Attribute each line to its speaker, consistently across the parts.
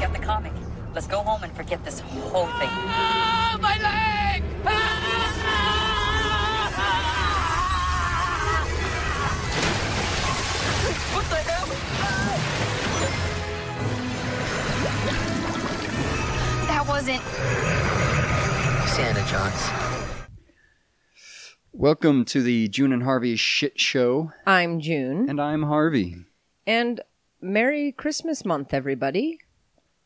Speaker 1: got the comic. Let's go home and forget this whole thing.
Speaker 2: Ah, my leg!
Speaker 1: What the hell?
Speaker 3: That wasn't.
Speaker 4: Santa John's.
Speaker 5: Welcome to the June and Harvey shit show,
Speaker 6: I'm June,
Speaker 5: and I'm Harvey.
Speaker 6: and Merry Christmas month, everybody.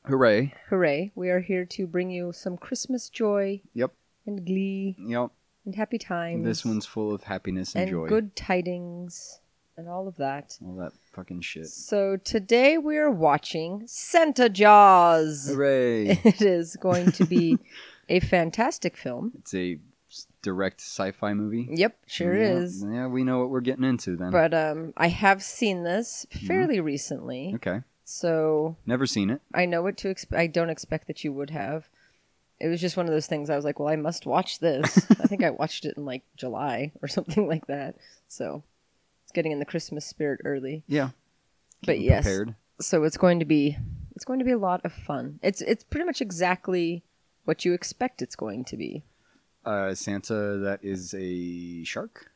Speaker 5: Hooray!
Speaker 6: Hooray, we are here to bring you some Christmas joy.
Speaker 5: Yep.
Speaker 6: And glee
Speaker 5: Yep,
Speaker 6: and happy times.
Speaker 5: this one's full of happiness and,
Speaker 6: and
Speaker 5: joy.
Speaker 6: good tidings and all of that.
Speaker 5: All that fucking shit.
Speaker 6: So today we are watching Santa Jaws.
Speaker 5: Hooray!
Speaker 6: It is going to be a fantastic film.
Speaker 5: it's a s- direct sci-fi movie.
Speaker 6: Yep, sure
Speaker 5: yeah,
Speaker 6: is.
Speaker 5: Yeah, we know what we're getting into then.
Speaker 6: But um, I have seen this fairly recently,
Speaker 5: okay,
Speaker 6: so
Speaker 5: never seen it.
Speaker 6: I know what to expect. I don't expect that you would have. It was just one of those things. I was like, well, I must watch this. I think I watched it in like July or something like that. So it's getting in the Christmas spirit early.
Speaker 5: Yeah,
Speaker 6: But
Speaker 5: I'm
Speaker 6: yes,
Speaker 5: prepared.
Speaker 6: so it's going to be it's going to be a lot of fun. It's it's pretty much exactly what you expect it's going to be.
Speaker 5: Uh, Santa that is a shark.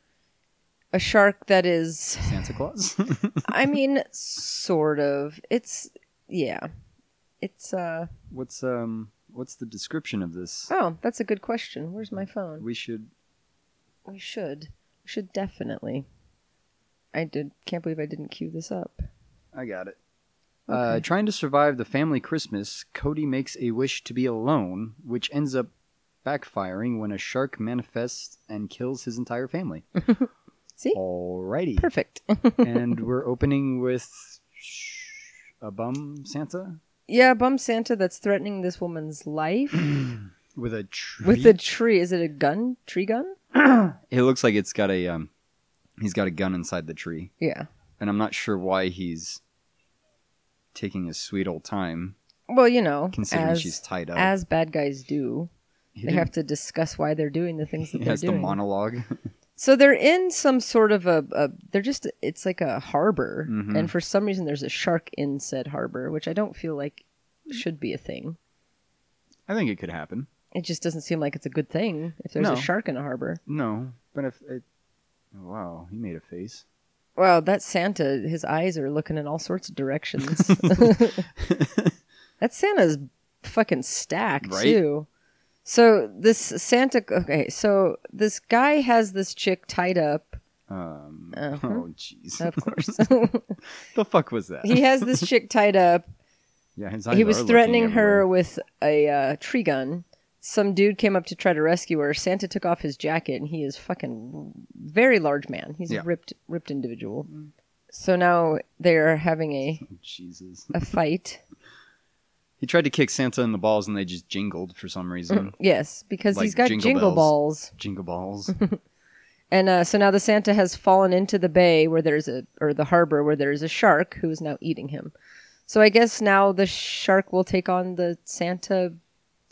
Speaker 6: A shark that is
Speaker 5: Santa Claus.
Speaker 6: I mean sort of. It's yeah. It's uh
Speaker 5: what's um what's the description of this?
Speaker 6: oh, that's a good question. Where's my phone?
Speaker 5: We should.
Speaker 6: We should. We should definitely. I did. Can't believe I didn't cue this up.
Speaker 5: I got it. Uh, trying to survive the family Christmas, Cody makes a wish to be alone, which ends up backfiring when a shark manifests and kills his entire family.
Speaker 6: See?
Speaker 5: oh. Alrighty.
Speaker 6: Perfect.
Speaker 5: and we're opening with a bum Santa
Speaker 6: yeah, bum Santa that's threatening this woman's life
Speaker 5: with a tree.
Speaker 6: with a tree. Is it a gun? Tree gun?
Speaker 5: it looks like it's got a um, he's got a gun inside the tree,
Speaker 6: Yeah.
Speaker 5: and I'm not sure why he's taking his sweet old time
Speaker 6: Well, you know,
Speaker 5: considering
Speaker 6: as
Speaker 5: she's tied up.
Speaker 6: as bad guys do,
Speaker 5: he
Speaker 6: they
Speaker 5: didn't-
Speaker 6: have to discuss why they're doing the things that
Speaker 5: he
Speaker 6: they're
Speaker 5: has the
Speaker 6: doing.
Speaker 5: monologue.
Speaker 6: so they're in some sort of a, a they're just it's like a harbor,
Speaker 5: Mhm.
Speaker 6: and for some reason there's a shark in said harbor, which I don't feel like
Speaker 5: Mm-hmm.
Speaker 6: should be a thing.
Speaker 5: I think it could happen.
Speaker 6: It just doesn't seem like it's a good thing if there's
Speaker 5: No.
Speaker 6: a shark in a harbor.
Speaker 5: No, but if it, wow, he made a face.
Speaker 6: Wow, that Santa, his eyes are looking in all sorts of directions. that Santa's fucking stacked
Speaker 5: Right?
Speaker 6: too. So this Santa, okay, so this guy has this chick tied up.
Speaker 5: Um,
Speaker 6: Uh-huh.
Speaker 5: oh jeez,
Speaker 6: Of course,
Speaker 5: the fuck was that?
Speaker 6: he has this chick tied up.
Speaker 5: yeah, his eyes
Speaker 6: He was
Speaker 5: are looking
Speaker 6: threatening
Speaker 5: everywhere.
Speaker 6: her with a uh, tree gun. Some dude came up to try to rescue her. Santa took off his jacket, and he is fucking very large man. He's
Speaker 5: Yeah.
Speaker 6: a ripped, ripped individual. So now they are having a
Speaker 5: Oh, Jesus,
Speaker 6: a fight.
Speaker 5: he tried to kick Santa in the balls, and they just jingled for some
Speaker 6: Mm.
Speaker 5: reason.
Speaker 6: Yes, because
Speaker 5: Like
Speaker 6: he's got
Speaker 5: jingle
Speaker 6: jingle,
Speaker 5: bells.
Speaker 6: balls.
Speaker 5: Jingle balls.
Speaker 6: And uh, so now the Santa has fallen into the bay where there's a, or the harbor where there is a shark who is now eating him. So I guess now the shark will take on the Santa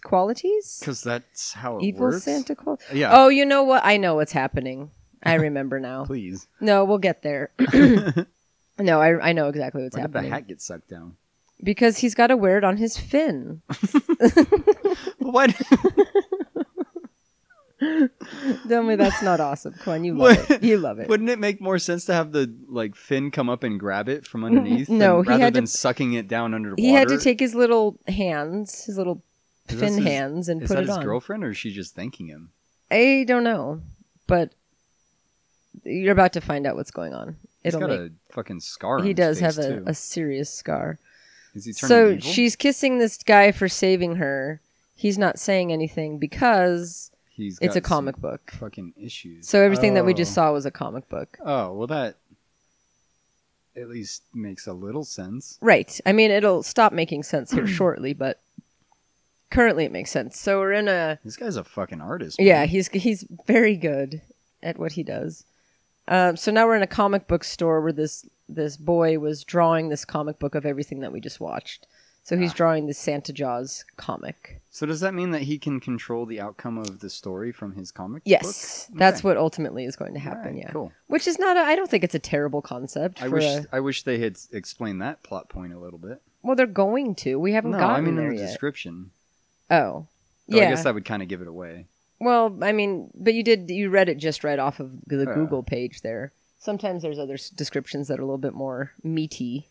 Speaker 6: qualities?
Speaker 5: Because that's how it
Speaker 6: Evil
Speaker 5: works.
Speaker 6: Santa qualities?
Speaker 5: Yeah.
Speaker 6: Oh, you know what? I know what's happening. I remember now.
Speaker 5: Please.
Speaker 6: No, we'll get there. no, I, I know exactly what's
Speaker 5: Why did the
Speaker 6: happening.
Speaker 5: hat get sucked down?
Speaker 6: Because he's got to wear it on his fin.
Speaker 5: What?
Speaker 6: Tell me that's not awesome. Come on, you love
Speaker 5: What?
Speaker 6: it. You love it.
Speaker 5: Wouldn't it make more sense to have the like fin come up and grab it from underneath?
Speaker 6: no,
Speaker 5: and-
Speaker 6: he
Speaker 5: rather
Speaker 6: had to-
Speaker 5: than sucking it down under water.
Speaker 6: He had to take his little hands, his little
Speaker 5: Is
Speaker 6: fin
Speaker 5: this his-
Speaker 6: hands, and
Speaker 5: Is
Speaker 6: put
Speaker 5: that
Speaker 6: it
Speaker 5: his
Speaker 6: on.
Speaker 5: girlfriend, or is she just thanking him?
Speaker 6: I don't know, but you're about to find out what's going on.
Speaker 5: He's
Speaker 6: It'll
Speaker 5: got
Speaker 6: make,
Speaker 5: a fucking scar. on
Speaker 6: he
Speaker 5: his
Speaker 6: does
Speaker 5: face,
Speaker 6: have a,
Speaker 5: too.
Speaker 6: a serious scar.
Speaker 5: Is he turning
Speaker 6: So
Speaker 5: evil?
Speaker 6: she's kissing this guy for saving her. He's not saying anything because
Speaker 5: He's
Speaker 6: it's
Speaker 5: got
Speaker 6: a comic book.
Speaker 5: some Fucking issues.
Speaker 6: So everything that we
Speaker 5: Oh.
Speaker 6: just saw was a comic book.
Speaker 5: Oh well, that at least makes a little sense.
Speaker 6: Right. I mean, it'll stop making sense here shortly, but currently it makes sense. So we're in a um,
Speaker 5: This guy's a fucking artist. man.
Speaker 6: Yeah, he's he's very good at what he does. Um, so now we're in a comic book store where this this boy was drawing this comic book of everything that we just watched. So he's drawing the Santa Jaws comic.
Speaker 5: So does that mean that he can control the outcome of the story from his comic?
Speaker 6: Yes,
Speaker 5: book?
Speaker 6: that's
Speaker 5: Okay.
Speaker 6: what ultimately is going to happen.
Speaker 5: Alright,
Speaker 6: yeah,
Speaker 5: Cool.
Speaker 6: which is not. A, I don't think it's a terrible concept.
Speaker 5: I
Speaker 6: for
Speaker 5: wish
Speaker 6: a-
Speaker 5: I wish they had s- explained that plot point a little bit.
Speaker 6: Well, they're going to. We haven't
Speaker 5: No,
Speaker 6: gotten
Speaker 5: I mean in
Speaker 6: there
Speaker 5: the
Speaker 6: yet.
Speaker 5: description.
Speaker 6: oh,
Speaker 5: Though
Speaker 6: yeah.
Speaker 5: I guess that would kind of give it away.
Speaker 6: Well, I mean, but you did you read it just right off of the
Speaker 5: Yeah.
Speaker 6: Google page there. Sometimes there's other s- descriptions that are a little bit more meaty.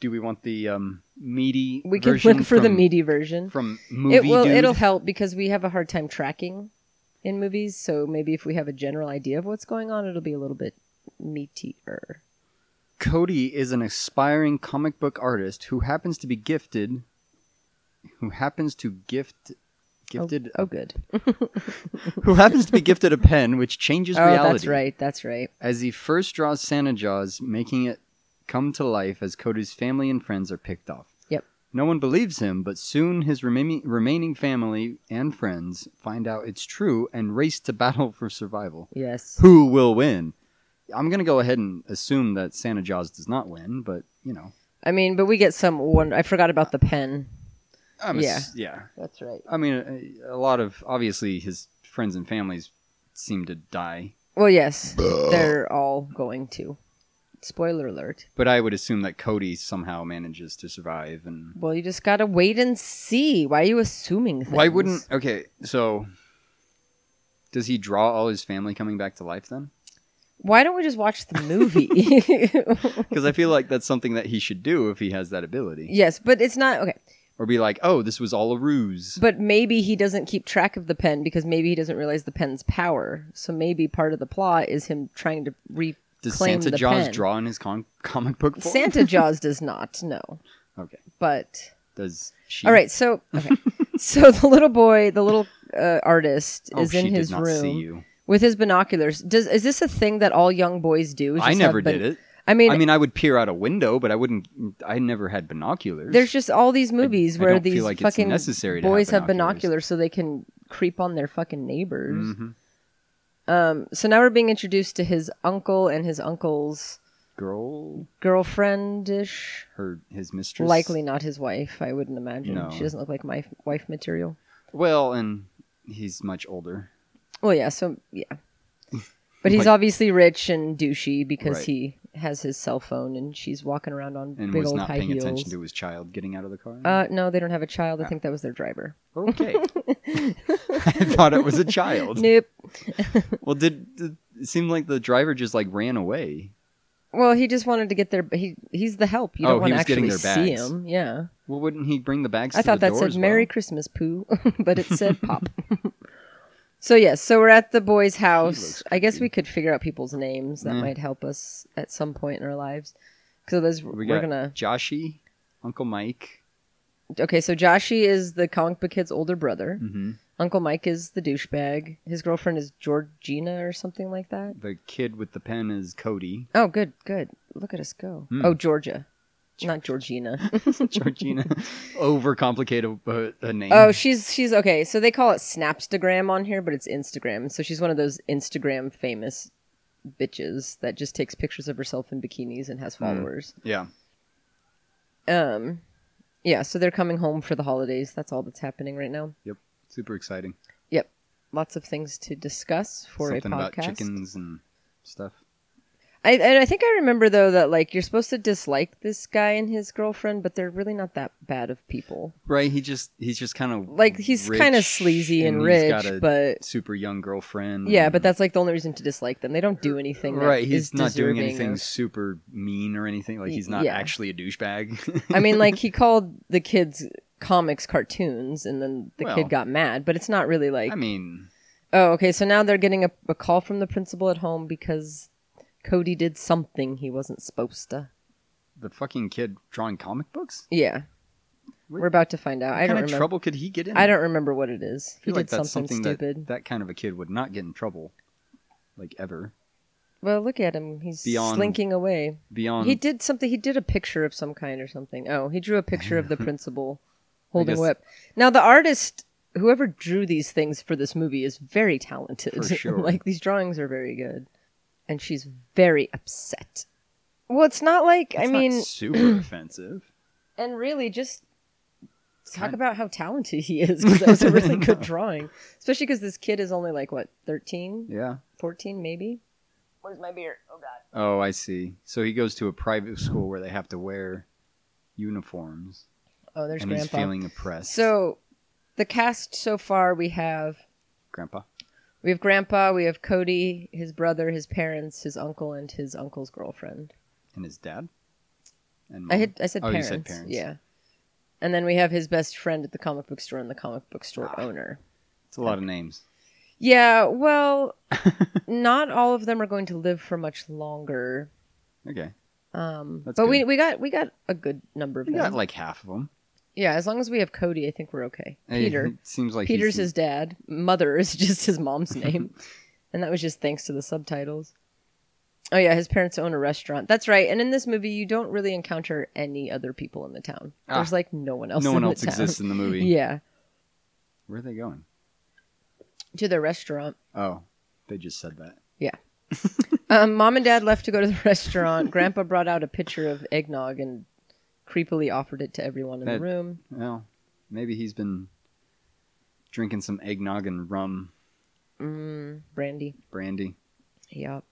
Speaker 5: Do we want the um, meaty?
Speaker 6: We can
Speaker 5: version
Speaker 6: look for the
Speaker 5: from-
Speaker 6: meaty version.
Speaker 5: from movie
Speaker 6: It will
Speaker 5: dude.
Speaker 6: it'll help because we have a hard time tracking in movies, so maybe if we have a general idea of what's going on, it'll be a little bit meatier. Oh,
Speaker 5: Cody is an aspiring comic book artist who happens to be gifted. Who happens to gift, gifted?
Speaker 6: Oh, good.
Speaker 5: Who happens to be gifted a pen, which changes
Speaker 6: Oh,
Speaker 5: reality.
Speaker 6: that's right. That's right.
Speaker 5: As he first draws Santa Jaws, making it come to life as Cody's family and friends are picked off.
Speaker 6: Yep.
Speaker 5: No one believes him, but soon his remaining remaining family and friends find out it's true and race to battle for survival.
Speaker 6: Yes.
Speaker 5: Who will win? I'm gonna go ahead and assume that Santa Jaws does not win, but you know.
Speaker 6: I mean, but we get some one. I forgot about the pen.
Speaker 5: I'm
Speaker 6: Yeah.
Speaker 5: ass- yeah.
Speaker 6: That's right.
Speaker 5: I mean, a, a lot of obviously his friends and families seem to die,
Speaker 6: Well, yes, they're all going to. Spoiler alert.
Speaker 5: but I would assume that Cody somehow manages to survive. And
Speaker 6: Well, you just gotta wait and see. Why are you assuming things?
Speaker 5: why wouldn't? Okay, so does he draw all his family coming back to life then?
Speaker 6: Why don't we just watch the movie?
Speaker 5: Because I feel like that's something that he should do if he has that ability,
Speaker 6: yes, but it's not okay.
Speaker 5: or be like, oh, this was all a ruse.
Speaker 6: But maybe he doesn't keep track of the pen because maybe he doesn't realize the pen's power. So maybe part of the plot is him trying to reclaim
Speaker 5: Does Santa
Speaker 6: the
Speaker 5: Jaws
Speaker 6: pen.
Speaker 5: draw in his con- comic book? Form?
Speaker 6: Santa Jaws does not. No,
Speaker 5: Okay.
Speaker 6: but
Speaker 5: Does she?
Speaker 6: all right. So okay. so the little boy, the little uh, artist,
Speaker 5: Oh,
Speaker 6: is
Speaker 5: she
Speaker 6: in his
Speaker 5: did not
Speaker 6: room.
Speaker 5: see you.
Speaker 6: with his binoculars. Does is this a thing that all young boys do? is
Speaker 5: I
Speaker 6: just
Speaker 5: never
Speaker 6: have bin-
Speaker 5: did it.
Speaker 6: I mean,
Speaker 5: I mean, I would peer out a window, but I wouldn't. I never had binoculars.
Speaker 6: there's just all these movies
Speaker 5: I
Speaker 6: where
Speaker 5: don't feel
Speaker 6: these
Speaker 5: like it's
Speaker 6: fucking
Speaker 5: necessary to
Speaker 6: boys
Speaker 5: have
Speaker 6: have
Speaker 5: binoculars.
Speaker 6: binoculars so they can creep on their fucking neighbors.
Speaker 5: Mhm.
Speaker 6: Um, so now we're being introduced to his uncle and his uncle's
Speaker 5: girl,
Speaker 6: girlfriendish.
Speaker 5: her his mistress,
Speaker 6: Likely not his wife, I wouldn't imagine.
Speaker 5: No.
Speaker 6: She doesn't look like my f- wife material.
Speaker 5: Well, and he's much older.
Speaker 6: Well, yeah, so yeah. But he's
Speaker 5: Like-
Speaker 6: obviously rich and douchey because
Speaker 5: Right.
Speaker 6: he has his cell phone and she's walking around on
Speaker 5: and
Speaker 6: big
Speaker 5: was
Speaker 6: old
Speaker 5: not
Speaker 6: high
Speaker 5: paying
Speaker 6: heels.
Speaker 5: attention to his child getting out of the car.
Speaker 6: Uh, no, they don't have a child. I think that was their driver.
Speaker 5: okay, I thought it was a child.
Speaker 6: Nope.
Speaker 5: Well, did, did it seemed like the driver just like ran away?
Speaker 6: Well, he just wanted to get their. He he's the help. You
Speaker 5: Oh,
Speaker 6: don't want
Speaker 5: he
Speaker 6: to
Speaker 5: was getting
Speaker 6: actually see
Speaker 5: their bags.
Speaker 6: him. Yeah.
Speaker 5: Well, wouldn't he bring the bags?
Speaker 6: I
Speaker 5: to
Speaker 6: thought
Speaker 5: the
Speaker 6: that
Speaker 5: door
Speaker 6: said
Speaker 5: as
Speaker 6: "Merry
Speaker 5: well?
Speaker 6: Christmas, poo," but it said "Pop." so yes, so we're at the boy's house.
Speaker 5: looks
Speaker 6: I guess
Speaker 5: creepy. Mm.
Speaker 6: we could figure out people's names. That
Speaker 5: Yeah.
Speaker 6: might help us at some point in our lives. So those
Speaker 5: We
Speaker 6: we
Speaker 5: got
Speaker 6: are gonna.
Speaker 5: Joshy, Uncle Mike.
Speaker 6: Okay, so Joshi is the comic book kid's older brother.
Speaker 5: hmm
Speaker 6: Uncle Mike is the douchebag. His girlfriend is Georgina or something like that.
Speaker 5: The kid with the pen is Cody.
Speaker 6: Oh, good, good. Look at us go.
Speaker 5: Hmm.
Speaker 6: Oh, Georgia. Not Georgina.
Speaker 5: Georgina, overcomplicated but a name.
Speaker 6: oh, she's she's okay. So they call it Snapstagram on here, but it's Instagram. So she's one of those Instagram famous bitches that just takes pictures of herself in bikinis and has followers.
Speaker 5: Hmm. yeah.
Speaker 6: Um yeah, so they're coming home for the holidays. That's all that's happening right now.
Speaker 5: Yep. Super exciting.
Speaker 6: Yep. Lots of things to discuss for
Speaker 5: Something
Speaker 6: a podcast.
Speaker 5: about chickens and stuff.
Speaker 6: I and I think I remember though that like you're supposed to dislike this guy and his girlfriend, but they're really not that bad of people.
Speaker 5: Right, he just he's just kind of
Speaker 6: Like, he's kinda sleazy and
Speaker 5: he's got
Speaker 6: rich,
Speaker 5: a
Speaker 6: but-
Speaker 5: super young girlfriend.
Speaker 6: Yeah, but
Speaker 5: and-
Speaker 6: that's like the only reason to dislike them. They don't do anything. that
Speaker 5: Mm. right.
Speaker 6: is
Speaker 5: He's not doing
Speaker 6: deserving
Speaker 5: anything
Speaker 6: of-
Speaker 5: super mean or anything. Like
Speaker 6: Y-
Speaker 5: he's not
Speaker 6: yeah.
Speaker 5: actually a douchebag.
Speaker 6: I mean, like he called the kids comics cartoons, and then the
Speaker 5: Well-
Speaker 6: kid got mad. But it's not really like.
Speaker 5: I mean,
Speaker 6: oh, okay. So now they're getting a, a call from the principal at home because Cody did something he wasn't supposed to.
Speaker 5: the fucking kid drawing comic books.
Speaker 6: Yeah,
Speaker 5: What-
Speaker 6: we're about to find out. I
Speaker 5: what
Speaker 6: don't
Speaker 5: kind of
Speaker 6: remember.
Speaker 5: trouble could he get in?
Speaker 6: I don't remember what it is.
Speaker 5: I
Speaker 6: He
Speaker 5: feel like
Speaker 6: did
Speaker 5: that's
Speaker 6: something,
Speaker 5: that-
Speaker 6: stupid.
Speaker 5: That, kind of a kid would not get in trouble, like ever.
Speaker 6: Well, look at him. He's
Speaker 5: Beyond-
Speaker 6: slinking away.
Speaker 5: Beyond
Speaker 6: he did something. He did a picture of some kind or something. Oh, he drew a picture of the principal holding
Speaker 5: guess-
Speaker 6: a whip. Now, the artist, whoever drew these things for this movie, is very talented.
Speaker 5: For sure.
Speaker 6: like, these drawings are very good. And she's very upset. Well, it's not like, I
Speaker 5: it's not
Speaker 6: mean,
Speaker 5: super offensive.
Speaker 6: and really just talk
Speaker 5: kind-
Speaker 6: about how talented he is because that was a really good drawing. Especially because this kid is only like, what, 13,
Speaker 5: Yeah.
Speaker 6: 14 maybe?
Speaker 1: Where's my beer? Oh god.
Speaker 5: Oh, I see. So he goes to a private school where they have to wear uniforms,
Speaker 6: Oh, there's
Speaker 5: and he's
Speaker 6: Grandpa.
Speaker 5: feeling oppressed.
Speaker 6: So, the cast so far we have
Speaker 5: Grandpa,
Speaker 6: we have Grandpa, we have Cody, his brother, his parents, his uncle, and his uncle's girlfriend.
Speaker 5: and his dad, and
Speaker 6: I
Speaker 5: Mom.
Speaker 6: had I said
Speaker 5: Oh, you
Speaker 6: parents.
Speaker 5: said parents.
Speaker 6: Yeah. And then we have his best friend at the comic book store and the comic book store
Speaker 5: Ah.
Speaker 6: owner.
Speaker 5: It's a lot of names.
Speaker 6: Yeah, well, not all of them are going to live for much longer.
Speaker 5: Okay,
Speaker 6: Um,
Speaker 5: That's
Speaker 6: but we
Speaker 5: good.
Speaker 6: we got we got a good number of
Speaker 5: we
Speaker 6: them.
Speaker 5: got like half of them.
Speaker 6: yeah, as long as we have Cody, I think we're okay. Peter,
Speaker 5: it seems like
Speaker 6: Peter's
Speaker 5: he's,
Speaker 6: his dad. Mother is just his mom's name, and that was just thanks to the subtitles. Oh yeah, his parents own a restaurant. That's right. And in this movie, you don't really encounter any other people in the town.
Speaker 5: Ah.
Speaker 6: There's like no one else.
Speaker 5: no
Speaker 6: in
Speaker 5: one
Speaker 6: the
Speaker 5: else
Speaker 6: town.
Speaker 5: exists in the movie.
Speaker 6: Yeah,
Speaker 5: Where are they going?
Speaker 6: to the restaurant.
Speaker 5: Oh, they just said that.
Speaker 6: Um, Mom and Dad left to go to the restaurant. Grandpa brought out a pitcher of eggnog and creepily offered it to everyone in the
Speaker 5: That-
Speaker 6: room.
Speaker 5: Well, maybe he's been drinking some eggnog and rum
Speaker 6: Mm, brandy.
Speaker 5: brandy.
Speaker 6: Yep.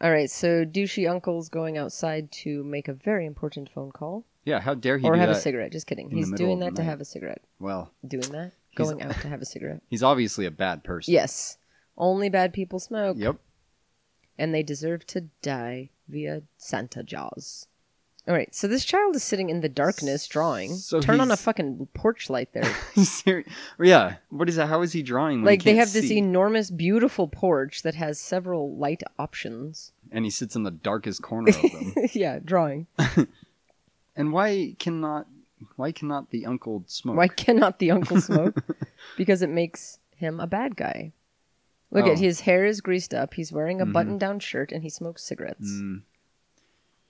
Speaker 6: All right, so douchey uncle's going outside to make a very important phone call
Speaker 5: Yeah, how dare he
Speaker 6: or
Speaker 5: do
Speaker 6: have a
Speaker 5: that?
Speaker 6: cigarette. Just kidding.
Speaker 5: the
Speaker 6: He's
Speaker 5: middle
Speaker 6: doing
Speaker 5: of the
Speaker 6: that to
Speaker 5: night.
Speaker 6: have a cigarette.
Speaker 5: Well,
Speaker 6: Doing that? Going out to have a cigarette.
Speaker 5: he's obviously a bad person.
Speaker 6: Yes. Only bad people smoke,
Speaker 5: Yep.
Speaker 6: and they deserve to die via Santa Jaws. All right, so this child is sitting in the darkness drawing.
Speaker 5: So
Speaker 6: Turn on a
Speaker 5: he's-
Speaker 6: fucking porch light there.
Speaker 5: Seri- yeah. What is that? How is he drawing? when he
Speaker 6: like they
Speaker 5: can't
Speaker 6: have this
Speaker 5: see?
Speaker 6: enormous beautiful porch that has several light options
Speaker 5: and he sits in the darkest corner of them.
Speaker 6: yeah drawing
Speaker 5: and why cannot? Why cannot the uncle smoke?
Speaker 6: why cannot the uncle smoke because it makes him a bad guy look
Speaker 5: Oh.
Speaker 6: at his hair is greased up he's wearing a
Speaker 5: Mhm.
Speaker 6: button-down shirt and he smokes cigarettes
Speaker 5: Mm,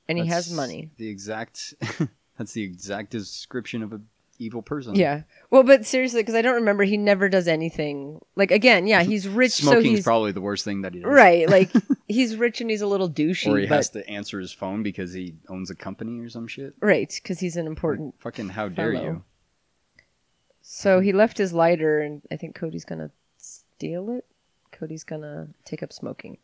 Speaker 6: and he has
Speaker 5: that's
Speaker 6: money
Speaker 5: The exact. that's the exact description of a evil person.
Speaker 6: yeah well but seriously because i don't remember he never does anything like again yeah he's rich so
Speaker 5: Smoking's
Speaker 6: he's
Speaker 5: probably the worst thing that he does.
Speaker 6: right like he's rich and he's a little douchey
Speaker 5: Or he
Speaker 6: but
Speaker 5: has to answer his phone because he owns a company or some shit.
Speaker 6: right because he's an important
Speaker 5: Fucking how dare
Speaker 6: Fellow.
Speaker 5: you?
Speaker 6: So he left his lighter, and I think Cody's gonna steal it. Cody's gonna take up smoking.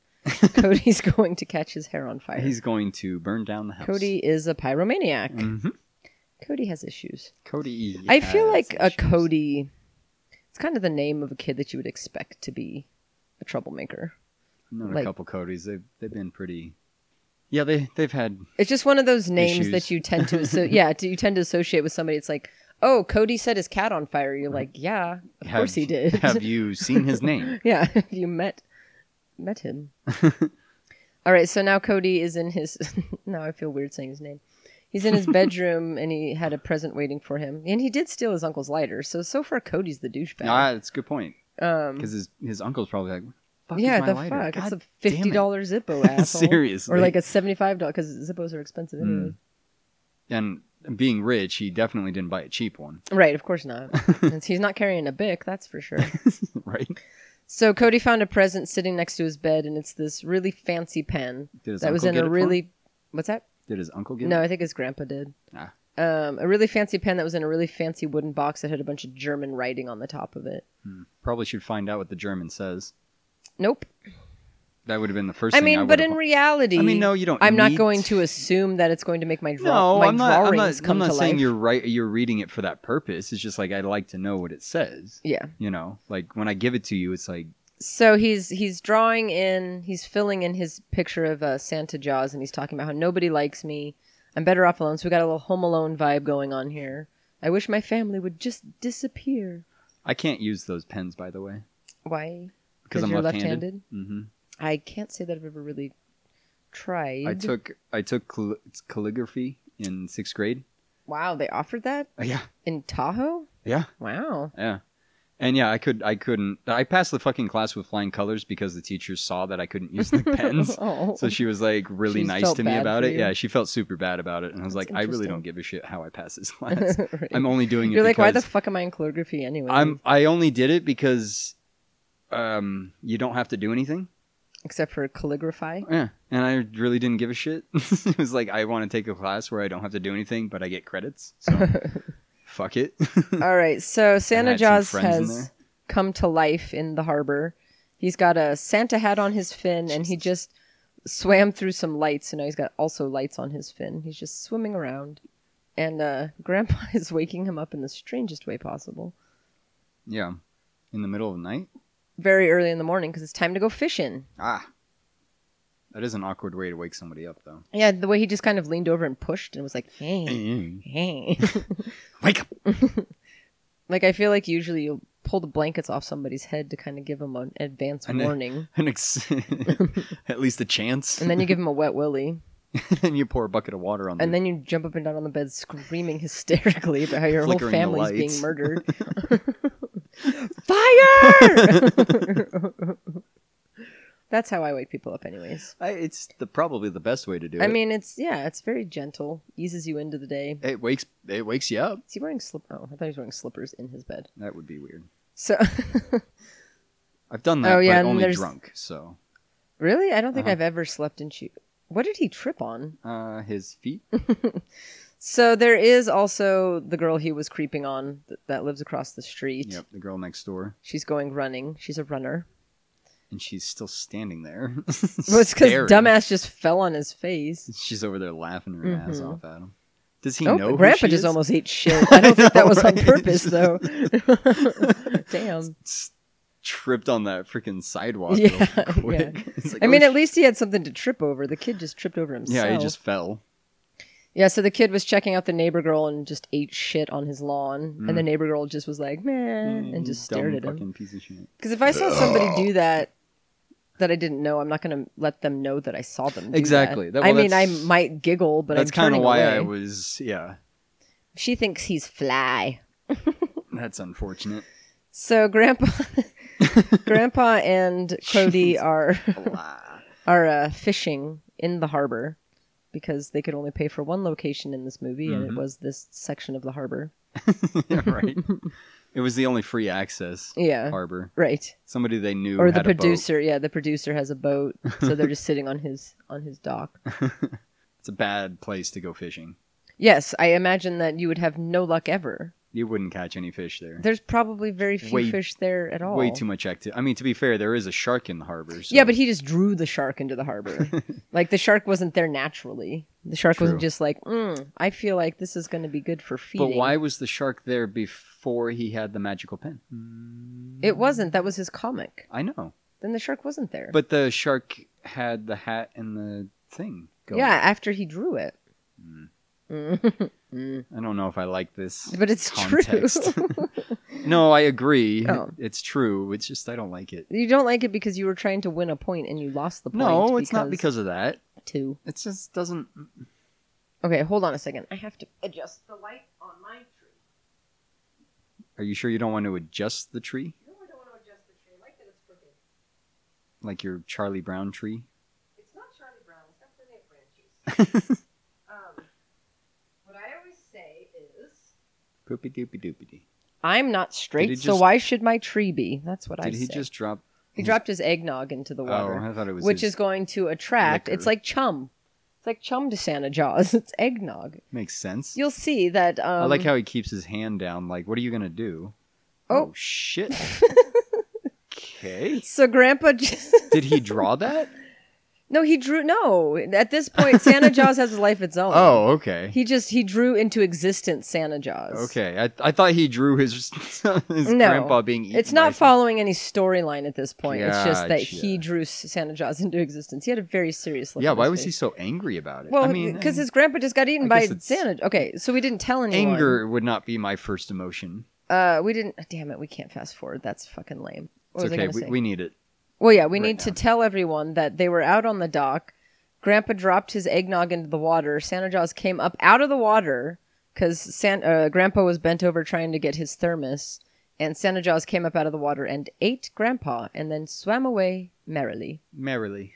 Speaker 6: Cody's going to catch his hair on fire.
Speaker 5: He's going to burn down the house.
Speaker 6: Cody is a pyromaniac.
Speaker 5: Mhm.
Speaker 6: Cody has issues.
Speaker 5: Cody.
Speaker 6: I feel
Speaker 5: has
Speaker 6: like a
Speaker 5: issues.
Speaker 6: Cody. It's kind of the name of a kid that you would expect to be a troublemaker.
Speaker 5: Known
Speaker 6: like-
Speaker 5: a couple Codys. They've they've been pretty. Yeah, they they've had
Speaker 6: It's just one of those names
Speaker 5: Issues.
Speaker 6: that you tend to, so, yeah, you tend to associate with somebody. It's like, oh, Cody set his cat on fire. You're like, yeah, of
Speaker 5: Have-
Speaker 6: course he did.
Speaker 5: Have you seen his name?
Speaker 6: Yeah, you met met him. All right, so now Cody is in his. now I feel weird saying his name. He's in his bedroom and he had a present waiting for him, and he did steal his uncle's lighter. So so far, Cody's the douchebag.
Speaker 5: Ah, that's a good point.
Speaker 6: um,
Speaker 5: Because his his uncle's probably like, "Where the fuck
Speaker 6: yeah,
Speaker 5: is my
Speaker 6: the
Speaker 5: lighter?
Speaker 6: fuck,
Speaker 5: God
Speaker 6: it's a
Speaker 5: damn it."
Speaker 6: fifty dollar Zippo asshole,
Speaker 5: Seriously, Hmm. Mm.
Speaker 6: or like a seventy five dollar because Zippos are expensive anyway. Hmm.
Speaker 5: and being rich, he definitely didn't buy a cheap one,
Speaker 6: Right, of course not. And he's not carrying a bic, that's for sure.
Speaker 5: right?
Speaker 6: So Cody found a present sitting next to his bed, and it's this really fancy pen
Speaker 5: Did his
Speaker 6: that was
Speaker 5: uncle
Speaker 6: in
Speaker 5: get
Speaker 6: a
Speaker 5: it for him?
Speaker 6: really. What's that?
Speaker 5: Did his uncle get
Speaker 6: No,
Speaker 5: it?
Speaker 6: I think his grandpa did.
Speaker 5: Ah.
Speaker 6: Um, a really fancy pen that was in a really fancy wooden box that had a bunch of German writing on the top of it.
Speaker 5: Probably should find out what the German says.
Speaker 6: Nope.
Speaker 5: That would have been the first.
Speaker 6: I
Speaker 5: thing
Speaker 6: mean,
Speaker 5: I
Speaker 6: but
Speaker 5: would've-
Speaker 6: in reality,
Speaker 5: I mean, no, you don't
Speaker 6: I'm
Speaker 5: need
Speaker 6: not going to assume that it's going to make my draw-
Speaker 5: no,
Speaker 6: my
Speaker 5: I'm not. I'm
Speaker 6: drawings
Speaker 5: not,
Speaker 6: come
Speaker 5: I'm not
Speaker 6: to
Speaker 5: saying
Speaker 6: life.
Speaker 5: you're right. You're reading it for that purpose. It's just like I'd like to know what it says.
Speaker 6: Yeah.
Speaker 5: You know, like when I give it to you, it's like
Speaker 6: So he's he's drawing in, he's filling in his picture of uh, Santa Jaws, and he's talking about how nobody likes me. I'm better off alone. So we got a little Home Alone vibe going on here. I wish my family would just disappear.
Speaker 5: I can't use those pens, by the way,
Speaker 6: Why?
Speaker 5: because I'm
Speaker 6: you're
Speaker 5: left-handed. hmm
Speaker 6: I can't say that I've ever really tried.
Speaker 5: I took I took cal- calligraphy in sixth grade.
Speaker 6: Wow, they offered that
Speaker 5: Uh, yeah,
Speaker 6: in Tahoe?
Speaker 5: yeah,
Speaker 6: Wow.
Speaker 5: yeah. And yeah, I could I couldn't. I passed the fucking class with flying colors because the teacher saw that I couldn't use the pens.
Speaker 6: Oh.
Speaker 5: Mm. So she was like really
Speaker 6: She
Speaker 5: nice
Speaker 6: felt
Speaker 5: to me
Speaker 6: bad
Speaker 5: about
Speaker 6: for
Speaker 5: it.
Speaker 6: you.
Speaker 5: Yeah, she felt super bad about it, and I was
Speaker 6: That's
Speaker 5: like, I really
Speaker 6: interesting.
Speaker 5: don't give a shit how I pass this class. I'm only doing it.
Speaker 6: You're like, why the
Speaker 5: because-
Speaker 6: fuck am I in calligraphy anyway?
Speaker 5: I'm I only did it because um you don't have to do anything.
Speaker 6: Except for calligraphy.
Speaker 5: Yeah. And I really didn't give a shit. it was like I want to take a class where I don't have to do anything but I get credits. So fuck it.
Speaker 6: All right, so Santa
Speaker 5: had some
Speaker 6: Jaws
Speaker 5: friends in
Speaker 6: has
Speaker 5: there.
Speaker 6: come to life in the harbor. He's got a Santa hat on his fin, and he just swam through some lights, and now he's got also lights on his fin. He's just swimming around. and uh, Grandpa is waking him up in the strangest way possible.
Speaker 5: Yeah. In the middle of the night?
Speaker 6: Very early in the morning because it's time to go fishing.
Speaker 5: Ah. That is an awkward way to wake somebody up, though.
Speaker 6: Yeah, the way he just kind of leaned over and pushed and was like, "Hey, hey."
Speaker 5: Wake up!
Speaker 6: like I feel like usually you pull the blankets off somebody's head to kind of give them an advance
Speaker 5: And then-
Speaker 6: warning,
Speaker 5: An ex- At least a chance.
Speaker 6: and then you give him a wet willy,
Speaker 5: then you pour a bucket of water on
Speaker 6: and
Speaker 5: the
Speaker 6: then you jump up and down on the bed screaming hysterically about how your whole
Speaker 5: Flickering the
Speaker 6: family's being
Speaker 5: lights.
Speaker 6: murdered. Fire! That's how I wake people up, anyways.
Speaker 5: I, it's the probably the best way to do it.
Speaker 6: I mean, it's yeah, it's very gentle, eases you into the day.
Speaker 5: it wakes it wakes you up.
Speaker 6: Is he wearing slip? Oh, I thought he was wearing slippers in his bed.
Speaker 5: That would be weird.
Speaker 6: So,
Speaker 5: I've done that,
Speaker 6: Oh, yeah,
Speaker 5: but
Speaker 6: and
Speaker 5: only
Speaker 6: there's-
Speaker 5: drunk. So
Speaker 6: really, I don't think
Speaker 5: Uh-huh.
Speaker 6: I've ever slept in shoes. What did he trip on?
Speaker 5: uh, his feet.
Speaker 6: So there is also the girl he was creeping on th- that lives across the street.
Speaker 5: yep, the girl next door,
Speaker 6: She's going running. She's a runner.
Speaker 5: and she's still standing there.
Speaker 6: Well, it's because
Speaker 5: staring.
Speaker 6: dumbass just fell on his face.
Speaker 5: She's over there laughing her ass
Speaker 6: Mhm.
Speaker 5: off at him. Does he
Speaker 6: oh,
Speaker 5: know? who
Speaker 6: Grandpa
Speaker 5: she
Speaker 6: just
Speaker 5: is?
Speaker 6: almost ate shit. I don't think
Speaker 5: I
Speaker 6: that
Speaker 5: know,
Speaker 6: was on
Speaker 5: right?
Speaker 6: purpose though. Damn.
Speaker 5: S- tripped on that freaking sidewalk.
Speaker 6: Yeah,
Speaker 5: real quick. It's like,
Speaker 6: I
Speaker 5: oh,
Speaker 6: mean,
Speaker 5: sh-
Speaker 6: at least he had something to trip over. The kid just tripped over himself.
Speaker 5: yeah, he just fell.
Speaker 6: Yeah, so the kid was checking out the neighbor girl and just ate shit on his lawn,
Speaker 5: Mm.
Speaker 6: and the neighbor girl just was like, "Man," Eh, and just
Speaker 5: Mm-hmm. Dumb
Speaker 6: stared at him.
Speaker 5: fucking piece of shit.
Speaker 6: Because if I saw somebody do that that I didn't know, I'm not going to let them know that I saw them. do that.
Speaker 5: Exactly. That-
Speaker 6: I
Speaker 5: well,
Speaker 6: mean, I
Speaker 5: that's-
Speaker 6: might giggle, but
Speaker 5: That's
Speaker 6: I'm
Speaker 5: kind of why
Speaker 6: away.
Speaker 5: I was. Yeah,
Speaker 6: She thinks he's fly.
Speaker 5: that's unfortunate.
Speaker 6: So Grandpa, Grandpa and Cody are
Speaker 5: Blah.
Speaker 6: are uh, fishing in the harbor because they could only pay for one location in this movie, and
Speaker 5: Mhm.
Speaker 6: it was this section of the harbor.
Speaker 5: right. It was the only free access
Speaker 6: Yeah.
Speaker 5: harbor.
Speaker 6: Right.
Speaker 5: Somebody they knew
Speaker 6: Or the
Speaker 5: had a boat.
Speaker 6: producer, yeah, the producer has a boat, so they're just sitting on his on his dock.
Speaker 5: It's a bad place to go fishing.
Speaker 6: Yes, I imagine that you would have no luck ever.
Speaker 5: You wouldn't catch any fish there.
Speaker 6: There's probably very few
Speaker 5: Way-
Speaker 6: fish there at all.
Speaker 5: Way too much activity. I mean, to be fair, there is a shark in the harbor. so-
Speaker 6: Yeah, but he just drew the shark into the harbor. like the shark wasn't there naturally. The shark wasn't
Speaker 5: True.
Speaker 6: just like, mm, I feel like this is going to be good for feeding.
Speaker 5: But why was the shark there before he had the magical pen?
Speaker 6: It wasn't. That was his comic.
Speaker 5: I know,
Speaker 6: Then the shark wasn't there.
Speaker 5: but the shark had the hat and the thing. Going.
Speaker 6: yeah, after he drew it. Mm.
Speaker 5: I don't know if I like this.
Speaker 6: but it's
Speaker 5: Context.
Speaker 6: true.
Speaker 5: No, I agree.
Speaker 6: Oh.
Speaker 5: It's true. It's just I don't like it.
Speaker 6: you don't like it because you were trying to win a point and you lost the point.
Speaker 5: No, it's not because of that.
Speaker 6: two.
Speaker 5: It just doesn't.
Speaker 6: Okay, hold on a second. I have to adjust the light on my tree.
Speaker 5: Are you sure you don't want to adjust the tree
Speaker 6: No, I don't want to adjust the tree. I like that it's crooked.
Speaker 5: like your Charlie Brown tree?
Speaker 6: It's not Charlie Brown. It's got plenty of branches. um, what I always say is,
Speaker 5: Poopy doopy doopy dee.
Speaker 6: I'm not straight,
Speaker 5: he
Speaker 6: so
Speaker 5: just-
Speaker 6: why should my tree be? That's what I
Speaker 5: Did
Speaker 6: say.
Speaker 5: he just drop?
Speaker 6: He dropped his eggnog into the
Speaker 5: Oh,
Speaker 6: water,
Speaker 5: I thought it was.
Speaker 6: which
Speaker 5: his-
Speaker 6: is going to attract. It's
Speaker 5: liquor.
Speaker 6: like chum. It's like chum to Santa Jaws. It's eggnog.
Speaker 5: makes sense.
Speaker 6: You'll see that. Um,
Speaker 5: I like how he keeps his hand down. Like, what are you gonna do?
Speaker 6: Oh.
Speaker 5: shit. okay.
Speaker 6: So Grandpa just.
Speaker 5: Did he draw that?
Speaker 6: No, he drew. No, at this point, Santa Jaws has a life of its own.
Speaker 5: Oh, okay.
Speaker 6: He just he drew into existence Santa Jaws.
Speaker 5: Okay. I, I thought he drew his his grandpa being eaten.
Speaker 6: It's not
Speaker 5: by-
Speaker 6: following any storyline at this point. It's just that he
Speaker 5: Gotcha.
Speaker 6: drew S- Santa Jaws into existence. He had a very serious look.
Speaker 5: Yeah.
Speaker 6: on
Speaker 5: Why
Speaker 6: his
Speaker 5: was he
Speaker 6: face.
Speaker 5: so angry about it?
Speaker 6: Well,
Speaker 5: I
Speaker 6: because
Speaker 5: mean, I-
Speaker 6: his grandpa just got eaten
Speaker 5: I
Speaker 6: by
Speaker 5: guess it's-
Speaker 6: Santa. Okay, so we didn't tell anyone.
Speaker 5: anger would not be my first emotion.
Speaker 6: Uh, we didn't. Damn it, we can't fast forward. That's fucking lame. What
Speaker 5: It's
Speaker 6: was I
Speaker 5: okay.
Speaker 6: gonna
Speaker 5: We,
Speaker 6: say?
Speaker 5: we need it.
Speaker 6: Well, yeah, we
Speaker 5: right
Speaker 6: need to
Speaker 5: now.
Speaker 6: tell everyone that they were out on the dock. Grandpa dropped his eggnog into the water. Santa Jaws came up out of the water because San- uh, Grandpa was bent over trying to get his thermos. And Santa Jaws came up out of the water and ate Grandpa and then swam away merrily
Speaker 5: Merrily.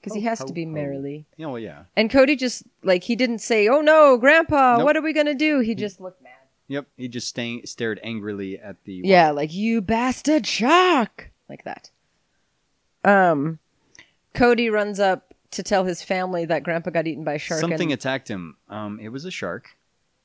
Speaker 6: because he
Speaker 5: Ho,
Speaker 6: has
Speaker 5: ho,
Speaker 6: to be
Speaker 5: ho.
Speaker 6: merrily.
Speaker 5: Oh yeah.
Speaker 6: And Cody just, like, he didn't say, Oh no, Grandpa,
Speaker 5: Nope.
Speaker 6: what are we going to do? He just looked mad.
Speaker 5: Yep. He just stang- stared angrily at the.
Speaker 6: Yeah, like you bastard shark, like that. Um, Cody runs up to tell his family that Grandpa got eaten by a shark. and,
Speaker 5: Something attacked him. Um, it was a shark.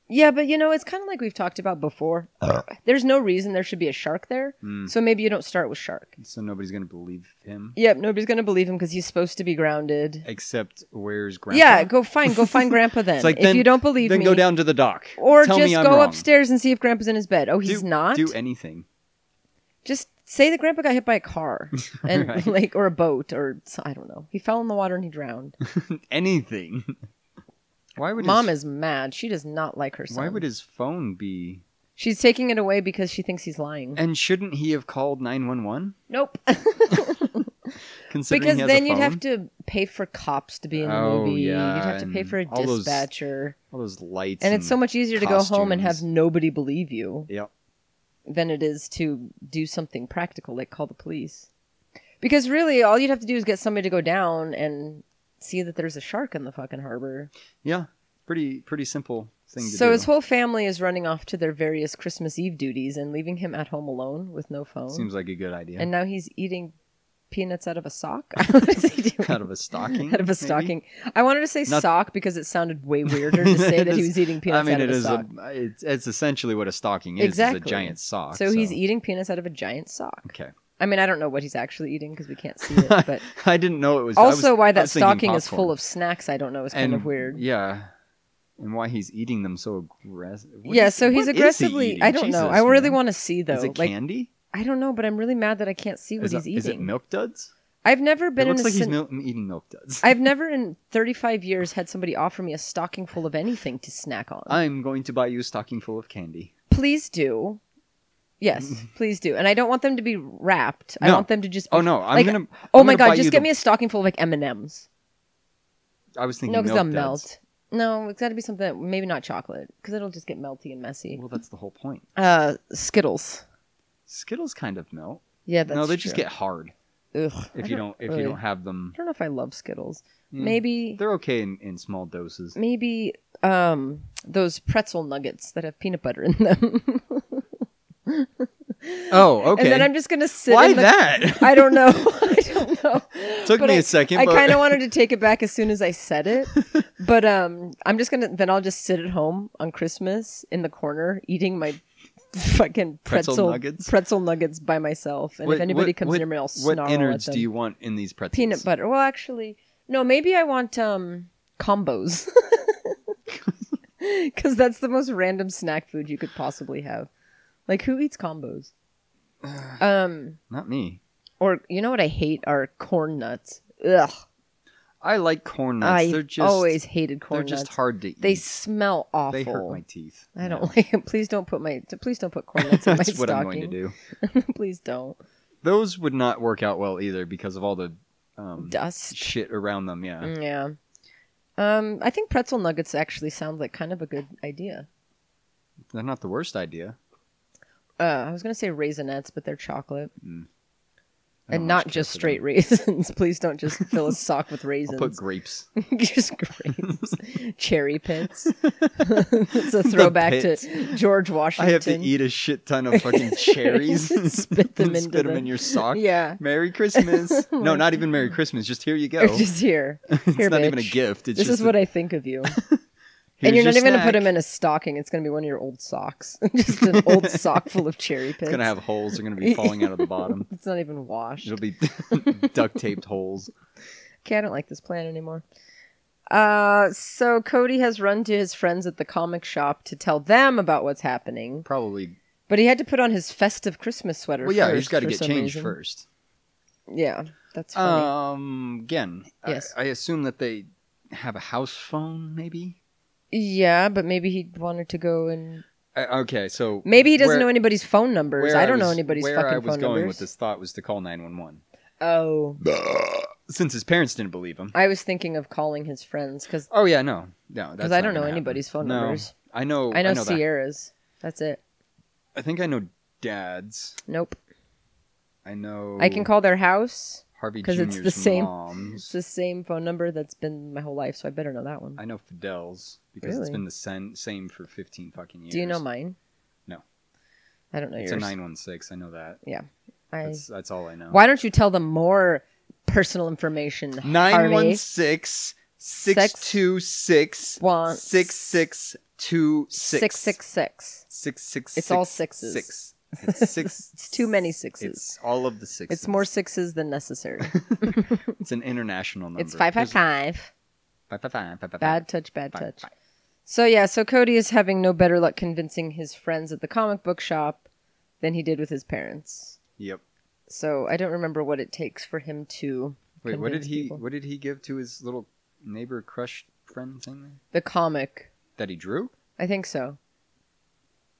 Speaker 6: Yeah, but you know, it's kind of like we've talked about before.
Speaker 5: Uh.
Speaker 6: There's no reason there should be a shark there.
Speaker 5: Mm.
Speaker 6: So maybe you don't start with shark.
Speaker 5: Hmm. so nobody's gonna believe him.
Speaker 6: Yep, nobody's going to believe him because he's supposed to be grounded.
Speaker 5: Except where's Grandpa?
Speaker 6: Yeah, go fine. Go find Grandpa then.
Speaker 5: It's like,
Speaker 6: if you don't believe
Speaker 5: then
Speaker 6: me,
Speaker 5: go down to the dock
Speaker 6: or
Speaker 5: Tell
Speaker 6: just
Speaker 5: me I'm
Speaker 6: go
Speaker 5: wrong.
Speaker 6: upstairs and see if Grandpa's in his bed. Oh,
Speaker 5: Do-
Speaker 6: he's not.
Speaker 5: Do anything.
Speaker 6: just say that Grandpa got hit by a car and
Speaker 5: Right.
Speaker 6: like or a boat or s- I don't know. He fell in the water and he drowned.
Speaker 5: Anything. Why would
Speaker 6: Mom
Speaker 5: his,
Speaker 6: is mad. She does not like her son.
Speaker 5: Why would his phone be?
Speaker 6: She's taking it away because she thinks he's lying.
Speaker 5: And shouldn't he have called nine one one?
Speaker 6: Nope.
Speaker 5: Considering
Speaker 6: because
Speaker 5: he has
Speaker 6: then
Speaker 5: a
Speaker 6: you'd have
Speaker 5: phone?
Speaker 6: to pay for cops to be in the
Speaker 5: Oh,
Speaker 6: movie.
Speaker 5: yeah,
Speaker 6: you'd have to pay for a
Speaker 5: and all those
Speaker 6: dispatcher.
Speaker 5: all those lights.
Speaker 6: And it's so much easier to go home and have
Speaker 5: costumes.
Speaker 6: nobody believe you
Speaker 5: Yep.
Speaker 6: than it is to do something practical like call the police. Because really, all you'd have to do is get somebody to go down and see that there's a shark in the fucking harbor.
Speaker 5: Yeah. Pretty pretty simple thing to
Speaker 6: So
Speaker 5: do.
Speaker 6: his whole family is running off to their various Christmas Eve duties and leaving him at home alone with no phone.
Speaker 5: Seems like a good idea.
Speaker 6: And now he's eating peanuts out of a sock. what is he doing?
Speaker 5: out of a stocking.
Speaker 6: out of a
Speaker 5: maybe?
Speaker 6: stocking. I wanted to say
Speaker 5: Not-
Speaker 6: sock because it sounded way weirder to say
Speaker 5: It
Speaker 6: that he
Speaker 5: is-
Speaker 6: was eating
Speaker 5: I
Speaker 6: peanuts
Speaker 5: mean,
Speaker 6: out of
Speaker 5: it
Speaker 6: a
Speaker 5: is
Speaker 6: sock.
Speaker 5: a. It's, it's essentially what a stocking is. Is
Speaker 6: Exactly.
Speaker 5: a giant sock.
Speaker 6: so, he's eating peanuts out of a giant sock.
Speaker 5: Okay.
Speaker 6: I mean, I don't know what he's actually eating because we can't see it, but
Speaker 5: I didn't know it was. I
Speaker 6: also
Speaker 5: was- I
Speaker 6: why that
Speaker 5: was thinking
Speaker 6: stocking is
Speaker 5: popcorn.
Speaker 6: full of snacks, I don't know, is kind
Speaker 5: and
Speaker 6: of weird.
Speaker 5: Yeah, and why he's eating them so aggressive?
Speaker 6: yeah, so he's aggressively. I don't know. I really want to see though.
Speaker 5: Is it
Speaker 6: like
Speaker 5: candy?
Speaker 6: I don't know, but I'm really mad that I can't see what
Speaker 5: Is
Speaker 6: he's
Speaker 5: it,
Speaker 6: eating.
Speaker 5: Is it milk duds?
Speaker 6: I've never
Speaker 5: It
Speaker 6: been in
Speaker 5: looks
Speaker 6: a.
Speaker 5: like he's
Speaker 6: cin-
Speaker 5: mil- eating milk duds.
Speaker 6: I've never in 35 years had somebody offer me a stocking full of anything to snack on.
Speaker 5: I'm going to buy you a stocking full of candy.
Speaker 6: please do. Yes, please do. And I don't want them to be wrapped. I
Speaker 5: Mm-hmm. No.
Speaker 6: want them to just. Be
Speaker 5: Oh no, I'm
Speaker 6: like,
Speaker 5: gonna.
Speaker 6: Oh
Speaker 5: I'm
Speaker 6: my
Speaker 5: gonna
Speaker 6: god!
Speaker 5: buy
Speaker 6: Just
Speaker 5: you
Speaker 6: get
Speaker 5: the-
Speaker 6: me a stocking full of like M and M's.
Speaker 5: I was thinking
Speaker 6: No, because
Speaker 5: milk
Speaker 6: they'll
Speaker 5: duds.
Speaker 6: melt. No, it's got to be something. Maybe not chocolate, because it'll just get melty and messy.
Speaker 5: Well, that's the whole point.
Speaker 6: Uh, Skittles.
Speaker 5: Skittles kind of melt.
Speaker 6: Yeah, that's
Speaker 5: no, they
Speaker 6: true.
Speaker 5: just get hard
Speaker 6: Ugh,
Speaker 5: if
Speaker 6: I
Speaker 5: you don't if
Speaker 6: really-
Speaker 5: you don't have them.
Speaker 6: I don't know if I love Skittles.
Speaker 5: Mm.
Speaker 6: Maybe
Speaker 5: They're okay in, in small doses.
Speaker 6: maybe um those pretzel nuggets that have peanut butter in them.
Speaker 5: Oh, okay.
Speaker 6: And then I'm just gonna sit.
Speaker 5: Why
Speaker 6: in the-
Speaker 5: that?
Speaker 6: I don't know. I don't know.
Speaker 5: Took
Speaker 6: But
Speaker 5: me
Speaker 6: I-
Speaker 5: a second,
Speaker 6: I
Speaker 5: but-
Speaker 6: kind of wanted to take it back as soon as I said it, but um, I'm just gonna then I'll just sit at home on Christmas in the corner eating my fucking pretzel
Speaker 5: Pretzel nuggets?
Speaker 6: pretzel nuggets by myself, and
Speaker 5: What-
Speaker 6: if anybody
Speaker 5: what-
Speaker 6: comes
Speaker 5: what-
Speaker 6: near me, I'll
Speaker 5: What
Speaker 6: snarl
Speaker 5: innards
Speaker 6: at them.
Speaker 5: do you want in these pretzels?
Speaker 6: Peanut butter. Well, actually, no. Maybe I want um combos. Because that's the most random snack food you could possibly have. Like, who eats combos? Um,
Speaker 5: Not me.
Speaker 6: or you know what I hate are corn nuts. Ugh,
Speaker 5: I like corn nuts.
Speaker 6: I
Speaker 5: they're just
Speaker 6: always hated corn
Speaker 5: they're just
Speaker 6: nuts.
Speaker 5: hard to eat.
Speaker 6: They smell awful.
Speaker 5: They hurt my teeth.
Speaker 6: I don't
Speaker 5: Yeah.
Speaker 6: like them. Please don't put my. Please don't put corn nuts in my
Speaker 5: That's what
Speaker 6: stocking.
Speaker 5: I'm going to do.
Speaker 6: please don't.
Speaker 5: Those would not work out well either because of all the um,
Speaker 6: Dust. Mm.
Speaker 5: shit around them. Yeah.
Speaker 6: Yeah. Um, I think pretzel nuggets actually sound like kind of a good idea.
Speaker 5: They're not the worst idea.
Speaker 6: Uh, I was gonna say raisinettes, but they're chocolate
Speaker 5: I don't
Speaker 6: and
Speaker 5: much
Speaker 6: not
Speaker 5: care
Speaker 6: just
Speaker 5: for them.
Speaker 6: straight raisins. Please don't just fill a sock with
Speaker 5: I'll
Speaker 6: raisins.
Speaker 5: put grapes.
Speaker 6: just grapes, cherry pits. it's a throwback
Speaker 5: pits.
Speaker 6: to George
Speaker 5: I
Speaker 6: Washington.
Speaker 5: have to eat a shit ton of fucking cherries.
Speaker 6: Spit them into
Speaker 5: Spit them
Speaker 6: the-
Speaker 5: in your sock.
Speaker 6: Yeah.
Speaker 5: Merry Christmas. no, not even Merry Christmas. Just here you go.
Speaker 6: Or just here.
Speaker 5: it's
Speaker 6: Here,
Speaker 5: not even a
Speaker 6: bitch.
Speaker 5: gift. It's
Speaker 6: This
Speaker 5: just
Speaker 6: is what
Speaker 5: a,
Speaker 6: I think of you. and you're not even gonna put them in a stocking. It's gonna be one of your old socks. just an old sock full of cherry pits.
Speaker 5: It's gonna have holes. They're gonna be falling out of the bottom.
Speaker 6: It's not even washed.
Speaker 5: It'll be duct taped holes.
Speaker 6: Okay, I don't like this plan anymore. Uh, so Cody has run to his friends at the comic shop to tell them about what's happening,
Speaker 5: Probably.
Speaker 6: but he had to put on his festive Christmas sweater.
Speaker 5: Well, yeah,
Speaker 6: first
Speaker 5: he's got to
Speaker 6: for
Speaker 5: get
Speaker 6: some
Speaker 5: changed
Speaker 6: reason.
Speaker 5: first.
Speaker 6: Yeah, that's funny.
Speaker 5: Um, again, I-
Speaker 6: Yes.
Speaker 5: I, assume that they have a house phone, maybe.
Speaker 6: yeah, but maybe he wanted to go and
Speaker 5: Uh, okay, so
Speaker 6: maybe he doesn't
Speaker 5: where-
Speaker 6: know anybody's phone numbers.
Speaker 5: where
Speaker 6: I don't know
Speaker 5: was-
Speaker 6: anybody's
Speaker 5: where
Speaker 6: fucking
Speaker 5: I was
Speaker 6: phone
Speaker 5: going
Speaker 6: numbers.
Speaker 5: with this thought was to call nine one one.
Speaker 6: Oh,
Speaker 5: Since his parents didn't believe him.
Speaker 6: I was thinking of calling his friends because
Speaker 5: Oh yeah, no, no, that's
Speaker 6: I
Speaker 5: not
Speaker 6: don't know
Speaker 5: gonna happen.
Speaker 6: anybody's phone
Speaker 5: No. Oh,
Speaker 6: numbers.
Speaker 5: I know.
Speaker 6: I know,
Speaker 5: that.
Speaker 6: Sierra's. That's it.
Speaker 5: I think I know dad's.
Speaker 6: Nope.
Speaker 5: I know.
Speaker 6: I can call their house.
Speaker 5: Harvey
Speaker 6: 'cause it's
Speaker 5: Jr.'s
Speaker 6: the same-
Speaker 5: mom's.
Speaker 6: It's the same phone number that's been my whole life, so I better know that one.
Speaker 5: I know Fidel's because it's
Speaker 6: Really?
Speaker 5: been the sen- same for 15 fucking years.
Speaker 6: Do you know mine?
Speaker 5: No.
Speaker 6: I don't know
Speaker 5: It's
Speaker 6: yours.
Speaker 5: a 916. I know that.
Speaker 6: I...
Speaker 5: That's, that's all I know.
Speaker 6: Why don't you tell them more personal information? Harvey?
Speaker 5: 916 626
Speaker 6: Wants-
Speaker 5: 662 two
Speaker 6: Six six six.
Speaker 5: Six, six,
Speaker 6: It's
Speaker 5: six,
Speaker 6: all sixes.
Speaker 5: Six. It's six.
Speaker 6: It's too many sixes. It's,
Speaker 5: It's all of the sixes.
Speaker 6: more sixes than necessary.
Speaker 5: It's an international number.
Speaker 6: it's five five
Speaker 5: There's-
Speaker 6: five.
Speaker 5: five, five, five, five, five,
Speaker 6: Bad touch, bad
Speaker 5: five,
Speaker 6: touch.
Speaker 5: five.
Speaker 6: So yeah, so Cody is having no better luck convincing his friends at the comic book shop than he did with his parents.
Speaker 5: Yep.
Speaker 6: So I don't remember what it takes for him to
Speaker 5: Wait, what did
Speaker 6: Convince
Speaker 5: he?
Speaker 6: people.
Speaker 5: What did he give to his little neighbor crush friend thing there?
Speaker 6: the comic.
Speaker 5: that he drew?
Speaker 6: I think so.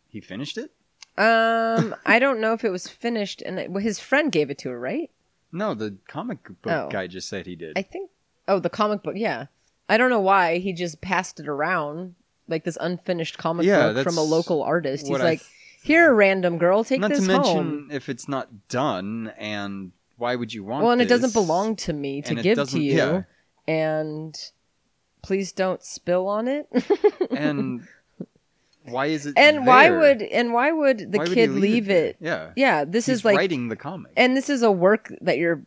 Speaker 5: He finished it?
Speaker 6: Um, I don't know if it was finished, and it, well, his friend gave it to her, right?
Speaker 5: No, the comic book
Speaker 6: Oh.
Speaker 5: guy just said he did.
Speaker 6: I think. Oh, the comic book. Yeah, I don't know why he just passed it around like this unfinished comic
Speaker 5: Yeah,
Speaker 6: book from a
Speaker 5: that's
Speaker 6: local artist. He's
Speaker 5: what I
Speaker 6: like, "Here, random girl, take
Speaker 5: Not
Speaker 6: this
Speaker 5: to mention
Speaker 6: home."
Speaker 5: if it's not done, and why would you want?
Speaker 6: Well, and it
Speaker 5: this?
Speaker 6: doesn't belong to me to
Speaker 5: and it
Speaker 6: give to
Speaker 5: doesn't-
Speaker 6: you,
Speaker 5: yeah.
Speaker 6: and please don't spill on it.
Speaker 5: And why is it?
Speaker 6: and why
Speaker 5: there?
Speaker 6: would and why would the
Speaker 5: Why would he
Speaker 6: kid leave it?
Speaker 5: there? Yeah,
Speaker 6: Yeah, this
Speaker 5: He's
Speaker 6: is like
Speaker 5: writing the comic.
Speaker 6: and this is a work that you're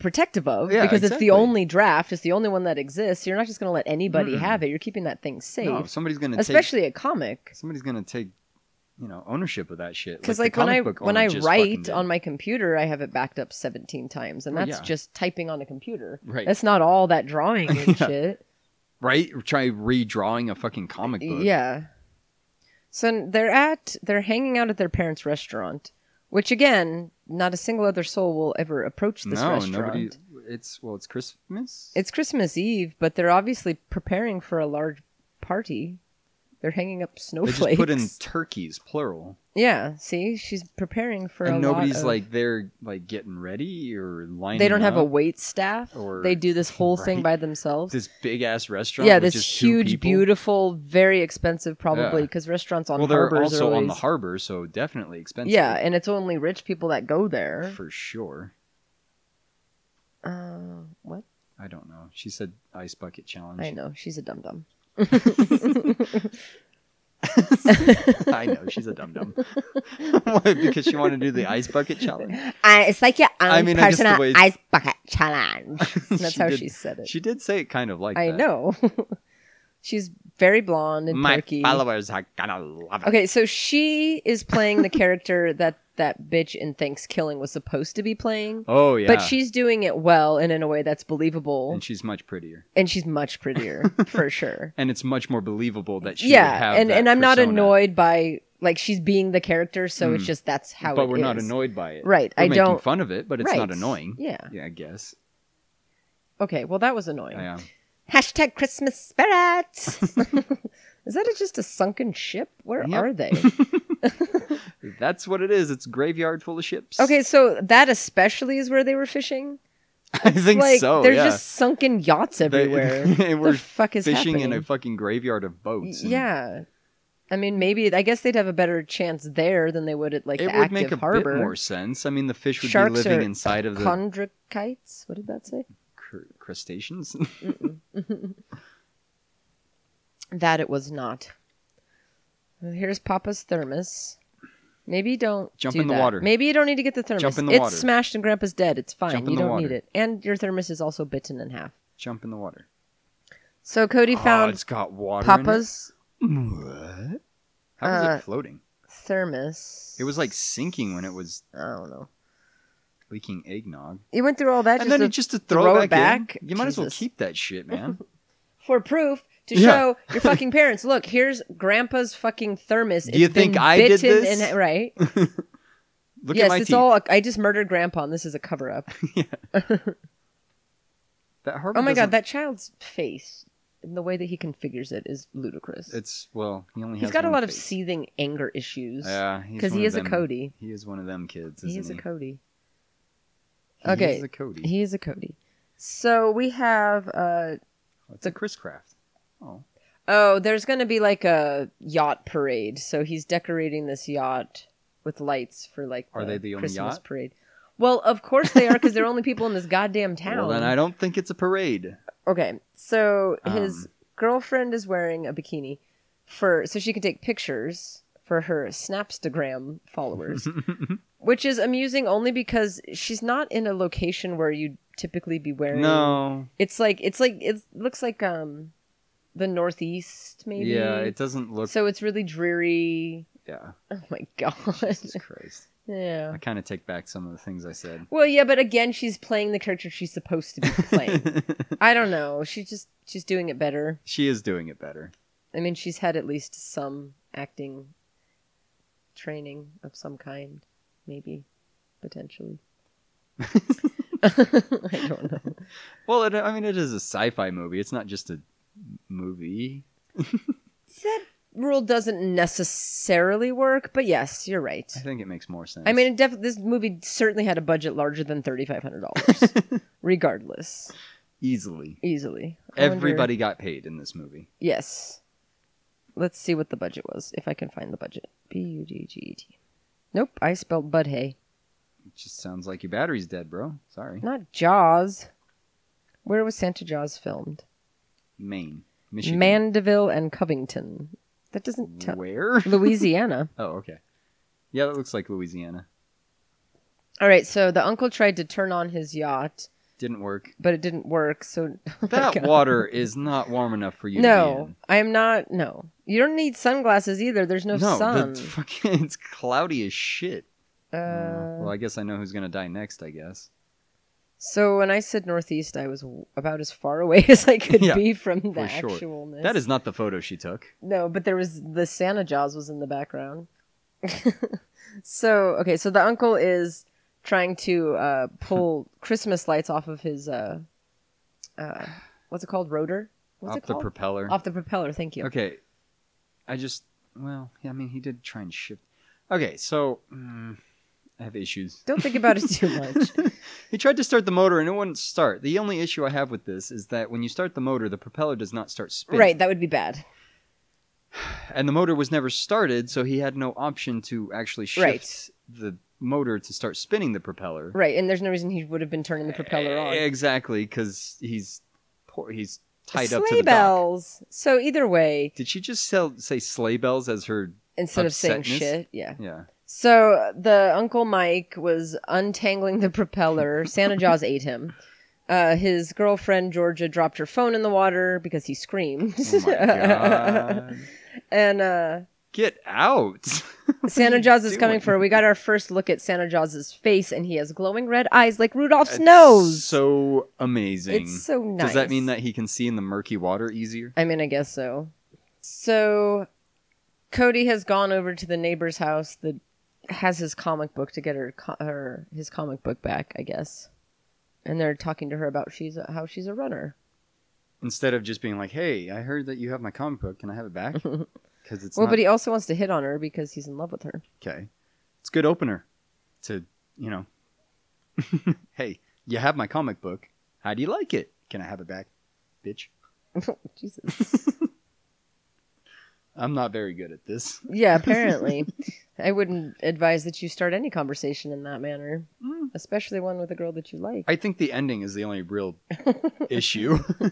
Speaker 6: protective of
Speaker 5: Yeah,
Speaker 6: because it's the
Speaker 5: exactly.
Speaker 6: only draft it's the only one that exists you're not just going to let anybody have it you're keeping that thing safe
Speaker 5: no, somebody's gonna
Speaker 6: especially a comic
Speaker 5: take, somebody's gonna take you know ownership of that shit.
Speaker 6: because
Speaker 5: like,
Speaker 6: like,
Speaker 5: the comic
Speaker 6: when
Speaker 5: book
Speaker 6: i when
Speaker 5: owner
Speaker 6: i
Speaker 5: just fucking
Speaker 6: write
Speaker 5: did.
Speaker 6: on my computer i have it backed up 17 times and
Speaker 5: Well,
Speaker 6: that's
Speaker 5: yeah.
Speaker 6: just typing on a computer
Speaker 5: Right.
Speaker 6: that's not all that drawing and
Speaker 5: Yeah.
Speaker 6: shit
Speaker 5: right, try redrawing a fucking comic book.
Speaker 6: Yeah. So n- they're at they're hanging out at their parents' restaurant, which again, not a single other soul will ever approach this
Speaker 5: no,
Speaker 6: restaurant.
Speaker 5: nobody. It's well, it's Christmas.
Speaker 6: It's Christmas Eve, but they're obviously preparing for a large party. They're hanging up
Speaker 5: they
Speaker 6: snowflakes.
Speaker 5: just put in turkeys, plural.
Speaker 6: yeah, see, she's preparing for a
Speaker 5: and
Speaker 6: lot
Speaker 5: nobody's
Speaker 6: of-
Speaker 5: like they're like getting ready or lining.
Speaker 6: they don't have a
Speaker 5: up.
Speaker 6: wait staff.
Speaker 5: or-
Speaker 6: They do this whole thing
Speaker 5: Right.
Speaker 6: by themselves.
Speaker 5: this big ass restaurant.
Speaker 6: yeah, this
Speaker 5: with just two
Speaker 6: huge,
Speaker 5: people.
Speaker 6: beautiful, very expensive, probably
Speaker 5: Yeah.
Speaker 6: because restaurants on
Speaker 5: Well, they're
Speaker 6: harbors
Speaker 5: also
Speaker 6: are
Speaker 5: on the
Speaker 6: always-
Speaker 5: harbor, so definitely expensive.
Speaker 6: Yeah, and it's only rich people that go there.
Speaker 5: for sure.
Speaker 6: Uh, what?
Speaker 5: I don't know. She said ice bucket challenge.
Speaker 6: I know she's a dum dum.
Speaker 5: I know she's a dum dum. Why? Because she wanted to do the ice bucket challenge.
Speaker 6: Uh, it's like your own
Speaker 5: I mean, I guess the personal way- ice
Speaker 6: bucket challenge. That's how
Speaker 5: did-
Speaker 6: she said it.
Speaker 5: She did say it kind of like
Speaker 6: I
Speaker 5: that.
Speaker 6: know. she's very blonde and
Speaker 5: My
Speaker 6: perky.
Speaker 5: followers are gonna love it.
Speaker 6: Okay, so she is playing the character that that bitch in Thanksgiving was supposed to be playing.
Speaker 5: Oh yeah.
Speaker 6: But she's doing it well and in a way that's believable,
Speaker 5: and
Speaker 6: and,
Speaker 5: she's much prettier,
Speaker 6: she's much prettier for sure.
Speaker 5: and it's much more believable that she. would
Speaker 6: yeah,
Speaker 5: have
Speaker 6: and
Speaker 5: that
Speaker 6: and I'm not
Speaker 5: persona.
Speaker 6: annoyed by like she's being the character, so it's
Speaker 5: Mm.
Speaker 6: just that's how.
Speaker 5: but
Speaker 6: it
Speaker 5: we're not
Speaker 6: is.
Speaker 5: annoyed by it.
Speaker 6: Right,
Speaker 5: We're
Speaker 6: I
Speaker 5: making
Speaker 6: don't-
Speaker 5: fun of it, but it's not
Speaker 6: Right.
Speaker 5: annoying.
Speaker 6: Yeah.
Speaker 5: Yeah, I guess.
Speaker 6: Okay, well that was annoying.
Speaker 5: Yeah.
Speaker 6: Hashtag Christmas spirit. Is that a, just a sunken ship? Where
Speaker 5: Yep.
Speaker 6: are they?
Speaker 5: That's what it is. It's a graveyard full of ships.
Speaker 6: okay, so that especially is where they were fishing.
Speaker 5: I think
Speaker 6: like
Speaker 5: so.
Speaker 6: there's
Speaker 5: yeah.
Speaker 6: just sunken yachts
Speaker 5: They-
Speaker 6: everywhere.
Speaker 5: and
Speaker 6: what
Speaker 5: we're
Speaker 6: the fuck is
Speaker 5: fishing in a
Speaker 6: happening?
Speaker 5: fucking graveyard of boats. and
Speaker 6: yeah. I mean, maybe I guess they'd have a better chance there than they would at like
Speaker 5: It
Speaker 6: the
Speaker 5: would
Speaker 6: active
Speaker 5: make a
Speaker 6: harbor.
Speaker 5: bit more sense. I mean, the fish would
Speaker 6: Sharks
Speaker 5: be living
Speaker 6: are
Speaker 5: inside of the
Speaker 6: Chondrokites. What did that say?
Speaker 5: cr- crustaceans.
Speaker 6: That it was not. Here's Papa's thermos. Maybe don't
Speaker 5: Jump
Speaker 6: do
Speaker 5: in the
Speaker 6: that.
Speaker 5: water.
Speaker 6: Maybe you don't need to get the thermos.
Speaker 5: Jump in the
Speaker 6: it's
Speaker 5: water.
Speaker 6: smashed and Grandpa's dead. It's fine.
Speaker 5: Jump in
Speaker 6: you
Speaker 5: the
Speaker 6: don't need
Speaker 5: water.
Speaker 6: it. And your thermos is also bitten in half.
Speaker 5: Jump in the water.
Speaker 6: So Cody
Speaker 5: oh,
Speaker 6: found
Speaker 5: it's got water.
Speaker 6: Papa's
Speaker 5: In it. What? How was
Speaker 6: Uh,
Speaker 5: it floating?
Speaker 6: thermos.
Speaker 5: It was like sinking when it was
Speaker 6: I don't know.
Speaker 5: leaking eggnog.
Speaker 6: You went through all that
Speaker 5: And
Speaker 6: just,
Speaker 5: then
Speaker 6: to-
Speaker 5: it just to throw,
Speaker 6: throw
Speaker 5: it
Speaker 6: it
Speaker 5: back, in?
Speaker 6: back?
Speaker 5: You might as well
Speaker 6: Jesus.
Speaker 5: keep that shit, man.
Speaker 6: for proof to
Speaker 5: Yeah.
Speaker 6: show your fucking parents. Look, here's Grandpa's fucking thermos.
Speaker 5: Do you
Speaker 6: It's been
Speaker 5: think I did
Speaker 6: bitten
Speaker 5: this?
Speaker 6: in- right?
Speaker 5: Look at
Speaker 6: yes,
Speaker 5: my
Speaker 6: it's
Speaker 5: teeth.
Speaker 6: all. I just murdered Grandpa, and this is a cover up.
Speaker 5: That harbor
Speaker 6: Oh my
Speaker 5: doesn't-
Speaker 6: god, that child's face and the way that he configures it is ludicrous.
Speaker 5: It's well, he only
Speaker 6: he's
Speaker 5: has
Speaker 6: got a
Speaker 5: one
Speaker 6: lot of
Speaker 5: face.
Speaker 6: seething anger issues.
Speaker 5: Yeah, he's
Speaker 6: 'Cause he
Speaker 5: one of
Speaker 6: is a
Speaker 5: them-
Speaker 6: Cody.
Speaker 5: He is one of them kids. Isn't
Speaker 6: he
Speaker 5: he
Speaker 6: is a Cody.
Speaker 5: He
Speaker 6: Okay.
Speaker 5: is a Cody.
Speaker 6: He is a Cody. So we have uh
Speaker 5: Oh, it's a Chris Craft. Oh,
Speaker 6: oh, there's going to be like a yacht parade. So he's decorating this yacht with lights for like
Speaker 5: Are they the only
Speaker 6: Christmas
Speaker 5: yacht?
Speaker 6: parade. Well, of course they are because they're only people in this goddamn town.
Speaker 5: well then I don't think it's a parade.
Speaker 6: Okay, so his
Speaker 5: Um,
Speaker 6: girlfriend is wearing a bikini for so she can take pictures for her Snapstagram followers, which is amusing only because she's not in a location where you'd typically be wearing.
Speaker 5: No,
Speaker 6: it's like it's like it looks like um the northeast, maybe.
Speaker 5: Yeah, it doesn't look.
Speaker 6: so it's really dreary.
Speaker 5: yeah,
Speaker 6: Oh my god.
Speaker 5: Jesus Christ. I
Speaker 6: yeah.
Speaker 5: kind of take back some of the things I said.
Speaker 6: Well, yeah, but again, she's playing the character she's supposed to be playing. I don't know. She just she's doing it better.
Speaker 5: she is doing it better.
Speaker 6: I mean, she's had at least some acting training of some kind, maybe, potentially. I don't know.
Speaker 5: Well, it, I mean, it is a sci-fi movie. It's not just a movie.
Speaker 6: That rule doesn't necessarily work, but yes, you're right.
Speaker 5: I think it makes more sense.
Speaker 6: I mean, it def- this movie certainly had a budget larger than $3,500, regardless,
Speaker 5: easily.
Speaker 6: easily. I wonder-
Speaker 5: Everybody got paid in this movie.
Speaker 6: Yes. Let's see what the budget was, if I can find the budget. B U D G E T. Nope, I spelled Bud Hay.
Speaker 5: It just sounds like your battery's dead, bro. Sorry.
Speaker 6: Not Jaws. Where was Santa Jaws filmed?
Speaker 5: Maine, Michigan.
Speaker 6: Mandeville and Covington. That doesn't tell.
Speaker 5: Where?
Speaker 6: Louisiana.
Speaker 5: Oh, okay. Yeah, that looks like Louisiana.
Speaker 6: All right, so the uncle tried to turn on his yacht,
Speaker 5: Didn't work.
Speaker 6: but it didn't work. So Oh my
Speaker 5: That
Speaker 6: God.
Speaker 5: water is not warm enough for you. to be
Speaker 6: No,
Speaker 5: in.
Speaker 6: I am not. No, you don't need sunglasses either. There's no,
Speaker 5: no,
Speaker 6: sun.
Speaker 5: that's fucking, it's cloudy as shit.
Speaker 6: uh,
Speaker 5: well, I guess I know who's gonna die next. I guess.
Speaker 6: so when I said northeast, I was w- about as far away as I could
Speaker 5: Yeah,
Speaker 6: be from the
Speaker 5: for sure.
Speaker 6: actualness.
Speaker 5: That is not the photo she took.
Speaker 6: No, but there was the Santa Jaws was in the background. so okay, so the uncle is trying to uh,
Speaker 5: Hmm.
Speaker 6: pull Christmas lights off of his uh, uh, what's it called rotor? What's
Speaker 5: off
Speaker 6: it
Speaker 5: the
Speaker 6: called?
Speaker 5: propeller.
Speaker 6: off the propeller. Thank you.
Speaker 5: Okay. I just well, yeah, I mean he did try and shift. Okay, so mm, I have issues.
Speaker 6: Don't think about it too much.
Speaker 5: He tried to start the motor and it wouldn't start. The only issue I have with this is that when you start the motor, the propeller does not start spinning.
Speaker 6: right, that would be bad.
Speaker 5: And the motor was never started, so he had no option to actually shift
Speaker 6: Right.
Speaker 5: the motor to start spinning the propeller.
Speaker 6: Right, and there's no reason he would have been turning the propeller
Speaker 5: Eh,
Speaker 6: on.
Speaker 5: Exactly, because he's poor. He's tied
Speaker 6: sleigh
Speaker 5: up to the dock.
Speaker 6: bells. So either way,
Speaker 5: Did she just sell, say sleigh bells as her?
Speaker 6: instead of saying
Speaker 5: Upsetness?
Speaker 6: shit, yeah.
Speaker 5: Yeah.
Speaker 6: So the Uncle Mike was untangling the propeller. Santa Jaws ate him. Uh, his girlfriend Georgia dropped her phone in the water because he screamed.
Speaker 5: Oh my god.
Speaker 6: and uh,
Speaker 5: Get out.
Speaker 6: Santa Jaws is coming
Speaker 5: doing?
Speaker 6: for her. We got our first look at Santa Jaws's face, and he has glowing red eyes like Rudolph's
Speaker 5: That's
Speaker 6: nose.
Speaker 5: So amazing.
Speaker 6: It's so nice.
Speaker 5: Does that mean that he can see in the murky water easier?
Speaker 6: I mean, I guess so. So Cody has gone over to the neighbor's house that has his comic book to get her, co- her his comic book back, I guess. And they're talking to her about she's a, how she's a runner.
Speaker 5: Instead of just being like, "Hey, I heard that you have my comic book. Can I have it back?" Because it's
Speaker 6: Mm-hmm. well,
Speaker 5: not
Speaker 6: but he also wants to hit on her because he's in love with her.
Speaker 5: okay. It's a good opener to you know. hey, you have my comic book. How do you like it? Can I have it back, bitch?
Speaker 6: Jesus.
Speaker 5: I'm not very good at this.
Speaker 6: Yeah, apparently. I wouldn't advise that you start any conversation in that manner,
Speaker 5: Mm.
Speaker 6: especially one with a girl that you like.
Speaker 5: I think the ending is the only real issue. I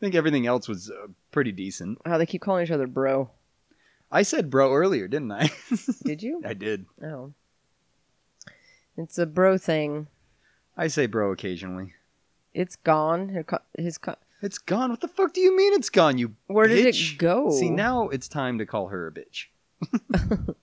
Speaker 5: think everything else was uh, pretty decent.
Speaker 6: How they keep calling each other bro.
Speaker 5: I said bro earlier, didn't I?
Speaker 6: Did you?
Speaker 5: I did.
Speaker 6: Oh. It's a bro thing.
Speaker 5: I say bro occasionally.
Speaker 6: It's gone. Her co- his co-
Speaker 5: It's gone. What the fuck do you mean it's gone? You
Speaker 6: Where did it
Speaker 5: bitch?
Speaker 6: go?
Speaker 5: See now it's time to call her a bitch.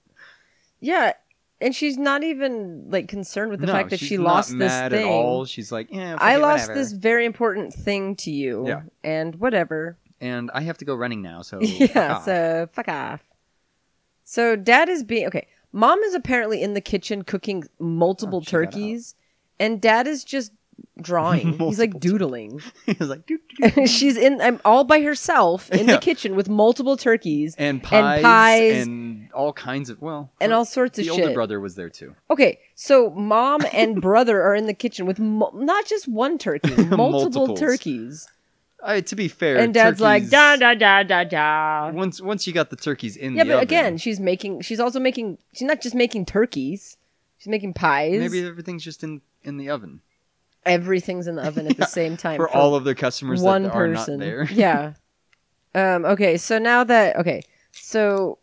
Speaker 6: yeah, and she's not even like concerned with the
Speaker 5: no,
Speaker 6: fact that
Speaker 5: she's
Speaker 6: she
Speaker 5: not
Speaker 6: lost this
Speaker 5: mad
Speaker 6: thing.
Speaker 5: at all. She's like, yeah,
Speaker 6: I lost this very important thing to you.
Speaker 5: Yeah.
Speaker 6: and whatever.
Speaker 5: and I have to go running now. So fuck
Speaker 6: yeah,
Speaker 5: off.
Speaker 6: so fuck off. So dad is being okay. Mom is apparently in the kitchen cooking multiple
Speaker 5: Oh, she got out.
Speaker 6: turkeys, and dad is just drawing. He's like
Speaker 5: Multiple
Speaker 6: doodling.
Speaker 5: He was like, doot, doot, doot.
Speaker 6: she's in. I'm all by herself in
Speaker 5: Yeah.
Speaker 6: the kitchen with multiple turkeys and,
Speaker 5: and pies and,
Speaker 6: pies.
Speaker 5: all kinds of well,
Speaker 6: all sorts
Speaker 5: the
Speaker 6: of shit.
Speaker 5: older brother was there too.
Speaker 6: Okay, so mom and brother are in the kitchen with mul- not just one turkey, multiple
Speaker 5: Multiples.
Speaker 6: turkees.
Speaker 5: I, Uh, to be fair,
Speaker 6: And dad's like,
Speaker 5: turkeys-
Speaker 6: da da da da da.
Speaker 5: Once once you got the turkeys in
Speaker 6: Yeah,
Speaker 5: the
Speaker 6: but
Speaker 5: oven,
Speaker 6: again, she's making, she's also making, she's not just making turkeys, she's making pies.
Speaker 5: maybe everything's just in in the oven
Speaker 6: Everything's in the oven at the same time.
Speaker 5: for all of the customers
Speaker 6: one
Speaker 5: that are
Speaker 6: person.
Speaker 5: not there.
Speaker 6: yeah. Um, okay, so now that, okay, so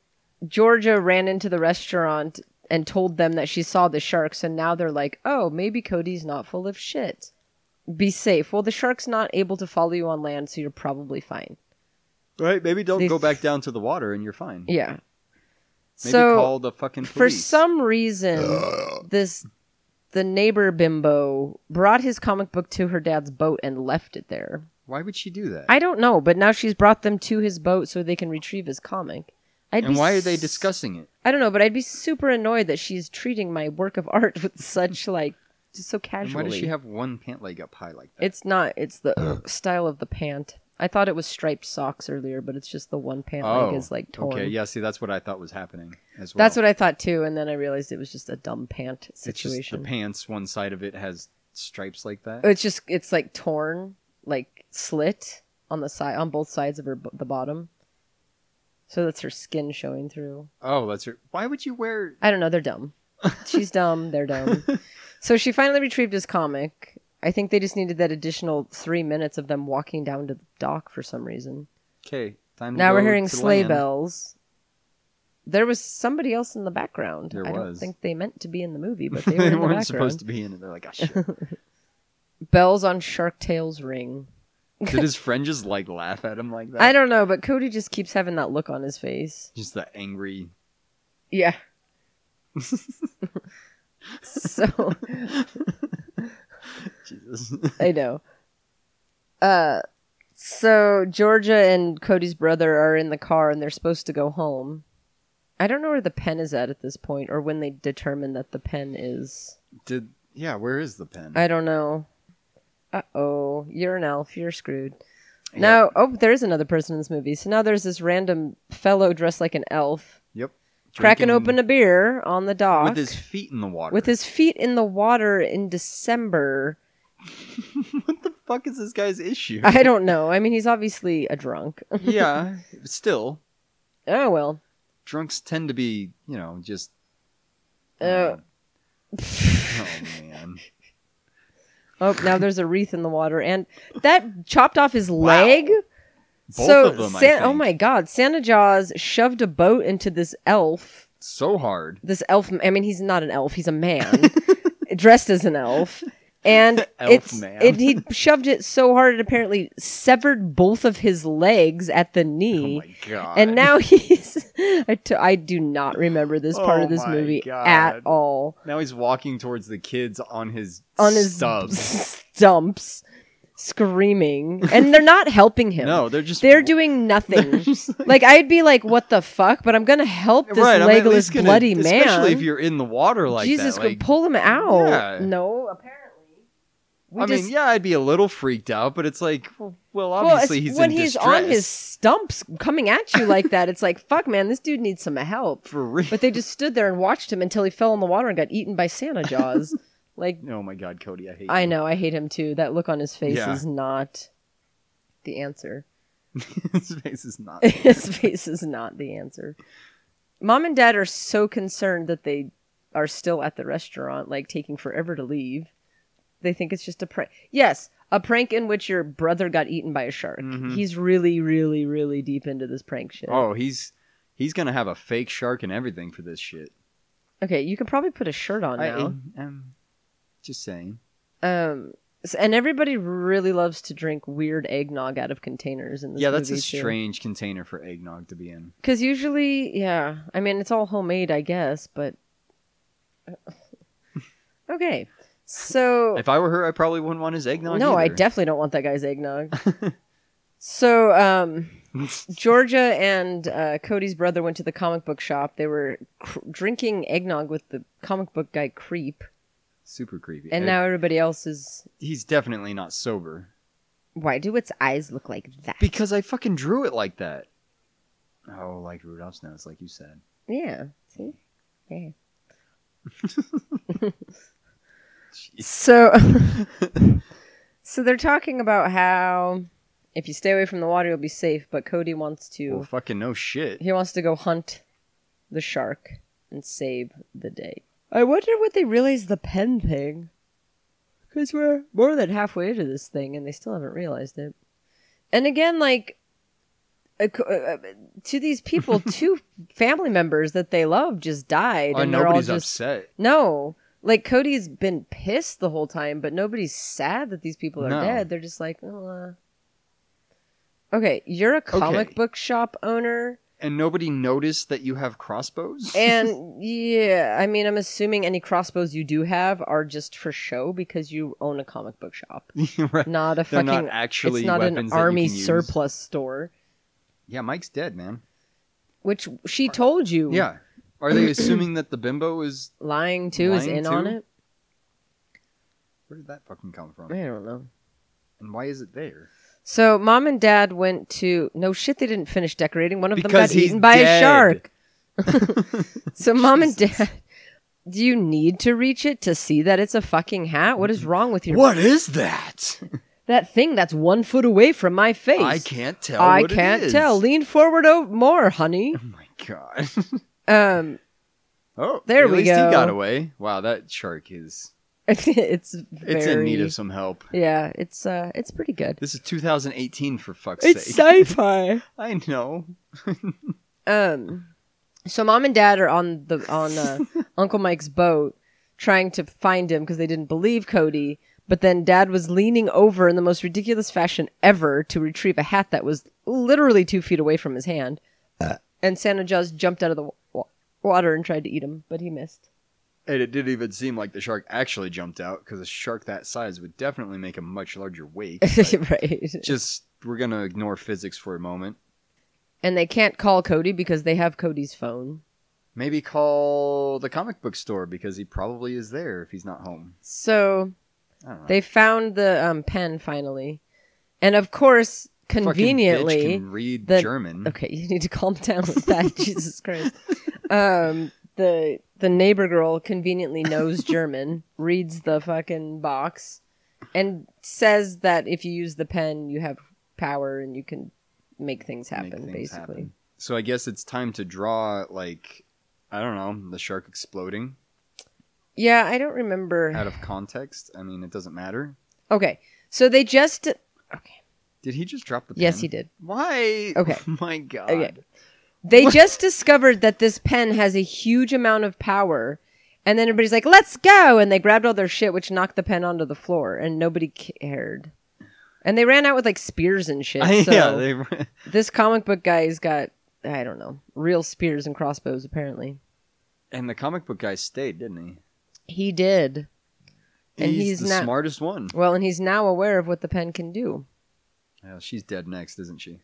Speaker 6: Georgia ran into the restaurant and told them that she saw the sharks, and now they're like, oh, maybe Cody's not full of shit. Be safe. Well, the shark's not able to follow you on land, so you're probably fine.
Speaker 5: Right? Maybe don't
Speaker 6: They-
Speaker 5: go back down to the water and you're fine.
Speaker 6: Yeah.
Speaker 5: Maybe
Speaker 6: so
Speaker 5: call the fucking
Speaker 6: for
Speaker 5: police.
Speaker 6: some reason, this the neighbor bimbo brought his comic book to her dad's boat and left it there.
Speaker 5: Why would she do that?
Speaker 6: I don't know, but now she's brought them to his boat so they can retrieve his comic. I'd
Speaker 5: and
Speaker 6: be
Speaker 5: why are they
Speaker 6: s-
Speaker 5: discussing it?
Speaker 6: I don't know, but I'd be super annoyed that she's treating my work of art with such like just so
Speaker 5: And
Speaker 6: casually.
Speaker 5: why does she have one pant leg up high like that?
Speaker 6: It's not. It's the style of the pant. I thought it was striped socks earlier, but it's just the one pant leg is like torn.
Speaker 5: Oh, okay. Yeah, see, that's what I thought was happening as well.
Speaker 6: That's what I thought too, and then I realized it was just a dumb pant
Speaker 5: It's just the
Speaker 6: situation. Uh,
Speaker 5: pants. One side of it has stripes like that.
Speaker 6: It's just it's like torn, like slit on the side on both sides of her b- the bottom. So that's her skin showing through.
Speaker 5: Oh, that's her. Why would you wear?
Speaker 6: I don't know. They're dumb. She's dumb. They're dumb. So she finally retrieved his comic. I think they just needed that additional three minutes of them walking down to the dock for some reason.
Speaker 5: Okay, time. To
Speaker 6: Now we're
Speaker 5: go
Speaker 6: hearing
Speaker 5: to
Speaker 6: sleigh
Speaker 5: land.
Speaker 6: bells. There was somebody else in the background.
Speaker 5: There
Speaker 6: I don't
Speaker 5: was.
Speaker 6: think they meant to be in the movie, but they
Speaker 5: They,
Speaker 6: were in the
Speaker 5: weren't
Speaker 6: background.
Speaker 5: supposed to be in it. They're like, oh, shit.
Speaker 6: Bells on Shark Tale's ring.
Speaker 5: Did his friend just like laugh at him like that?
Speaker 6: I don't know, but Cody just keeps having that look on his face.
Speaker 5: Just that angry.
Speaker 6: Yeah. so
Speaker 5: Jesus.
Speaker 6: I know. Uh, so Georgia and Cody's brother are in the car and they're supposed to go home. I don't know where the pen is at at this point or when they determine that the pen is.
Speaker 5: Did yeah? Where is the pen?
Speaker 6: I don't know. Uh oh, you're an elf. You're screwed.
Speaker 5: Yep.
Speaker 6: Now, oh, there is another person in this movie. So now there's this random fellow dressed like an elf
Speaker 5: Yep.
Speaker 6: cracking
Speaker 5: Drinking
Speaker 6: open a beer on the dock
Speaker 5: with his feet in the water.
Speaker 6: with his feet in the water in December.
Speaker 5: what the fuck is this guy's issue?
Speaker 6: I don't know. I mean, he's obviously a drunk.
Speaker 5: yeah. Still,
Speaker 6: Oh well.
Speaker 5: drunks tend to be you know just.
Speaker 6: Uh,
Speaker 5: oh man.
Speaker 6: oh, now there's a wreath in the water, and that chopped off his leg.
Speaker 5: Both
Speaker 6: so,
Speaker 5: of them. I
Speaker 6: San- oh
Speaker 5: think.
Speaker 6: my God, Santa Jaws shoved a boat into this elf.
Speaker 5: So hard.
Speaker 6: This elf. I mean, he's not an elf. He's a man dressed as an elf. And
Speaker 5: Elf
Speaker 6: it's,
Speaker 5: man.
Speaker 6: it, he shoved it so hard it apparently severed both of his legs at the
Speaker 5: Oh
Speaker 6: knee.
Speaker 5: my god.
Speaker 6: and now he's I, t- I do not remember this part
Speaker 5: Oh
Speaker 6: of this
Speaker 5: my
Speaker 6: movie
Speaker 5: God.
Speaker 6: at all
Speaker 5: Now he's walking towards the kids on his
Speaker 6: on his
Speaker 5: stubs.
Speaker 6: stumps screaming and they're not helping him
Speaker 5: No, they're just
Speaker 6: they're doing nothing like i'd be like what the fuck but i'm gonna help this
Speaker 5: right, I'm at
Speaker 6: legless
Speaker 5: least gonna-
Speaker 6: bloody man
Speaker 5: Especially if you're in the water like
Speaker 6: jesus
Speaker 5: that.
Speaker 6: could
Speaker 5: like-
Speaker 6: pull him out
Speaker 5: Yeah.
Speaker 6: no apparently we
Speaker 5: I
Speaker 6: just,
Speaker 5: mean, yeah, I'd be a little freaked out, but it's like, well,
Speaker 6: well,
Speaker 5: obviously
Speaker 6: it's-
Speaker 5: he's
Speaker 6: when
Speaker 5: in
Speaker 6: he's
Speaker 5: distress.
Speaker 6: on his stumps coming at you like that it's like fuck man this dude needs some help
Speaker 5: for real.
Speaker 6: But they just stood there and watched him until he fell in the water and got eaten by Santa Jaws. like,
Speaker 5: oh my god, Cody, I hate.
Speaker 6: I
Speaker 5: you.
Speaker 6: know, I hate him too. That look on his face
Speaker 5: Yeah.
Speaker 6: is not the answer.
Speaker 5: his face is not.
Speaker 6: his face is not the answer. Mom and dad are so concerned that they are still at the restaurant, like taking forever to leave. They think it's just a prank. Yes, a prank in which your brother got eaten by a shark.
Speaker 5: Mhm.
Speaker 6: He's really, really, really deep into this prank shit.
Speaker 5: Oh, he's he's gonna have a fake shark and everything for this shit.
Speaker 6: Okay, you could probably put a shirt on
Speaker 5: I
Speaker 6: now.
Speaker 5: am just saying.
Speaker 6: Um, s- and everybody really loves to drink weird eggnog out of containers. In this
Speaker 5: Yeah, that's a strange container for eggnog to be in.
Speaker 6: Because usually, yeah, I mean it's all homemade, I guess, but okay. So
Speaker 5: If I were her, I probably wouldn't want his eggnog.
Speaker 6: no, I
Speaker 5: either.
Speaker 6: definitely don't want that guy's eggnog. so um, Georgia and uh, Cody's brother went to the comic book shop. They were cr- drinking eggnog with the comic book guy creep,
Speaker 5: super creepy.
Speaker 6: and
Speaker 5: And
Speaker 6: now everybody else is.
Speaker 5: he's definitely not sober
Speaker 6: Why do its eyes look like that?
Speaker 5: because I fucking drew it like that. Oh, like Rudolph's nose, like you said.
Speaker 6: Yeah. See? Yeah. so So they're talking about how if you stay away from the water you'll be safe, but Cody wants
Speaker 5: Well,
Speaker 6: to
Speaker 5: fucking no shit.
Speaker 6: he wants to go hunt the shark and save the day. I wonder what they realized the pen thing. Cuz we're more than halfway into this thing and they still haven't realized it. And again like uh, co- uh, uh, to these people, two family members that they love just died,
Speaker 5: Oh,
Speaker 6: and they're all
Speaker 5: nobody's
Speaker 6: just
Speaker 5: upset.
Speaker 6: no. Like Cody's been pissed the whole time, but nobody's sad that these people are
Speaker 5: No.
Speaker 6: dead. They're just like, "Oh, uh. Okay, you're a comic
Speaker 5: Okay.
Speaker 6: book shop owner,
Speaker 5: And nobody noticed that you have crossbows?
Speaker 6: and yeah, I mean, I'm assuming any crossbows you do have are just for show because you own a comic book shop,
Speaker 5: Right.
Speaker 6: not a
Speaker 5: They're
Speaker 6: fucking.
Speaker 5: not actually
Speaker 6: it's not an
Speaker 5: weapons that you
Speaker 6: army
Speaker 5: can use.
Speaker 6: surplus store,
Speaker 5: Yeah, Mike's dead, man.
Speaker 6: which she told you.
Speaker 5: Yeah. Are they assuming that the bimbo is.
Speaker 6: lying to is
Speaker 5: Lying
Speaker 6: in on
Speaker 5: to?
Speaker 6: it.
Speaker 5: Where did that fucking come from?
Speaker 6: I don't know.
Speaker 5: And why is it there?
Speaker 6: So mom and dad went to no shit. They didn't finish decorating. One of them
Speaker 5: Because
Speaker 6: got
Speaker 5: he's
Speaker 6: eaten by
Speaker 5: dead.
Speaker 6: a shark. so mom and dad, do you need to reach it to see that it's a fucking hat? What is wrong with your
Speaker 5: What is that?
Speaker 6: that thing that's one foot away from my face?
Speaker 5: I can't tell.
Speaker 6: I
Speaker 5: what it
Speaker 6: can't
Speaker 5: is.
Speaker 6: tell. Lean forward o- more, honey.
Speaker 5: Oh my god.
Speaker 6: Um,
Speaker 5: Oh,
Speaker 6: There
Speaker 5: at
Speaker 6: we
Speaker 5: least He got
Speaker 6: go.
Speaker 5: away. Wow, that shark is.
Speaker 6: it's very,
Speaker 5: It's in need of some help.
Speaker 6: yeah. It's uh, it's pretty good.
Speaker 5: This is 2018 for fuck's
Speaker 6: It's
Speaker 5: sake.
Speaker 6: sci-fi.
Speaker 5: I know.
Speaker 6: um so mom and dad are on the on uh, uncle mike's boat trying to find him because they didn't believe cody but then dad was leaning over in the most ridiculous fashion ever to retrieve a hat that was literally two feet away from his hand and santa jaws jumped out of the wa- wa- water and tried to eat him but he missed
Speaker 5: And it didn't even seem like the shark actually jumped out because a shark that size would definitely make a much larger wake. but
Speaker 6: right
Speaker 5: just we're gonna ignore physics for a moment.
Speaker 6: and they can't call cody because they have cody's phone
Speaker 5: Maybe call the comic book store because he probably is there if he's not home.
Speaker 6: so
Speaker 5: I don't know.
Speaker 6: they found the um, pen finally and of course
Speaker 5: Fucking bitch
Speaker 6: conveniently
Speaker 5: can read
Speaker 6: the-
Speaker 5: German.
Speaker 6: Okay, you need to calm down with that. Jesus Christ. Um, the the neighbor girl conveniently knows German, reads the fucking box, and says that if you use the pen, you have power and you can make things
Speaker 5: make
Speaker 6: happen.
Speaker 5: things
Speaker 6: basically,
Speaker 5: happen. So I guess it's time to draw like I don't know the shark exploding
Speaker 6: yeah, I don't remember.
Speaker 5: out of context. I mean, it doesn't matter.
Speaker 6: okay, so they just okay.
Speaker 5: Did he just drop the? Pen?
Speaker 6: Yes, he did.
Speaker 5: Why? Oh
Speaker 6: Okay.
Speaker 5: My God.
Speaker 6: Okay. They just discovered that this pen has a huge amount of power. And then everybody's like, let's go. And they grabbed all their shit, which knocked the pen onto the floor, and nobody cared. And they ran out with like spears and shit.
Speaker 5: I-
Speaker 6: so
Speaker 5: yeah. They,
Speaker 6: this comic book guy's got, I don't know, real spears and crossbows, apparently.
Speaker 5: and the comic book guy stayed, didn't he?
Speaker 6: He did. And he's
Speaker 5: the
Speaker 6: not-
Speaker 5: smartest one.
Speaker 6: Well, and he's now aware of what the pen can do.
Speaker 5: Yeah, she's dead next, isn't she?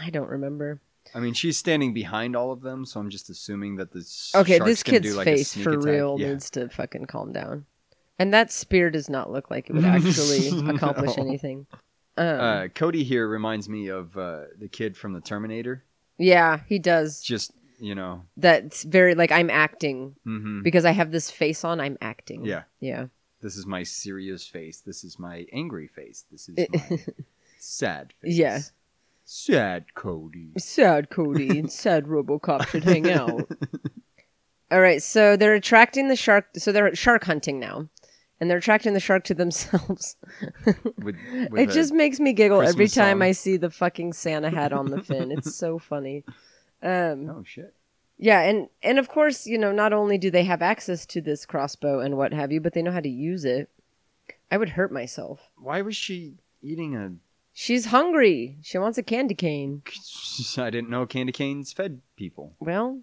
Speaker 6: I don't remember.
Speaker 5: I mean, she's standing behind all of them, so I'm just assuming that this.
Speaker 6: Okay,
Speaker 5: shark's
Speaker 6: this
Speaker 5: gonna
Speaker 6: kid's
Speaker 5: do, like, a
Speaker 6: face
Speaker 5: sneak
Speaker 6: for
Speaker 5: attack.
Speaker 6: real
Speaker 5: Yeah.
Speaker 6: needs to fucking calm down. And that spear does not look like it would actually accomplish
Speaker 5: No.
Speaker 6: anything. Um,
Speaker 5: Uh, Cody here reminds me of uh, the kid from the Terminator.
Speaker 6: yeah, he does.
Speaker 5: Just you know,
Speaker 6: That's very like I'm acting
Speaker 5: hmm
Speaker 6: because I have this face on. I'm acting.
Speaker 5: yeah.
Speaker 6: yeah.
Speaker 5: This is my serious face. This is my angry face. This is my sad face.
Speaker 6: Yeah.
Speaker 5: Sad Cody.
Speaker 6: Sad Cody and sad RoboCop should hang out. All right, so they're attracting the shark. So they're shark hunting now, and they're attracting the shark to themselves.
Speaker 5: With, with
Speaker 6: It
Speaker 5: a-
Speaker 6: just makes me giggle every
Speaker 5: Christmas
Speaker 6: time
Speaker 5: song.
Speaker 6: I see the fucking Santa hat on the fin. It's so funny. Um,
Speaker 5: Oh shit.
Speaker 6: Yeah, and and of course, you know, not only do they have access to this crossbow and what have you, but they know how to use it. I would hurt myself.
Speaker 5: Why was she eating a?
Speaker 6: She's hungry. She wants a candy cane.
Speaker 5: I didn't know candy canes fed people.
Speaker 6: Well,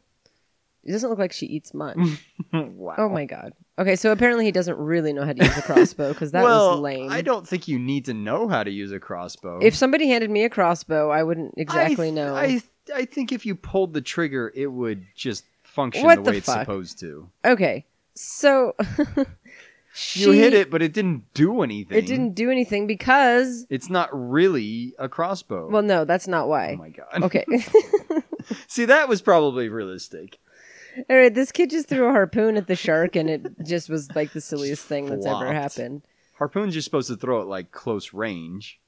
Speaker 6: it doesn't look like she eats much.
Speaker 5: wow.
Speaker 6: oh my god. Okay, so apparently he doesn't really know how to use a crossbow because that
Speaker 5: well,
Speaker 6: was lame.
Speaker 5: I don't think you need to know how to use a crossbow.
Speaker 6: If somebody handed me a crossbow, I wouldn't exactly
Speaker 5: I,
Speaker 6: know.
Speaker 5: I I think if you pulled the trigger, it would just function
Speaker 6: What
Speaker 5: the
Speaker 6: the
Speaker 5: way it's
Speaker 6: fuck?
Speaker 5: supposed to.
Speaker 6: Okay, so
Speaker 5: You hit
Speaker 6: she-
Speaker 5: it, but it didn't do anything.
Speaker 6: It didn't do anything because.
Speaker 5: It's not really a crossbow.
Speaker 6: Well, no, that's not
Speaker 5: oh
Speaker 6: why.
Speaker 5: my god.
Speaker 6: okay.
Speaker 5: See, that was probably realistic.
Speaker 6: All right, this kid just threw a harpoon at the shark, and it just was like the silliest thing that's ever
Speaker 5: Flopped.
Speaker 6: happened.
Speaker 5: Harpoons, you're supposed to throw at like close range,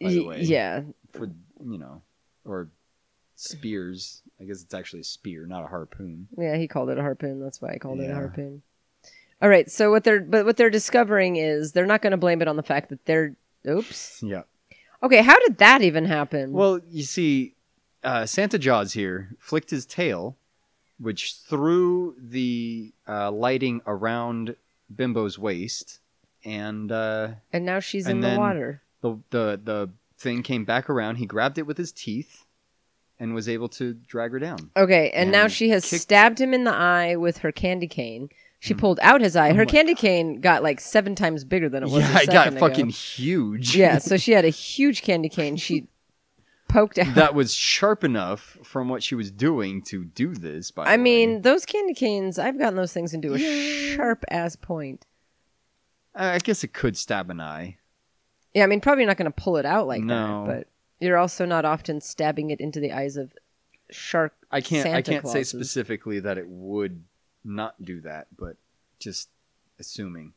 Speaker 5: By the
Speaker 6: Y-
Speaker 5: way.
Speaker 6: yeah,
Speaker 5: for you know, or spears. I guess it's actually a spear, not a harpoon.
Speaker 6: yeah, he called it a harpoon. That's why I called it a
Speaker 5: Yeah.
Speaker 6: harpoon. All right, so what they're but what they're discovering is they're not going to blame it on the fact that they're oops.
Speaker 5: Yeah.
Speaker 6: Okay, how did that even happen?
Speaker 5: Well, you see, uh, Santa Jaws here flicked his tail, which threw the uh, lighting around Bimbo's waist, and uh,
Speaker 6: and now she's
Speaker 5: and
Speaker 6: in
Speaker 5: then-
Speaker 6: the water.
Speaker 5: the the the thing came back around. He grabbed it with his teeth and was able to drag her down.
Speaker 6: Okay, and, now
Speaker 5: And
Speaker 6: she has
Speaker 5: kicked- Hmm.
Speaker 6: stabbed him in the eye with her candy cane. She pulled out his eye. Her candy cane got like seven times bigger than it was.
Speaker 5: Oh Yeah,
Speaker 6: a
Speaker 5: it got
Speaker 6: second ago.
Speaker 5: fucking huge.
Speaker 6: yeah, so she had a huge candy cane. She poked out.
Speaker 5: that was sharp enough from what she was doing to do this. By
Speaker 6: I
Speaker 5: the way.
Speaker 6: mean, those candy canes, I've gotten those things into a sharp ass point.
Speaker 5: I I guess it could stab an eye.
Speaker 6: Yeah, I mean, probably not going to pull it out like
Speaker 5: No.
Speaker 6: that, but you're also not often stabbing it into the eyes of shark.
Speaker 5: I can't. I
Speaker 6: Santa
Speaker 5: can't say
Speaker 6: Clauses.
Speaker 5: specifically that it would not do that, but just assuming.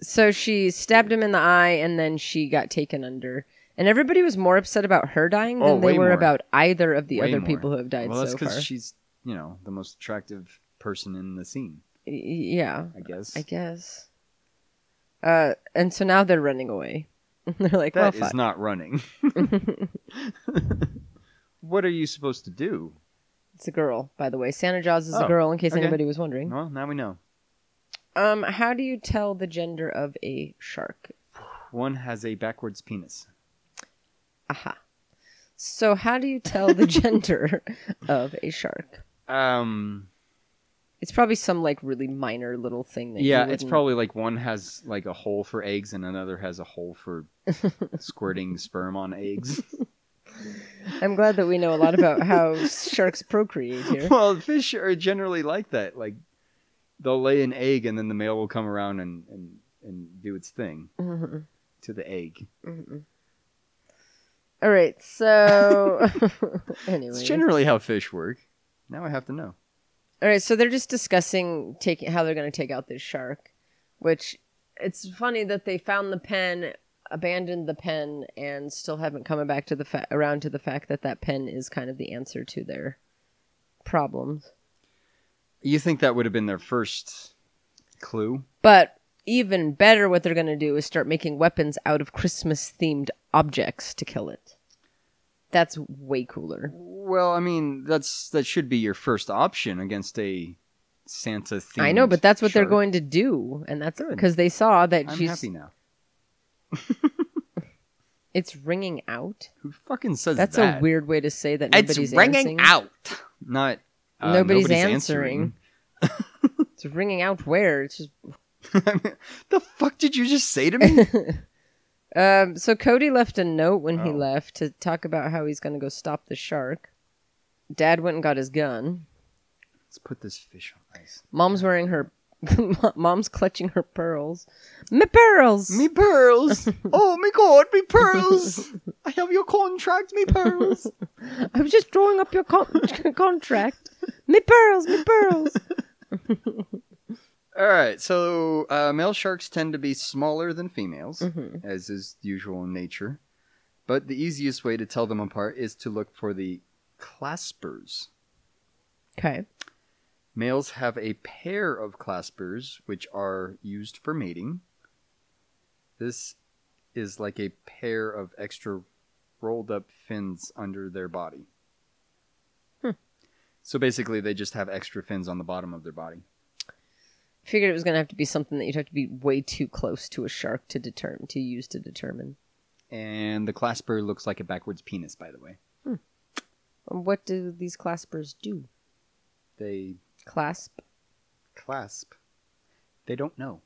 Speaker 6: So she stabbed him in the eye, and then she got taken under. And everybody was more upset about her dying than
Speaker 5: Oh,
Speaker 6: they
Speaker 5: way
Speaker 6: were
Speaker 5: more.
Speaker 6: about either of the
Speaker 5: Way
Speaker 6: other
Speaker 5: more.
Speaker 6: people who have died
Speaker 5: well, that's
Speaker 6: so far.
Speaker 5: because she's you know the most attractive person in the scene.
Speaker 6: Y- yeah,
Speaker 5: I guess
Speaker 6: I guess. Uh, and so now they're running away. they're like,
Speaker 5: that
Speaker 6: well,
Speaker 5: is
Speaker 6: fuck.
Speaker 5: not running. what are you supposed to do?
Speaker 6: it's a girl, by the way. Santa Jaws is a
Speaker 5: Oh,
Speaker 6: girl, in case
Speaker 5: okay.
Speaker 6: anybody was wondering.
Speaker 5: Well, now we know.
Speaker 6: Um, how do you tell the gender of a shark?
Speaker 5: One has a backwards penis.
Speaker 6: Aha. So how do you tell the gender of a shark?
Speaker 5: Um.
Speaker 6: It's probably some like really minor little thing that you
Speaker 5: Yeah, it's
Speaker 6: wouldn't-
Speaker 5: probably like one has like a hole for eggs and another has a hole for squirting sperm on eggs.
Speaker 6: I'm glad that we know a lot about how sharks procreate here.
Speaker 5: Well, fish are generally like that. Like they'll lay an egg and then the male will come around and and, and do its thing
Speaker 6: Mm-hmm.
Speaker 5: to the egg.
Speaker 6: All right, so anyway,
Speaker 5: It's generally how fish work. Now I have to know.
Speaker 6: all right, so they're just discussing taking how they're going to take out this shark, which it's funny that they found the pen, abandoned the pen, and still haven't come back to the fa- around to the fact that that pen is kind of the answer to their problems.
Speaker 5: You think that would have been their first clue?
Speaker 6: But even better, what they're going to do is start making weapons out of Christmas themed objects to kill it. That's way cooler.
Speaker 5: Well, I mean, that's that should be your first option against a Santa theme.
Speaker 6: I know, but that's what they're going to do, and that's because they saw that
Speaker 5: I'm
Speaker 6: she's.
Speaker 5: happy now.
Speaker 6: It's ringing out.
Speaker 5: Who fucking says
Speaker 6: That's
Speaker 5: that?
Speaker 6: a weird way to say that nobody's answering.
Speaker 5: out. Not uh,
Speaker 6: Nobody's
Speaker 5: nobody's,
Speaker 6: answering. It's ringing out where it's just.
Speaker 5: answering. the fuck did you just say to me?
Speaker 6: Um, so Cody left a note when he
Speaker 5: Oh.
Speaker 6: left to talk about how he's going to go stop the shark. Dad went and got his gun.
Speaker 5: Let's put this fish on ice.
Speaker 6: Mom's wearing her. Mom's clutching her pearls. My pearls.
Speaker 5: Me pearls. oh my god, me pearls. I have your contract, me pearls.
Speaker 6: I was just drawing up your con- contract. Me pearls. Me pearls.
Speaker 5: All right, so uh, male sharks tend to be smaller than females,
Speaker 6: Mm-hmm.
Speaker 5: as is usual in nature. But the easiest way to tell them apart is to look for the claspers.
Speaker 6: Okay.
Speaker 5: Males have a pair of claspers which are used for mating. This is like a pair of extra rolled up fins under their body. So basically, they just have extra fins on the bottom of their body.
Speaker 6: Figured it was going to have to be something that you'd have to be way too close to a shark to determine to use to determine.
Speaker 5: And the clasper looks like a backwards penis, by the way.
Speaker 6: And What do these claspers do?
Speaker 5: They
Speaker 6: Clasp.
Speaker 5: clasp. They don't know.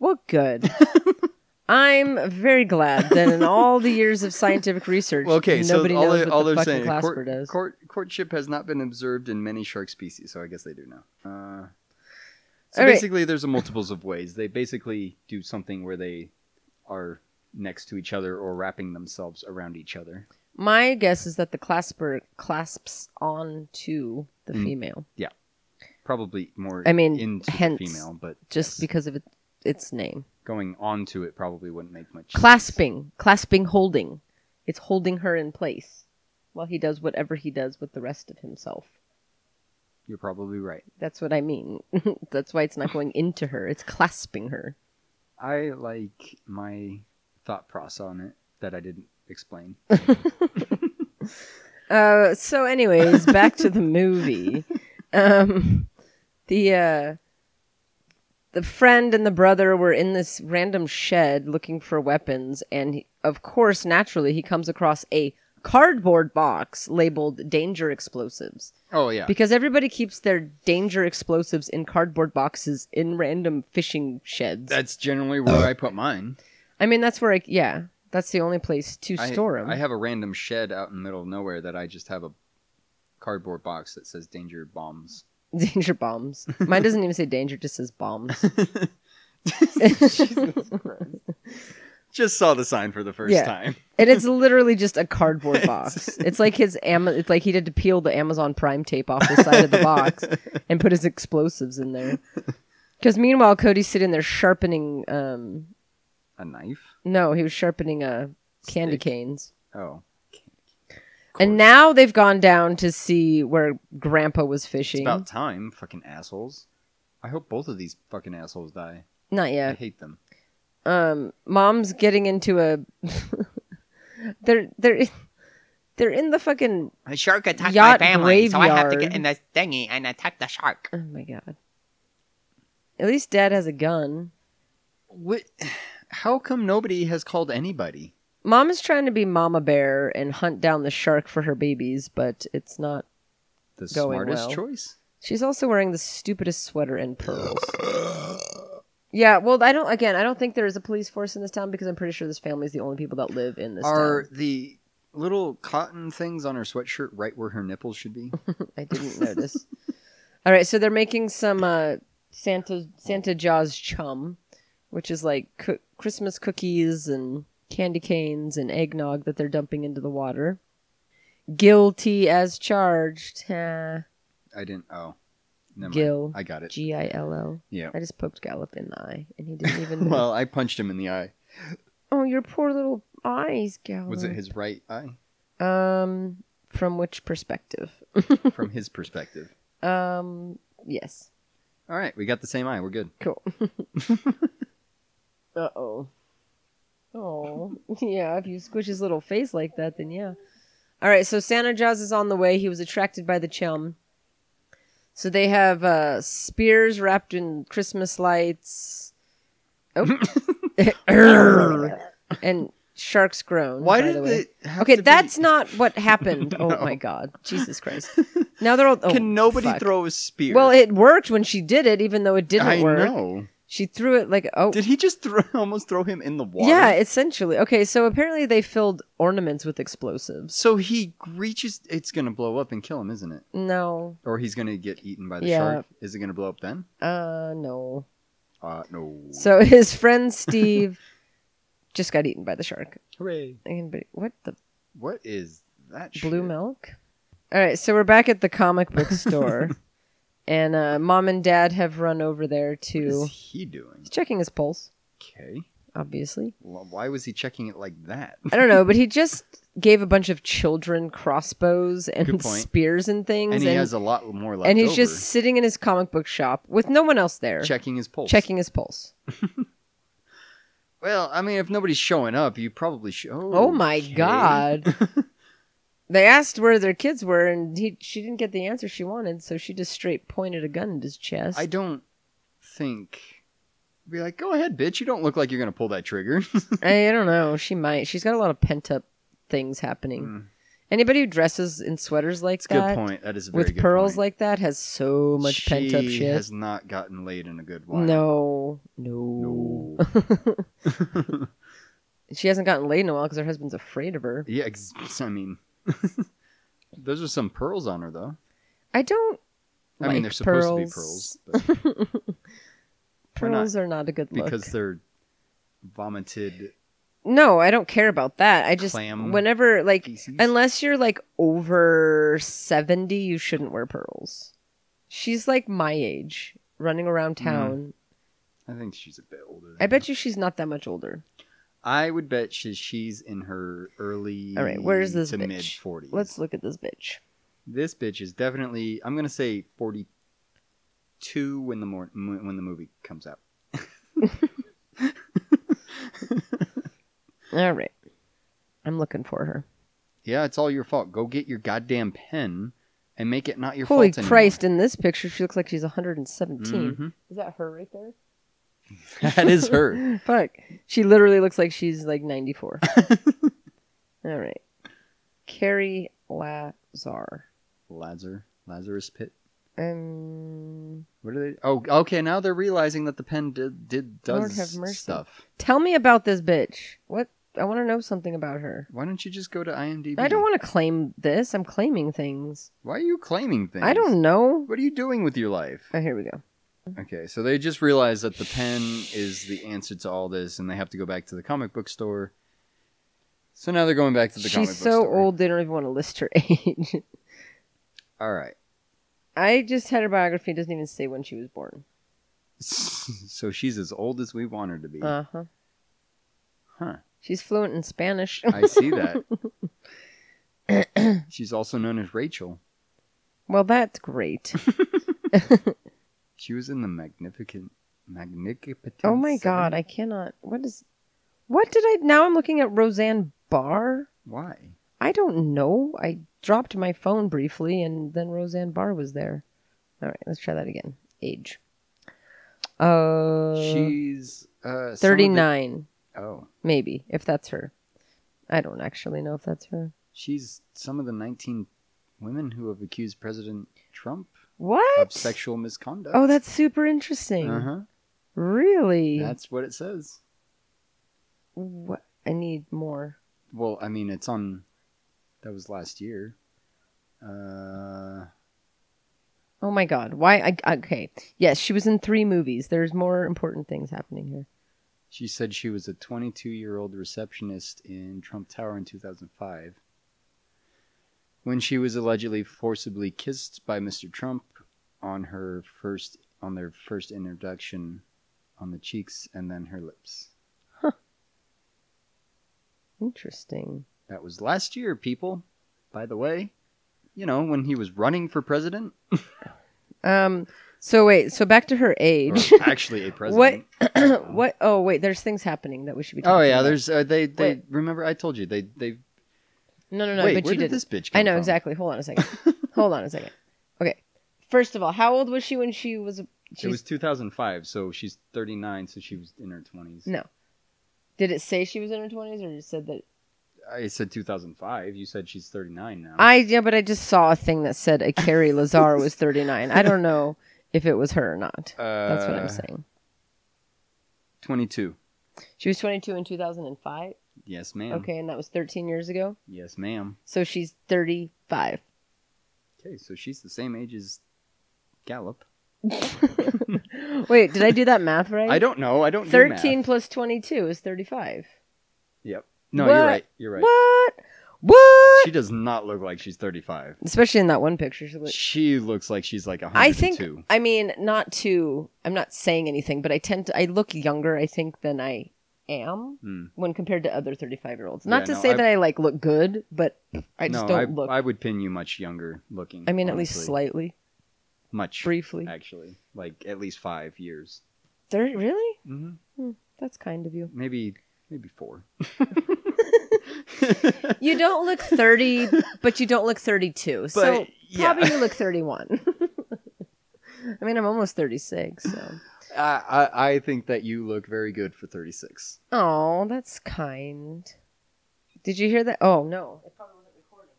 Speaker 6: Well, good. I'm very glad that in all the years of scientific research,
Speaker 5: Well, okay,
Speaker 6: nobody
Speaker 5: so all,
Speaker 6: knows
Speaker 5: they,
Speaker 6: what the
Speaker 5: all they're
Speaker 6: fucking
Speaker 5: saying
Speaker 6: clasper
Speaker 5: court-
Speaker 6: does.
Speaker 5: court- courtship has not been observed in many shark species, so I guess they do now. Uh, so
Speaker 6: All right.
Speaker 5: basically, there's a multiples of ways. They basically do something where they are next to each other or wrapping themselves around each other.
Speaker 6: My guess is that the clasper clasps onto the
Speaker 5: Mm.
Speaker 6: female
Speaker 5: Probably more.
Speaker 6: I mean,
Speaker 5: into the
Speaker 6: hence-
Speaker 5: female, but
Speaker 6: just
Speaker 5: yes,
Speaker 6: because of it, its name.
Speaker 5: going onto it probably wouldn't make much.
Speaker 6: Clasping, clasping, holding. It's holding her in place while he does whatever he does with the rest of himself.
Speaker 5: You're probably right.
Speaker 6: That's what I mean. That's why it's not going into her. It's clasping her.
Speaker 5: I like my thought process on it that I didn't explain.
Speaker 6: Uh, so, anyways, back to the movie. Um, the uh, the friend and the brother were in this random shed looking for weapons, and he, of course, naturally, he comes across a cardboard box labeled danger explosives
Speaker 5: Oh yeah.
Speaker 6: because everybody keeps their danger explosives in cardboard boxes in random fishing sheds.
Speaker 5: That's generally where I put mine.
Speaker 6: I mean, that's where I yeah, that's the only place to
Speaker 5: I,
Speaker 6: store them.
Speaker 5: I have a random shed out in the middle of nowhere that I just have a cardboard box that says danger bombs.
Speaker 6: danger bombs. Mine doesn't even say danger; it just says bombs.
Speaker 5: Just saw the sign for the first
Speaker 6: Yeah.
Speaker 5: time.
Speaker 6: and it's literally just a cardboard box. It's like his Ama- It's like he had to peel the Amazon Prime tape off the side of the box and put his explosives in there. Because meanwhile, Cody's sitting there sharpening. Um,
Speaker 5: A knife?
Speaker 6: no, he was sharpening uh, candy
Speaker 5: Steak.
Speaker 6: canes.
Speaker 5: Oh.
Speaker 6: And now they've gone down to see where Grandpa was
Speaker 5: It's
Speaker 6: fishing.
Speaker 5: about time, fucking assholes. I hope both of these fucking assholes die.
Speaker 6: Not
Speaker 5: I
Speaker 6: yet.
Speaker 5: hate them.
Speaker 6: Um, Mom's getting into a. they're they're they're in the fucking.
Speaker 4: A shark attacked
Speaker 6: Yacht
Speaker 4: my family, so I have to
Speaker 6: graveyard.
Speaker 4: get in this thingy and attack the shark.
Speaker 6: Oh my god. At least Dad has a gun.
Speaker 5: What? How come nobody has called anybody?
Speaker 6: Mom is trying to be Mama Bear and hunt down the shark for her babies, but it's not.
Speaker 5: The
Speaker 6: Going
Speaker 5: smartest
Speaker 6: well.
Speaker 5: choice?
Speaker 6: She's also wearing the stupidest sweater and pearls. Yeah, well, I don't. Again, I don't think there is a police force in this town because I'm pretty sure this family is the only people that live in this
Speaker 5: Are
Speaker 6: town.
Speaker 5: the little cotton things on her sweatshirt right where her nipples should be?
Speaker 6: I didn't notice. All right, so they're making some uh, Santa Santa Jaws chum, which is like coo- Christmas cookies and candy canes and eggnog that they're dumping into the water. Guilty as charged. Huh.
Speaker 5: I didn't. Oh. Never
Speaker 6: Gil.
Speaker 5: Mind. I got it.
Speaker 6: G I L L.
Speaker 5: Yeah.
Speaker 6: I just poked Gallop in the eye, and he didn't even.
Speaker 5: well, I punched him in the eye.
Speaker 6: oh, your poor little eyes, Gallop.
Speaker 5: Was it his right eye?
Speaker 6: Um, from which perspective?
Speaker 5: From his perspective.
Speaker 6: um, yes.
Speaker 5: All right, we got the same eye. We're good.
Speaker 6: Cool. uh oh. Oh yeah. If you squish his little face like that, then yeah. All right. So Santa Jaws is on the way. He was attracted by the chum. So they have uh, spears wrapped in Christmas lights. Oh. and sharks groan.
Speaker 5: Why
Speaker 6: by
Speaker 5: did
Speaker 6: the way.
Speaker 5: it? Have
Speaker 6: Okay,
Speaker 5: to be-
Speaker 6: that's not what happened. Oh my god, Jesus Christ! Now they're all. Oh,
Speaker 5: Can nobody
Speaker 6: fuck.
Speaker 5: throw a spear?
Speaker 6: Well, it worked when she did it, even though it didn't
Speaker 5: I
Speaker 6: work.
Speaker 5: know.
Speaker 6: She threw it like oh
Speaker 5: Did he just throw, almost throw him in the water?
Speaker 6: yeah, essentially. Okay, so apparently they filled ornaments with explosives.
Speaker 5: So he reaches. It's gonna blow up and kill him, isn't it?
Speaker 6: No,
Speaker 5: Or he's gonna get eaten by the
Speaker 6: Yeah.
Speaker 5: shark. Is it gonna blow up then?
Speaker 6: uh, no.
Speaker 5: Uh, no.
Speaker 6: So his friend Steve just got eaten by the shark.
Speaker 5: Hooray!
Speaker 6: Anybody- What the
Speaker 5: What is that?
Speaker 6: blue
Speaker 5: shit?
Speaker 6: milk? All right, so we're back at the comic book store, and uh, mom and dad have run over there
Speaker 5: What
Speaker 6: to
Speaker 5: is he doing?
Speaker 6: he's checking his pulse,
Speaker 5: Okay.
Speaker 6: obviously.
Speaker 5: Well, why was he checking it like that?
Speaker 6: I don't know, but he just gave a bunch of children crossbows and
Speaker 5: Good point.
Speaker 6: spears and things,
Speaker 5: And he has a lot more left
Speaker 6: and he's
Speaker 5: over,
Speaker 6: just sitting in his comic book shop with no one else there,
Speaker 5: checking his pulse.
Speaker 6: checking his pulse.
Speaker 5: Well, I mean, if nobody's showing up, you probably should.
Speaker 6: Oh my
Speaker 5: okay.
Speaker 6: god! they asked where their kids were, and he she didn't get the answer she wanted, so she just straight pointed a gun at his chest.
Speaker 5: I don't think. Be like, go ahead, bitch. You don't look like you're gonna pull that trigger.
Speaker 6: I, I don't know. She might. She's got a lot of pent up things happening.
Speaker 5: Mm.
Speaker 6: Anybody who dresses in sweaters like
Speaker 5: That's a
Speaker 6: that
Speaker 5: good point. That is a very
Speaker 6: with
Speaker 5: good
Speaker 6: pearls
Speaker 5: point.
Speaker 6: like that has so much
Speaker 5: she
Speaker 6: pent up shit.
Speaker 5: has not gotten laid in a good while.
Speaker 6: No, no.
Speaker 5: No.
Speaker 6: She hasn't gotten laid in a while because her husband's afraid of her.
Speaker 5: yeah, ex- I mean, those are some pearls on her though.
Speaker 6: I don't.
Speaker 5: I mean,
Speaker 6: like
Speaker 5: they're supposed to be
Speaker 6: pearls.
Speaker 5: pearls but Why not?
Speaker 6: Pearls are not a good look.
Speaker 5: because they're vomited.
Speaker 6: No, I don't care about that. I just
Speaker 5: Clam
Speaker 6: whenever like
Speaker 5: feces?
Speaker 6: unless you're like over 70, you shouldn't wear pearls. She's like my age, running
Speaker 5: Mm.
Speaker 6: around town.
Speaker 5: I think she's a bit older. than
Speaker 6: I bet you she's not that much older.
Speaker 5: that. I would bet she, she's in her early.
Speaker 6: All right, where's this
Speaker 5: to
Speaker 6: bitch?
Speaker 5: mid forties?
Speaker 6: Let's look at this bitch.
Speaker 5: This bitch is definitely. I'm gonna say forty-two when the mor- m- when the movie comes out.
Speaker 6: All right. I'm looking for her.
Speaker 5: Yeah, it's all your fault. Go get your goddamn pen and make it not your
Speaker 6: Holy
Speaker 5: fault.
Speaker 6: Christ, in this picture she looks like she's 117.
Speaker 5: Mhm.
Speaker 6: Is that her right there?
Speaker 5: That is her.
Speaker 6: Fuck. She literally looks like she's like 94. All right. Carrie Lazar.
Speaker 5: Lazar. Lazarus Pit.
Speaker 6: Um,
Speaker 5: What are they? Oh, okay. Now they're realizing that the pen did, did does
Speaker 6: Lord have mercy.
Speaker 5: stuff.
Speaker 6: tell me about this bitch. What? I want to know something about her.
Speaker 5: Why don't you just go to IMDb?
Speaker 6: I don't want to claim this. I'm claiming things.
Speaker 5: Why are you claiming things?
Speaker 6: I don't know.
Speaker 5: What are you doing with your life?
Speaker 6: Oh, here we go.
Speaker 5: Okay, so they just realize that the pen is the answer to all this, and they have to go back to the comic book store. So now they're going back to the comic
Speaker 6: She's
Speaker 5: book
Speaker 6: so
Speaker 5: store.
Speaker 6: old they don't even want to list her age.
Speaker 5: All right.
Speaker 6: I just had her biography. It doesn't even say when she was born.
Speaker 5: so she's as old as we want her to be.
Speaker 6: Uh huh.
Speaker 5: Huh.
Speaker 6: She's fluent in Spanish.
Speaker 5: I see that. she's also known as Rachel.
Speaker 6: well, that's great.
Speaker 5: She was in the Magnificent. Magnificent.
Speaker 6: Oh my god, I cannot. What is? What did I? Now I'm looking at Roseanne Barr.
Speaker 5: Why?
Speaker 6: I don't know. I dropped my phone briefly, and then Roseanne Barr was there. All right, let's try that again. Age. Uh,
Speaker 5: she's uh, some of the-
Speaker 6: thirty-nine,
Speaker 5: oh,
Speaker 6: maybe if that's her. I don't actually know if that's her.
Speaker 5: she's some of the 19 women who have accused President Trump
Speaker 6: What?
Speaker 5: of sexual misconduct.
Speaker 6: Oh, that's super interesting.
Speaker 5: Uh huh.
Speaker 6: Really?
Speaker 5: That's what it says.
Speaker 6: What? I need more.
Speaker 5: Well, I mean, it's on. That was last year. Uh,
Speaker 6: Oh my god. Why? I, okay. Yes, she was in three movies. There's more important things happening here.
Speaker 5: she said she was a 22 year old receptionist in Trump Tower in 2005 when she was allegedly forcibly kissed by Mr. Trump on her first on their first introduction on the cheeks and then her lips.
Speaker 6: Interesting.
Speaker 5: That was last year, people. By the way, you know, when he was running for president,
Speaker 6: Um. So wait. So back to her
Speaker 5: or
Speaker 6: age.
Speaker 5: actually a president.
Speaker 6: what? what? Oh wait. There's things happening that we should be. Talking
Speaker 5: Oh yeah,
Speaker 6: about.
Speaker 5: there's uh, they they
Speaker 6: Wait.
Speaker 5: remember I told you they they
Speaker 6: No, no, no.
Speaker 5: wait
Speaker 6: but
Speaker 5: where
Speaker 6: you didn't.
Speaker 5: did this bitch come
Speaker 6: I know
Speaker 5: from?
Speaker 6: exactly. Hold on a second. Hold on a second. Okay. First of all, how old was she when she was? She
Speaker 5: It was 2005, so she's 39, so she was in her 20s.
Speaker 6: No. Did it say she was in her twenties, or it said that?
Speaker 5: I said 2005. You said she's 39 now.
Speaker 6: I yeah, but I just saw a thing that said a Carrie Lazar was 39. I don't know if it was her or not. That's what
Speaker 5: Uh,
Speaker 6: I'm saying.
Speaker 5: 22.
Speaker 6: She was 22 in 2005.
Speaker 5: Yes, ma'am.
Speaker 6: Okay, and that was 13 years ago.
Speaker 5: Yes, ma'am.
Speaker 6: So she's 35.
Speaker 5: Okay, so she's the same age as Gallup.
Speaker 6: Wait, did I do that math right?
Speaker 5: I don't know. I don't. do
Speaker 6: 13
Speaker 5: math.
Speaker 6: plus 22 is 35.
Speaker 5: Yep. No,
Speaker 6: What?
Speaker 5: you're right. You're right.
Speaker 6: What? What?
Speaker 5: She does not look like she's 35.
Speaker 6: Especially in that one picture. She looks-
Speaker 5: She looks like she's like 102.
Speaker 6: I think, I mean, not to, I'm not saying anything, but I tend to, I look younger, I think, than I am
Speaker 5: Hmm.
Speaker 6: when compared to other 35 year olds. Not
Speaker 5: Yeah,
Speaker 6: to
Speaker 5: no,
Speaker 6: say
Speaker 5: I-
Speaker 6: that I like look good, but I just
Speaker 5: no,
Speaker 6: don't
Speaker 5: I,
Speaker 6: look. I,
Speaker 5: I would pin you much younger looking.
Speaker 6: mean, at least
Speaker 5: honestly.
Speaker 6: slightly,
Speaker 5: Much.
Speaker 6: briefly.
Speaker 5: actually, like at least five years.
Speaker 6: Thir- really?
Speaker 5: Mm-hmm.
Speaker 6: That's kind of you.
Speaker 5: Maybe maybe four.
Speaker 6: You don't look 30, but you don't look 32. so
Speaker 5: But, yeah.
Speaker 6: probably you look 31. I mean, I'm almost 36. So.
Speaker 5: I, I I think that you look very good for thirty six.
Speaker 6: Oh, that's kind. Did you hear that? Oh, no. It probably wasn't recording.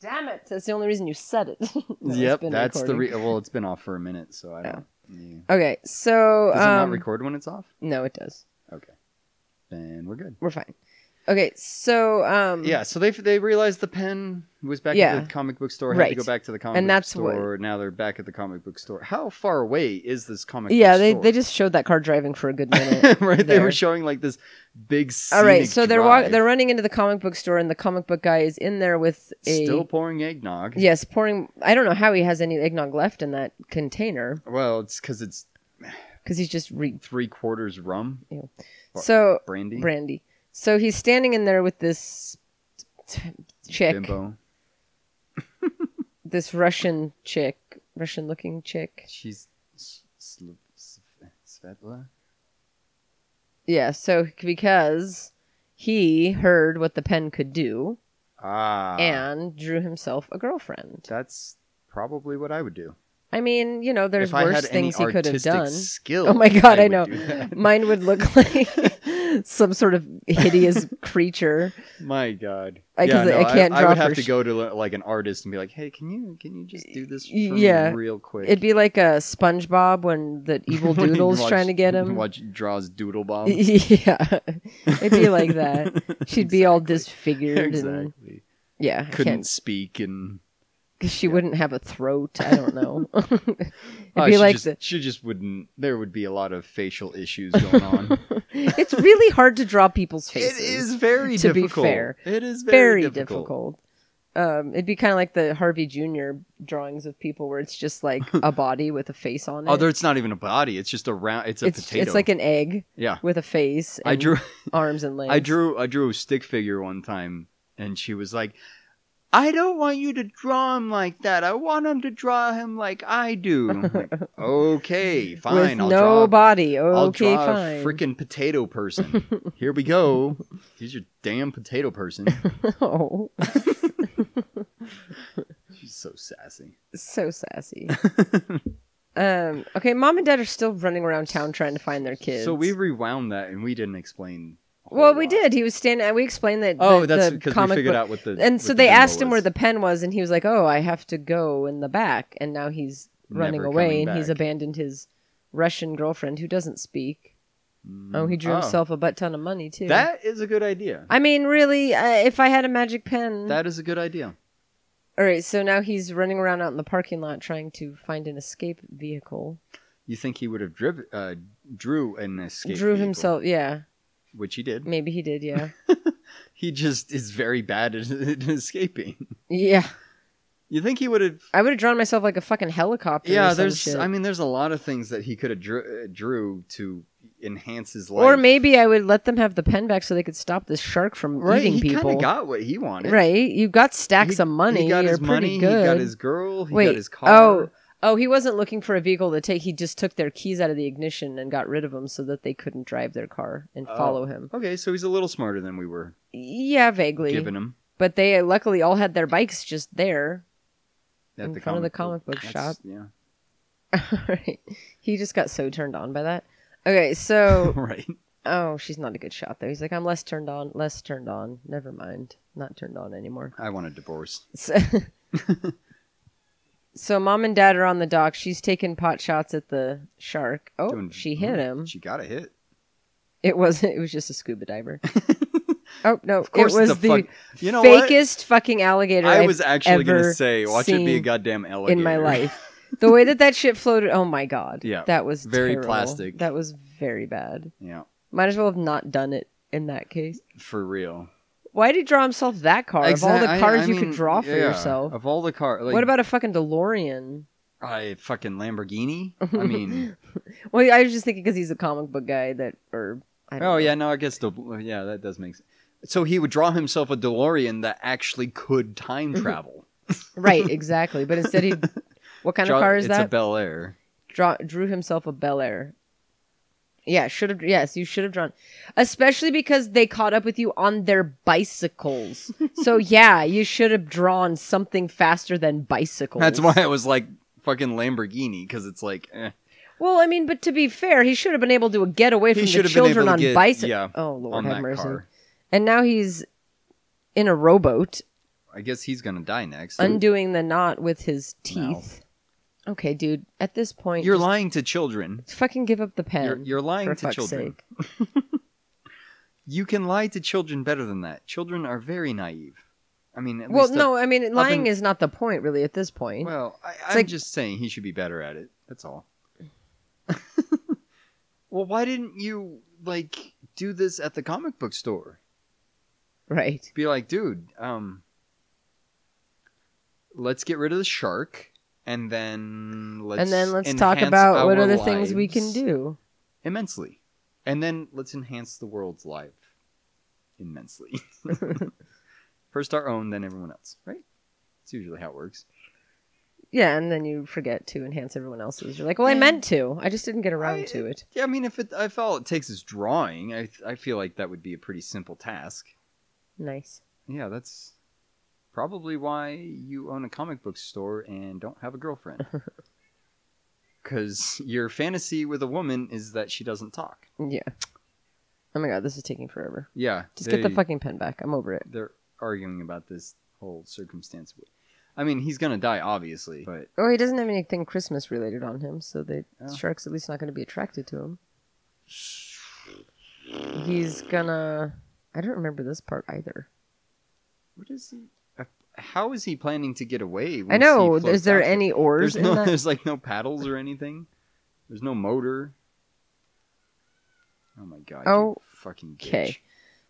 Speaker 6: Damn it. That's the only reason you said it. No, it's
Speaker 5: yep,
Speaker 6: been
Speaker 5: that's the
Speaker 6: recording.
Speaker 5: re- well. It's been off for a minute, so I don't. Yeah.
Speaker 6: Okay, so.
Speaker 5: Does it not
Speaker 6: um,
Speaker 5: record when it's off?
Speaker 6: no, it does.
Speaker 5: Okay, then we're good.
Speaker 6: We're fine. Okay, so. um
Speaker 5: Yeah, so they they realized the pen was back
Speaker 6: Yeah.
Speaker 5: at the comic book store. Had to
Speaker 6: Right.
Speaker 5: go back to the comic
Speaker 6: And
Speaker 5: book
Speaker 6: that's what-
Speaker 5: store. Now they're back at the comic book store. How far away is this comic?
Speaker 6: Yeah,
Speaker 5: book
Speaker 6: they,
Speaker 5: store?
Speaker 6: they just showed that car driving for a good minute.
Speaker 5: right. They
Speaker 6: there.
Speaker 5: were showing like this big.
Speaker 6: All right,
Speaker 5: scenic
Speaker 6: so they're walk-
Speaker 5: drive.
Speaker 6: they're running into the comic book store, and the comic book guy is in there with a
Speaker 5: still pouring eggnog.
Speaker 6: Yes, pouring. I don't know how he has any eggnog left in that container
Speaker 5: Well, it's because it's
Speaker 6: because he's just re-
Speaker 5: three quarters rum.
Speaker 6: Ew.
Speaker 5: Or
Speaker 6: So,
Speaker 5: brandy,
Speaker 6: brandy. So he's standing in there with this t- chick,
Speaker 5: bimbo.
Speaker 6: this Russian chick, Russian looking chick.
Speaker 5: She's S- Sl- S- Svetla.
Speaker 6: Yeah. So because he heard what the pen could do
Speaker 5: Ah,
Speaker 6: and drew himself a girlfriend.
Speaker 5: that's probably what I would do.
Speaker 6: I mean, you know, there's
Speaker 5: if I had
Speaker 6: worse
Speaker 5: any
Speaker 6: things he could have
Speaker 5: artistic
Speaker 6: done.
Speaker 5: Skill,
Speaker 6: Oh my god, I,
Speaker 5: would
Speaker 6: know.
Speaker 5: do that.
Speaker 6: Mine would look like some sort of hideous creature.
Speaker 5: My God.
Speaker 6: I- 'cause I can't
Speaker 5: I,
Speaker 6: draw
Speaker 5: would have
Speaker 6: for
Speaker 5: to
Speaker 6: sh-
Speaker 5: go to li- like an artist and be like, "Hey, can you can you just do this for
Speaker 6: Y-
Speaker 5: me
Speaker 6: yeah.
Speaker 5: real quick?"
Speaker 6: It'd be like a SpongeBob when the evil
Speaker 5: When he
Speaker 6: doodle's
Speaker 5: watch-
Speaker 6: trying to get him.
Speaker 5: Watch draws doodle bomb.
Speaker 6: yeah, it'd be like that. She'd be all
Speaker 5: Exactly.
Speaker 6: disfigured and
Speaker 5: Exactly.
Speaker 6: yeah, I
Speaker 5: Couldn't
Speaker 6: can't.
Speaker 5: speak and
Speaker 6: Cause she wouldn't have a throat. I don't know. it'd
Speaker 5: Oh,
Speaker 6: be
Speaker 5: she
Speaker 6: like
Speaker 5: just,
Speaker 6: the,
Speaker 5: she just wouldn't. There would be a lot of facial issues going on.
Speaker 6: it's really hard to draw people's faces.
Speaker 5: it is very
Speaker 6: to be
Speaker 5: difficult.
Speaker 6: fair.
Speaker 5: it is
Speaker 6: very,
Speaker 5: very,
Speaker 6: difficult. Um, it'd be kind of like the Harvey Jr. drawings of people where it's just like a body with a face on it.
Speaker 5: Although it's not even a body; it's just a round. It's Oh, a
Speaker 6: it's
Speaker 5: potato.
Speaker 6: it's like an egg
Speaker 5: yeah.
Speaker 6: with a face. And
Speaker 5: I drew.
Speaker 6: arms and legs.
Speaker 5: I drew I drew a stick figure one time, and she was like, "I don't want you to draw him like that. I want him to draw him like I do." And I'm like, okay, fine.
Speaker 6: with
Speaker 5: I'll
Speaker 6: no
Speaker 5: draw.
Speaker 6: body. Okay,
Speaker 5: I'll draw
Speaker 6: fine.
Speaker 5: a freaking potato person. Here we go. Here's your damn potato person.
Speaker 6: oh,
Speaker 5: She's so sassy.
Speaker 6: so sassy. um. Okay, mom and dad are still running around town trying to find their kids.
Speaker 5: So we rewound that, and we didn't explain. a whole
Speaker 6: Well, we
Speaker 5: lot.
Speaker 6: did. He was standing. We explained that.
Speaker 5: Oh,
Speaker 6: the,
Speaker 5: that's
Speaker 6: the
Speaker 5: because we
Speaker 6: comic
Speaker 5: figured
Speaker 6: book-
Speaker 5: out what the
Speaker 6: And
Speaker 5: what
Speaker 6: so
Speaker 5: the
Speaker 6: they
Speaker 5: bimbo
Speaker 6: asked him where
Speaker 5: was.
Speaker 6: the pen was, and he was like, "Oh, I have to go in the back." And now he's running
Speaker 5: Never
Speaker 6: away,
Speaker 5: coming
Speaker 6: and he's
Speaker 5: back.
Speaker 6: abandoned his Russian girlfriend who doesn't speak. Oh, he drew
Speaker 5: Oh.
Speaker 6: himself a butt ton of money too.
Speaker 5: That is a good idea.
Speaker 6: I mean, really, uh, if I had a magic pen.
Speaker 5: That is a good idea.
Speaker 6: All right, so now he's running around out in the parking lot trying to find an escape vehicle.
Speaker 5: You think he would have driv- uh, drew an escape?
Speaker 6: Drew
Speaker 5: vehicle,
Speaker 6: himself, yeah.
Speaker 5: which he did.
Speaker 6: Maybe he did, yeah.
Speaker 5: He just is very bad at, at escaping.
Speaker 6: yeah.
Speaker 5: You think he would have?
Speaker 6: I would have drawn myself like a fucking helicopter.
Speaker 5: Yeah,
Speaker 6: or some
Speaker 5: there's.
Speaker 6: shit.
Speaker 5: I mean, there's a lot of things that he could have drew, uh, drew to enhance his life.
Speaker 6: Or maybe I would let them have the pen back so they could stop this shark from
Speaker 5: right,
Speaker 6: eating
Speaker 5: he kinda
Speaker 6: people.
Speaker 5: got what he wanted.
Speaker 6: right, you got stacks
Speaker 5: He-
Speaker 6: of money.
Speaker 5: He got
Speaker 6: You're
Speaker 5: his
Speaker 6: pretty
Speaker 5: money.
Speaker 6: good.
Speaker 5: He got his girl. He
Speaker 6: Wait,
Speaker 5: got his car.
Speaker 6: oh, oh, he wasn't looking for a vehicle to take. He just took their keys out of the ignition and got rid of them so that they couldn't drive their car and
Speaker 5: Oh.
Speaker 6: follow him.
Speaker 5: Okay, so he's a little smarter than we were
Speaker 6: Yeah, vaguely.
Speaker 5: giving him
Speaker 6: But they luckily all had their bikes just there.
Speaker 5: at
Speaker 6: In
Speaker 5: the
Speaker 6: front of
Speaker 5: comic
Speaker 6: the comic book
Speaker 5: That's-
Speaker 6: shop.
Speaker 5: Yeah,
Speaker 6: Alright. He just got so turned on by that. Okay, so
Speaker 5: right.
Speaker 6: oh, she's not a good shot though. He's like, I'm less turned on, less turned on. Never mind, not turned on anymore.
Speaker 5: I want a divorce.
Speaker 6: So, so mom and dad are on the dock. She's taking pot shots at the shark. Oh,
Speaker 5: Doing- mm-hmm.
Speaker 6: she hit him.
Speaker 5: She got a hit.
Speaker 6: It wasn't. It was just a scuba diver. oh no,
Speaker 5: Of course,
Speaker 6: it was
Speaker 5: the,
Speaker 6: the,
Speaker 5: fuck. You know what?
Speaker 6: fakest fucking alligator
Speaker 5: I
Speaker 6: I've
Speaker 5: was actually gonna
Speaker 6: ever
Speaker 5: say, watch it be a
Speaker 6: seen
Speaker 5: goddamn alligator
Speaker 6: in my life. the way that that shit floated, oh my god,
Speaker 5: Yeah.
Speaker 6: that was
Speaker 5: Very
Speaker 6: terrible.
Speaker 5: plastic.
Speaker 6: That was very bad.
Speaker 5: Yeah,
Speaker 6: Might as well have not done it in that case.
Speaker 5: for real.
Speaker 6: Why did you draw himself that car? Of
Speaker 5: Exact-
Speaker 6: all
Speaker 5: I-
Speaker 6: the cars
Speaker 5: I
Speaker 6: you could
Speaker 5: mean,
Speaker 6: draw for
Speaker 5: yeah,
Speaker 6: yourself,
Speaker 5: Of all the cars, like,
Speaker 6: what about a fucking DeLorean?
Speaker 5: I fucking Lamborghini? I mean,
Speaker 6: Well, I was just thinking because he's a comic book guy that, or I don't
Speaker 5: oh
Speaker 6: know.
Speaker 5: yeah, no, I guess the yeah that does make sense. So he would draw himself a DeLorean that actually could time travel.
Speaker 6: right, exactly. But instead, he what kind
Speaker 5: Draw-
Speaker 6: of car is
Speaker 5: it's
Speaker 6: that?
Speaker 5: a Bel Air.
Speaker 6: draw, drew himself a Bel Air. Yeah, should have. Yes, you should have drawn, especially because they caught up with you on their bicycles. so yeah, you should have drawn something faster than bicycles.
Speaker 5: That's why I was like fucking Lamborghini because it's like eh.
Speaker 6: Well, I mean, but to be fair, he should have been able to get away
Speaker 5: He
Speaker 6: from
Speaker 5: should
Speaker 6: the
Speaker 5: have been
Speaker 6: children
Speaker 5: able to
Speaker 6: on
Speaker 5: get-
Speaker 6: bicycles.
Speaker 5: yeah,
Speaker 6: oh Lord,
Speaker 5: on
Speaker 6: have
Speaker 5: that
Speaker 6: mercy.
Speaker 5: car.
Speaker 6: And now he's in a rowboat,
Speaker 5: I guess he's gonna die next.
Speaker 6: undoing the knot with his teeth. Okay, dude. At this point,
Speaker 5: You're
Speaker 6: just
Speaker 5: lying to children.
Speaker 6: Fucking give up the pen.
Speaker 5: You're, you're lying
Speaker 6: for
Speaker 5: to
Speaker 6: fuck's
Speaker 5: children.
Speaker 6: sake.
Speaker 5: You can lie to children better than that. Children are very naive. I mean, at
Speaker 6: Well,
Speaker 5: least up-
Speaker 6: no, I mean, lying
Speaker 5: in-
Speaker 6: is not the point, really, at this point.
Speaker 5: Well, I, I'm
Speaker 6: like-
Speaker 5: just saying he should be better at it. That's all. well, why didn't you like do this at the comic book store?
Speaker 6: right.
Speaker 5: Be like, dude, um, let's get rid of the shark, and then let's
Speaker 6: and then let's talk
Speaker 5: enhance
Speaker 6: about what
Speaker 5: our
Speaker 6: other things we can
Speaker 5: lives
Speaker 6: do.
Speaker 5: immensely, and then let's enhance the world's life immensely. First our own, then everyone else. Right? It's usually how it works.
Speaker 6: Yeah, and then you forget to enhance everyone else's. You're like, well, I meant to. I just didn't get around
Speaker 5: I-
Speaker 6: to it.
Speaker 5: Yeah, I mean, if it, if all it takes is drawing, I I feel like that would be a pretty simple task.
Speaker 6: Nice.
Speaker 5: Yeah, that's probably why you own a comic book store and don't have a girlfriend. because your fantasy with a woman is that she doesn't talk.
Speaker 6: Yeah. Oh my god, this is taking forever.
Speaker 5: Yeah,
Speaker 6: Just get the
Speaker 5: they-
Speaker 6: fucking pen back. I'm over it.
Speaker 5: They're arguing about this whole circumstance. I mean, he's gonna die, obviously, but
Speaker 6: Oh, he doesn't have anything Christmas related on him, so the
Speaker 5: Oh.
Speaker 6: shark's at least not going to be attracted to him. He's gonna. I don't remember this part either.
Speaker 5: what is he? How is he planning to get away?
Speaker 6: I
Speaker 5: once he
Speaker 6: know.
Speaker 5: floats
Speaker 6: Is there
Speaker 5: out?
Speaker 6: any oars
Speaker 5: There's no,
Speaker 6: in that?
Speaker 5: there's like no paddles or anything. There's no motor. Oh my god! Oh,
Speaker 6: Oh,
Speaker 5: fucking bitch.
Speaker 6: okay.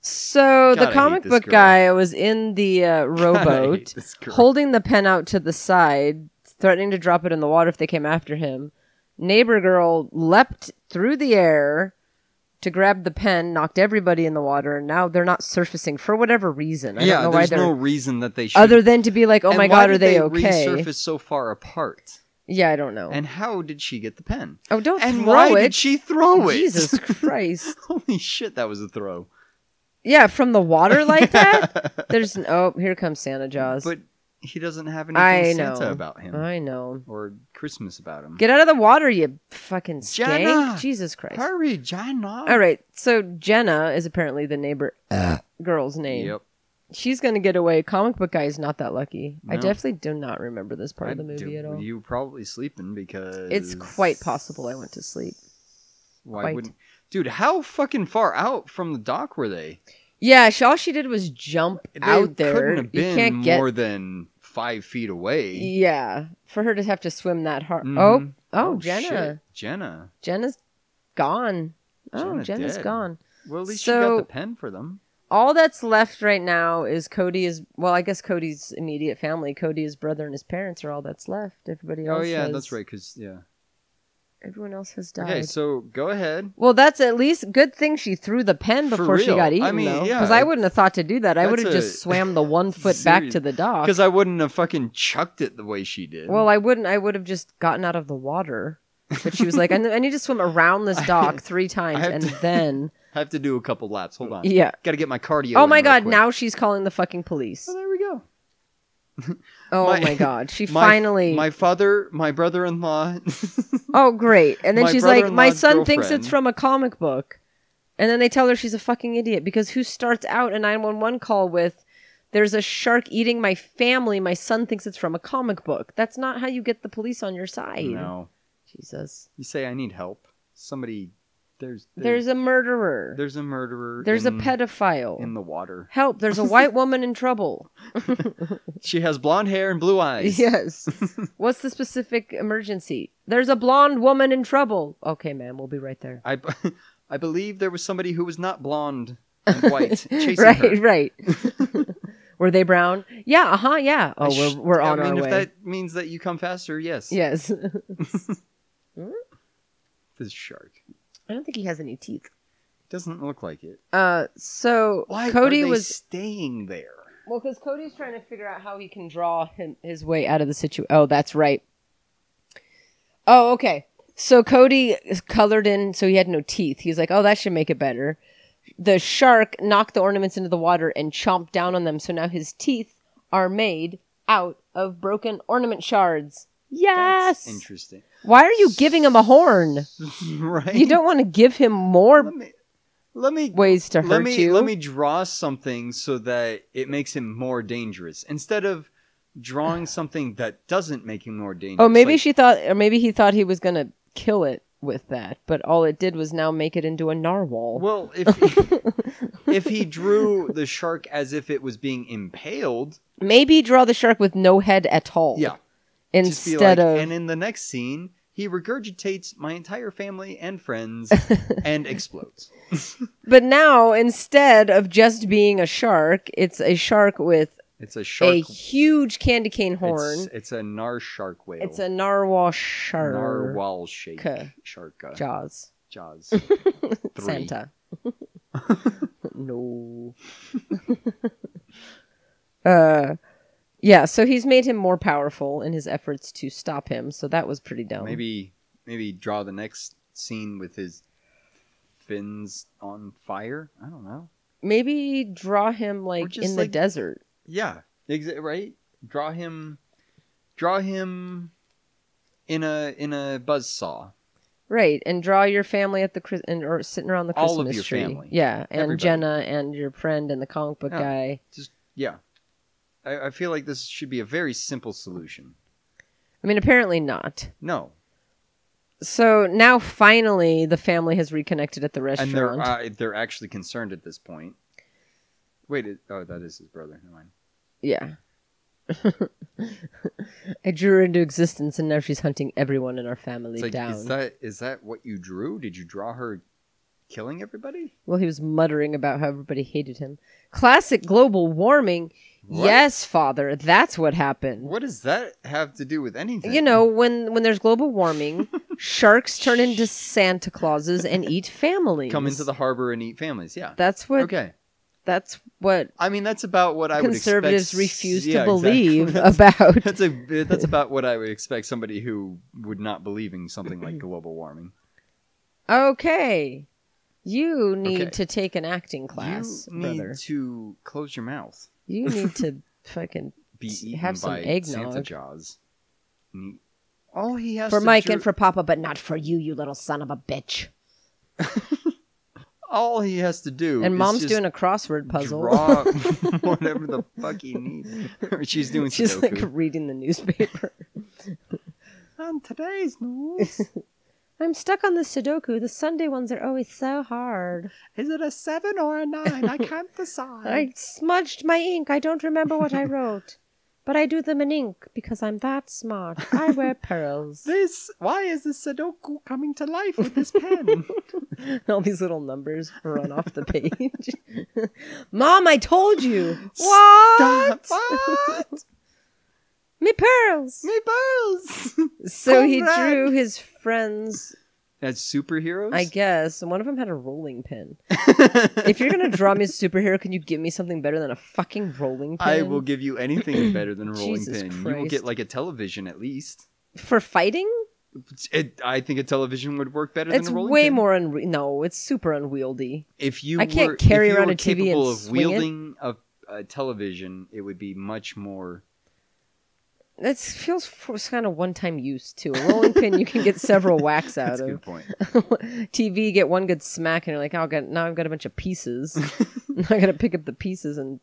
Speaker 6: So
Speaker 5: God, I
Speaker 6: the
Speaker 5: hate
Speaker 6: comic
Speaker 5: this
Speaker 6: book
Speaker 5: girl.
Speaker 6: guy was in the uh,
Speaker 5: God, I hate
Speaker 6: rowboat,
Speaker 5: this girl.
Speaker 6: holding the pen out to the side, threatening to drop it in the water if they came after him. Neighbor girl leapt through the air to grab the pen, knocked everybody in the water, and now they're not surfacing for whatever reason. I
Speaker 5: yeah,
Speaker 6: don't know why
Speaker 5: there's
Speaker 6: they're
Speaker 5: no reason that they should.
Speaker 6: other than to be like, "Oh
Speaker 5: And
Speaker 6: my
Speaker 5: why
Speaker 6: god,
Speaker 5: did
Speaker 6: are they, okay?"
Speaker 5: Resurface so far apart.
Speaker 6: Yeah, I don't know.
Speaker 5: And how did she get the pen?
Speaker 6: oh, don't
Speaker 5: And
Speaker 6: throw
Speaker 5: why
Speaker 6: it.
Speaker 5: did she throw it?
Speaker 6: Jesus Christ!
Speaker 5: Holy shit, that was a throw.
Speaker 6: Yeah, from the water like that. There's n- oh, here comes Santa Jaws.
Speaker 5: But he doesn't have
Speaker 6: I
Speaker 5: anything Santa
Speaker 6: know.
Speaker 5: about him
Speaker 6: I know.
Speaker 5: or Christmas about him.
Speaker 6: Get out of the water, you fucking skank!
Speaker 5: Jenna!
Speaker 6: Jesus Christ!
Speaker 5: Hurry, Jenna.
Speaker 6: All right, so Jenna is apparently the neighbor girl's name.
Speaker 5: Yep.
Speaker 6: She's gonna get away. Comic book guy is not that lucky. I
Speaker 5: No.
Speaker 6: definitely do not remember this part
Speaker 5: I
Speaker 6: of the movie
Speaker 5: do-
Speaker 6: at all.
Speaker 5: You were probably sleeping because
Speaker 6: It's quite possible I went to sleep.
Speaker 5: Why
Speaker 6: quite.
Speaker 5: wouldn't? Dude, how fucking far out from the dock were they?
Speaker 6: Yeah, she, all she did was jump
Speaker 5: They
Speaker 6: out there.
Speaker 5: couldn't have
Speaker 6: you
Speaker 5: been
Speaker 6: can't get
Speaker 5: more than five feet away.
Speaker 6: Yeah, for her to have to swim that hard.
Speaker 5: Mhm.
Speaker 6: Oh, oh, Jenna,
Speaker 5: shit. Jenna.
Speaker 6: Jenna's gone. Oh,
Speaker 5: Jenna
Speaker 6: Jenna's
Speaker 5: dead.
Speaker 6: gone.
Speaker 5: Well, at least she got
Speaker 6: So-
Speaker 5: the pen for them.
Speaker 6: All that's left right now is Cody is well, I guess Cody's immediate family, Cody, his brother, and his parents are all that's left. Everybody else.
Speaker 5: Oh yeah,
Speaker 6: has-
Speaker 5: that's right. Cause yeah.
Speaker 6: Everyone else has died.
Speaker 5: Okay, so go ahead.
Speaker 6: well, that's at least good thing she threw the pen
Speaker 5: For
Speaker 6: before she
Speaker 5: real.
Speaker 6: got
Speaker 5: I
Speaker 6: eaten,
Speaker 5: mean,
Speaker 6: though,
Speaker 5: yeah,
Speaker 6: because I wouldn't have thought to do that. I
Speaker 5: that's
Speaker 6: would have
Speaker 5: a-
Speaker 6: just swam the one foot back
Speaker 5: Serious-
Speaker 6: to the dock.
Speaker 5: Because I wouldn't have fucking chucked it the way she did.
Speaker 6: Uh, Well, I wouldn't. I would have just gotten out of the water. But she was like, I, I need to swim around this dock three times
Speaker 5: have
Speaker 6: and
Speaker 5: to-
Speaker 6: then.
Speaker 5: I have to do a couple laps. Hold on.
Speaker 6: Yeah.
Speaker 5: Got to get my cardio.
Speaker 6: Oh
Speaker 5: in
Speaker 6: my
Speaker 5: real
Speaker 6: God.
Speaker 5: quick.
Speaker 6: Now she's calling the fucking police.
Speaker 5: Oh, there we go.
Speaker 6: Oh
Speaker 5: My-
Speaker 6: my, God. She
Speaker 5: My-
Speaker 6: finally.
Speaker 5: My father, my brother-in-law.
Speaker 6: oh, great. And then
Speaker 5: my
Speaker 6: she's like, My
Speaker 5: brother-in-law's
Speaker 6: son thinks it's
Speaker 5: girlfriend."
Speaker 6: from a comic book. And then they tell her she's a fucking idiot because who starts out a 911 call with, There's a shark eating my family. My son thinks it's from a comic book. That's not how you get the police on your side.
Speaker 5: no.
Speaker 6: Jesus.
Speaker 5: You say I need help. Somebody. There's
Speaker 6: There's a murderer.
Speaker 5: there's a murderer.
Speaker 6: There's
Speaker 5: in-
Speaker 6: a pedophile.
Speaker 5: in the water.
Speaker 6: Help, there's a white woman in trouble.
Speaker 5: She has blonde hair and blue eyes.
Speaker 6: Yes. What's the specific emergency? There's a blonde woman in trouble. Okay, ma'am, we'll be right there.
Speaker 5: I, b- I believe there was somebody who was not blonde and white chasing
Speaker 6: right,
Speaker 5: her.
Speaker 6: right. Were they brown? Yeah, uh huh, yeah. Oh,
Speaker 5: Sh-
Speaker 6: we're, we're
Speaker 5: I
Speaker 6: on
Speaker 5: mean,
Speaker 6: our
Speaker 5: if
Speaker 6: way.
Speaker 5: that means that you come faster, yes.
Speaker 6: Yes.
Speaker 5: This shark
Speaker 6: I don't think he has any teeth.
Speaker 5: doesn't look like it.
Speaker 6: Uh, so
Speaker 5: Why
Speaker 6: Cody
Speaker 5: are they
Speaker 6: was
Speaker 5: staying there?
Speaker 6: Well, because Cody's trying to figure out how he can draw him, his way out of the situation. Oh, that's right. Oh, okay. So Cody is colored in, so he had no teeth. He's like, oh, that should make it better. The shark knocked the ornaments into the water and chomped down on them, so now his teeth are made out of broken ornament shards. Yes.
Speaker 5: That's interesting,
Speaker 6: Why are you giving him a horn?
Speaker 5: right?
Speaker 6: You don't want to give him more
Speaker 5: Let me. Let me.
Speaker 6: ways to hurt
Speaker 5: let me
Speaker 6: you.
Speaker 5: let me draw something so that it makes him more dangerous instead of drawing something that doesn't make him more dangerous.
Speaker 6: Oh, maybe
Speaker 5: like-
Speaker 6: she thought, or maybe he thought he was gonna kill it with that, but all it did was now make it into a narwhal.
Speaker 5: Well, if if he drew the shark as if it was being impaled,
Speaker 6: Maybe draw the shark with no head at all.
Speaker 5: yeah. Just be
Speaker 6: Instead
Speaker 5: like,
Speaker 6: of
Speaker 5: and in the next scene, he regurgitates my entire family and friends and explodes.
Speaker 6: but now instead of just being a shark, it's a shark with
Speaker 5: It's a shark.
Speaker 6: a huge candy cane horn.
Speaker 5: It's,
Speaker 6: It's,
Speaker 5: it's a nar shark whale.
Speaker 6: a narwhal shark.
Speaker 5: narwhal shake
Speaker 6: K.
Speaker 5: shark. uh,
Speaker 6: Jaws.
Speaker 5: Jaws. Three.
Speaker 6: Santa. no. uh yeah, so he's made him more powerful in his efforts to stop him, so that was pretty dumb.
Speaker 5: Maybe maybe draw the next scene with his fins on fire. I don't know.
Speaker 6: Maybe draw him like
Speaker 5: just,
Speaker 6: in
Speaker 5: like-
Speaker 6: the desert.
Speaker 5: Yeah, exa- right. Draw him. Draw him in a in a buzz saw.
Speaker 6: Right, and draw your family at the Chris- and or sitting around the Christmas
Speaker 5: All of your
Speaker 6: tree.
Speaker 5: family.
Speaker 6: Yeah, and
Speaker 5: Everybody.
Speaker 6: Jenna and your friend and the comic book
Speaker 5: Yeah.
Speaker 6: guy.
Speaker 5: Yeah, I, I feel like this should be a very simple solution.
Speaker 6: I mean, apparently not.
Speaker 5: No,
Speaker 6: So now finally, the family has reconnected at the
Speaker 5: and they're
Speaker 6: restaurant.
Speaker 5: uh, they're actually concerned at this point. Wait, it, oh, that is his brother. Never mind.
Speaker 6: yeah. I drew her into existence, and now she's hunting everyone in our family
Speaker 5: It's like,
Speaker 6: down.
Speaker 5: is that is that what you drew? Did you draw her killing everybody?
Speaker 6: Well, he was muttering about how everybody hated him. Classic global warming.
Speaker 5: What?
Speaker 6: Yes, father, that's what happened.
Speaker 5: What does that have to do with anything?
Speaker 6: You know, when when there's global warming, sharks turn into Santa Clauses and eat families.
Speaker 5: come into the harbor and eat families. Yeah.
Speaker 6: That's what
Speaker 5: okay.
Speaker 6: that's what
Speaker 5: I mean, that's about what I would expect-
Speaker 6: conservatives refuse
Speaker 5: Yeah,
Speaker 6: to
Speaker 5: exactly.
Speaker 6: believe
Speaker 5: That's-
Speaker 6: about.
Speaker 5: That's a that's about what I would expect somebody who would not believe in something like global warming.
Speaker 6: Okay. You need
Speaker 5: Okay.
Speaker 6: to take an acting class,
Speaker 5: you need
Speaker 6: brother.
Speaker 5: to close your mouth.
Speaker 6: You need to fucking
Speaker 5: Be
Speaker 6: S-
Speaker 5: eaten
Speaker 6: have some
Speaker 5: by Santa
Speaker 6: eggnog.
Speaker 5: Jaws. And he- All he has
Speaker 6: for
Speaker 5: to
Speaker 6: Mike
Speaker 5: dr-
Speaker 6: and for Papa, but not for you, you little son of a bitch.
Speaker 5: all he has to do
Speaker 6: And
Speaker 5: is
Speaker 6: mom's
Speaker 5: just
Speaker 6: doing a crossword puzzle.
Speaker 5: Draw whatever the fuck he needs. Or She's doing
Speaker 6: She's like
Speaker 5: Sudoku.
Speaker 6: reading the newspaper.
Speaker 5: on today's news.
Speaker 6: I'm stuck on the Sudoku. The Sunday ones are always so hard.
Speaker 5: Is it a seven or a nine? I can't decide.
Speaker 6: I smudged my ink. I don't remember what I wrote. But I do them in ink because I'm that smart. I wear pearls.
Speaker 5: This why is this Sudoku coming to life with this pen?
Speaker 6: All these little numbers run off the page. Mom, I told you.
Speaker 5: Stop! What?
Speaker 6: Me pearls.
Speaker 5: My balls!
Speaker 6: So he
Speaker 5: Correct.
Speaker 6: drew his friends,
Speaker 5: As superheroes?
Speaker 6: I guess. and One of them had a rolling pin. if you're going to draw me a superhero, can you give me something better than a fucking rolling pin?
Speaker 5: I will give you anything better than a rolling
Speaker 6: Jesus
Speaker 5: pin. You will
Speaker 6: Christ.
Speaker 5: get like a television at least.
Speaker 6: For fighting?
Speaker 5: It, I think a television would work better
Speaker 6: It's
Speaker 5: than a rolling
Speaker 6: way
Speaker 5: pin.
Speaker 6: more unre- no. It's super unwieldy.
Speaker 5: If you
Speaker 6: I can't
Speaker 5: were,
Speaker 6: carry
Speaker 5: if you
Speaker 6: around
Speaker 5: were
Speaker 6: a TV and
Speaker 5: capable of
Speaker 6: swing it.
Speaker 5: wielding a, a television, it would be much more.
Speaker 6: It feels kind of one-time use too. A rolling pin, you can get several whacks out
Speaker 5: That's a
Speaker 6: of.
Speaker 5: good point.
Speaker 6: TV, get one good smack, and you're like, oh, God, now I've got a bunch of pieces. now I got to pick up the pieces and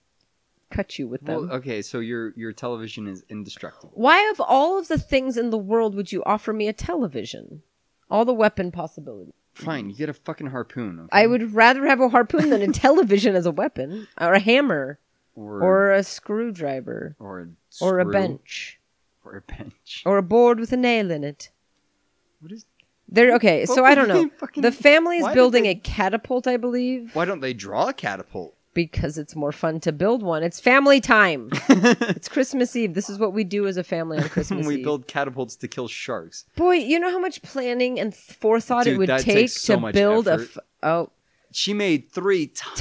Speaker 6: cut you with them.
Speaker 5: Well, uh, okay, so your your television is indestructible.
Speaker 6: Why, of all of the things in the world, would you offer me a television? All the weapon possibilities.
Speaker 5: Fine, you get a fucking harpoon. Okay?
Speaker 6: I would rather have a harpoon than a television as a weapon, or a hammer,
Speaker 5: or
Speaker 6: or a screwdriver,
Speaker 5: or a,
Speaker 6: or a
Speaker 5: screw,
Speaker 6: bench,
Speaker 5: or a bench.
Speaker 6: or a board with a nail in it.
Speaker 5: What is?
Speaker 6: They're okay.
Speaker 5: What
Speaker 6: So I
Speaker 5: would
Speaker 6: don't
Speaker 5: they
Speaker 6: know.
Speaker 5: fucking-
Speaker 6: The family
Speaker 5: why
Speaker 6: is
Speaker 5: did
Speaker 6: building
Speaker 5: they-
Speaker 6: a catapult, I believe,
Speaker 5: Why don't they draw a catapult?
Speaker 6: because it's more fun to build one. It's family time. it's Christmas Eve. This is what we do as a family on Christmas
Speaker 5: we
Speaker 6: Eve.
Speaker 5: build catapults to kill sharks.
Speaker 6: Boy, you know how much planning and th- forethought
Speaker 5: Dude,
Speaker 6: it would
Speaker 5: that
Speaker 6: take
Speaker 5: takes so
Speaker 6: to
Speaker 5: much
Speaker 6: build a
Speaker 5: effort.
Speaker 6: f- oh
Speaker 5: She made three tiny,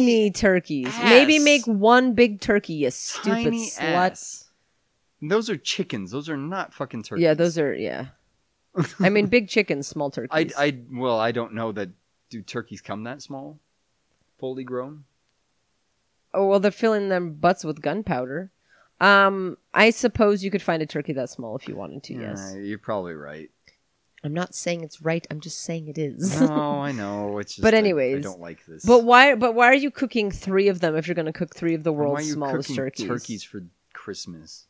Speaker 6: tiny turkeys.
Speaker 5: ass.
Speaker 6: Maybe make one big turkey, you stupid
Speaker 5: tiny
Speaker 6: slut.
Speaker 5: ass. And Those are chickens. Those are not fucking turkeys.
Speaker 6: Yeah, those are yeah. I mean, big chickens, small
Speaker 5: I,
Speaker 6: turkeys.
Speaker 5: I, well, I don't know that. Do turkeys come that small, fully grown?
Speaker 6: oh well, they're filling their butts with gunpowder. Um, I suppose you could find a turkey that small if you wanted to. Yes,
Speaker 5: Yeah, you're probably right.
Speaker 6: I'm not saying it's right. I'm just saying it is.
Speaker 5: No, I know. It's just
Speaker 6: But
Speaker 5: I- I,
Speaker 6: anyways,
Speaker 5: don't like this.
Speaker 6: But why? But why are you cooking three of them if you're going to cook three of the
Speaker 5: And why
Speaker 6: world's
Speaker 5: are you
Speaker 6: smallest
Speaker 5: cooking
Speaker 6: turkeys?
Speaker 5: turkeys for Christmas?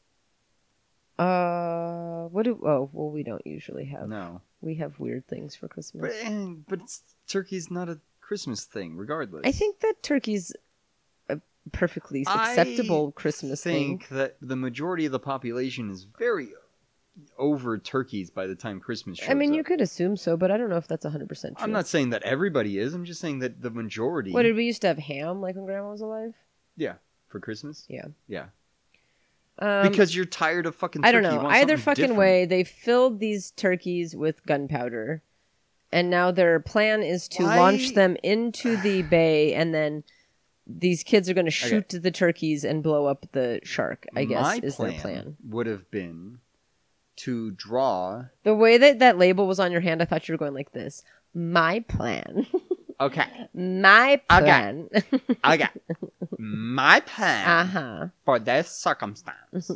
Speaker 6: Uh, what do? Oh, well, we don't usually have.
Speaker 5: No,
Speaker 6: We have weird things for Christmas.
Speaker 5: but and- but it's, turkey's not a Christmas thing, regardless.
Speaker 6: I think that turkey's a perfectly acceptable Christmas thing.
Speaker 5: think that the majority of the population is very over turkeys by the time Christmas shows
Speaker 6: I mean, you
Speaker 5: up.
Speaker 6: could assume so, but I don't know if that's 100% true.
Speaker 5: I'm not saying that everybody is. I'm just saying that the majority
Speaker 6: What did we used to have ham like when grandma was alive?
Speaker 5: for Christmas.
Speaker 6: Yeah.
Speaker 5: Yeah.
Speaker 6: Um,
Speaker 5: because you're tired of fucking turkey.
Speaker 6: I don't
Speaker 5: you
Speaker 6: know.
Speaker 5: want
Speaker 6: Either
Speaker 5: something
Speaker 6: fucking
Speaker 5: different.
Speaker 6: way, they filled these turkeys with gunpowder. And now their plan is to
Speaker 5: Why-
Speaker 6: launch them into the bay and then these kids are going to shoot the turkeys and blow up the shark, I guess
Speaker 5: My
Speaker 6: is
Speaker 5: plan
Speaker 6: their plan.
Speaker 5: would have been to draw
Speaker 6: The way that that label was on your hand, I thought you were going like this. My plan.
Speaker 5: Okay.
Speaker 6: My plan.
Speaker 5: Okay. My plan
Speaker 6: uh-huh.
Speaker 5: for this circumstance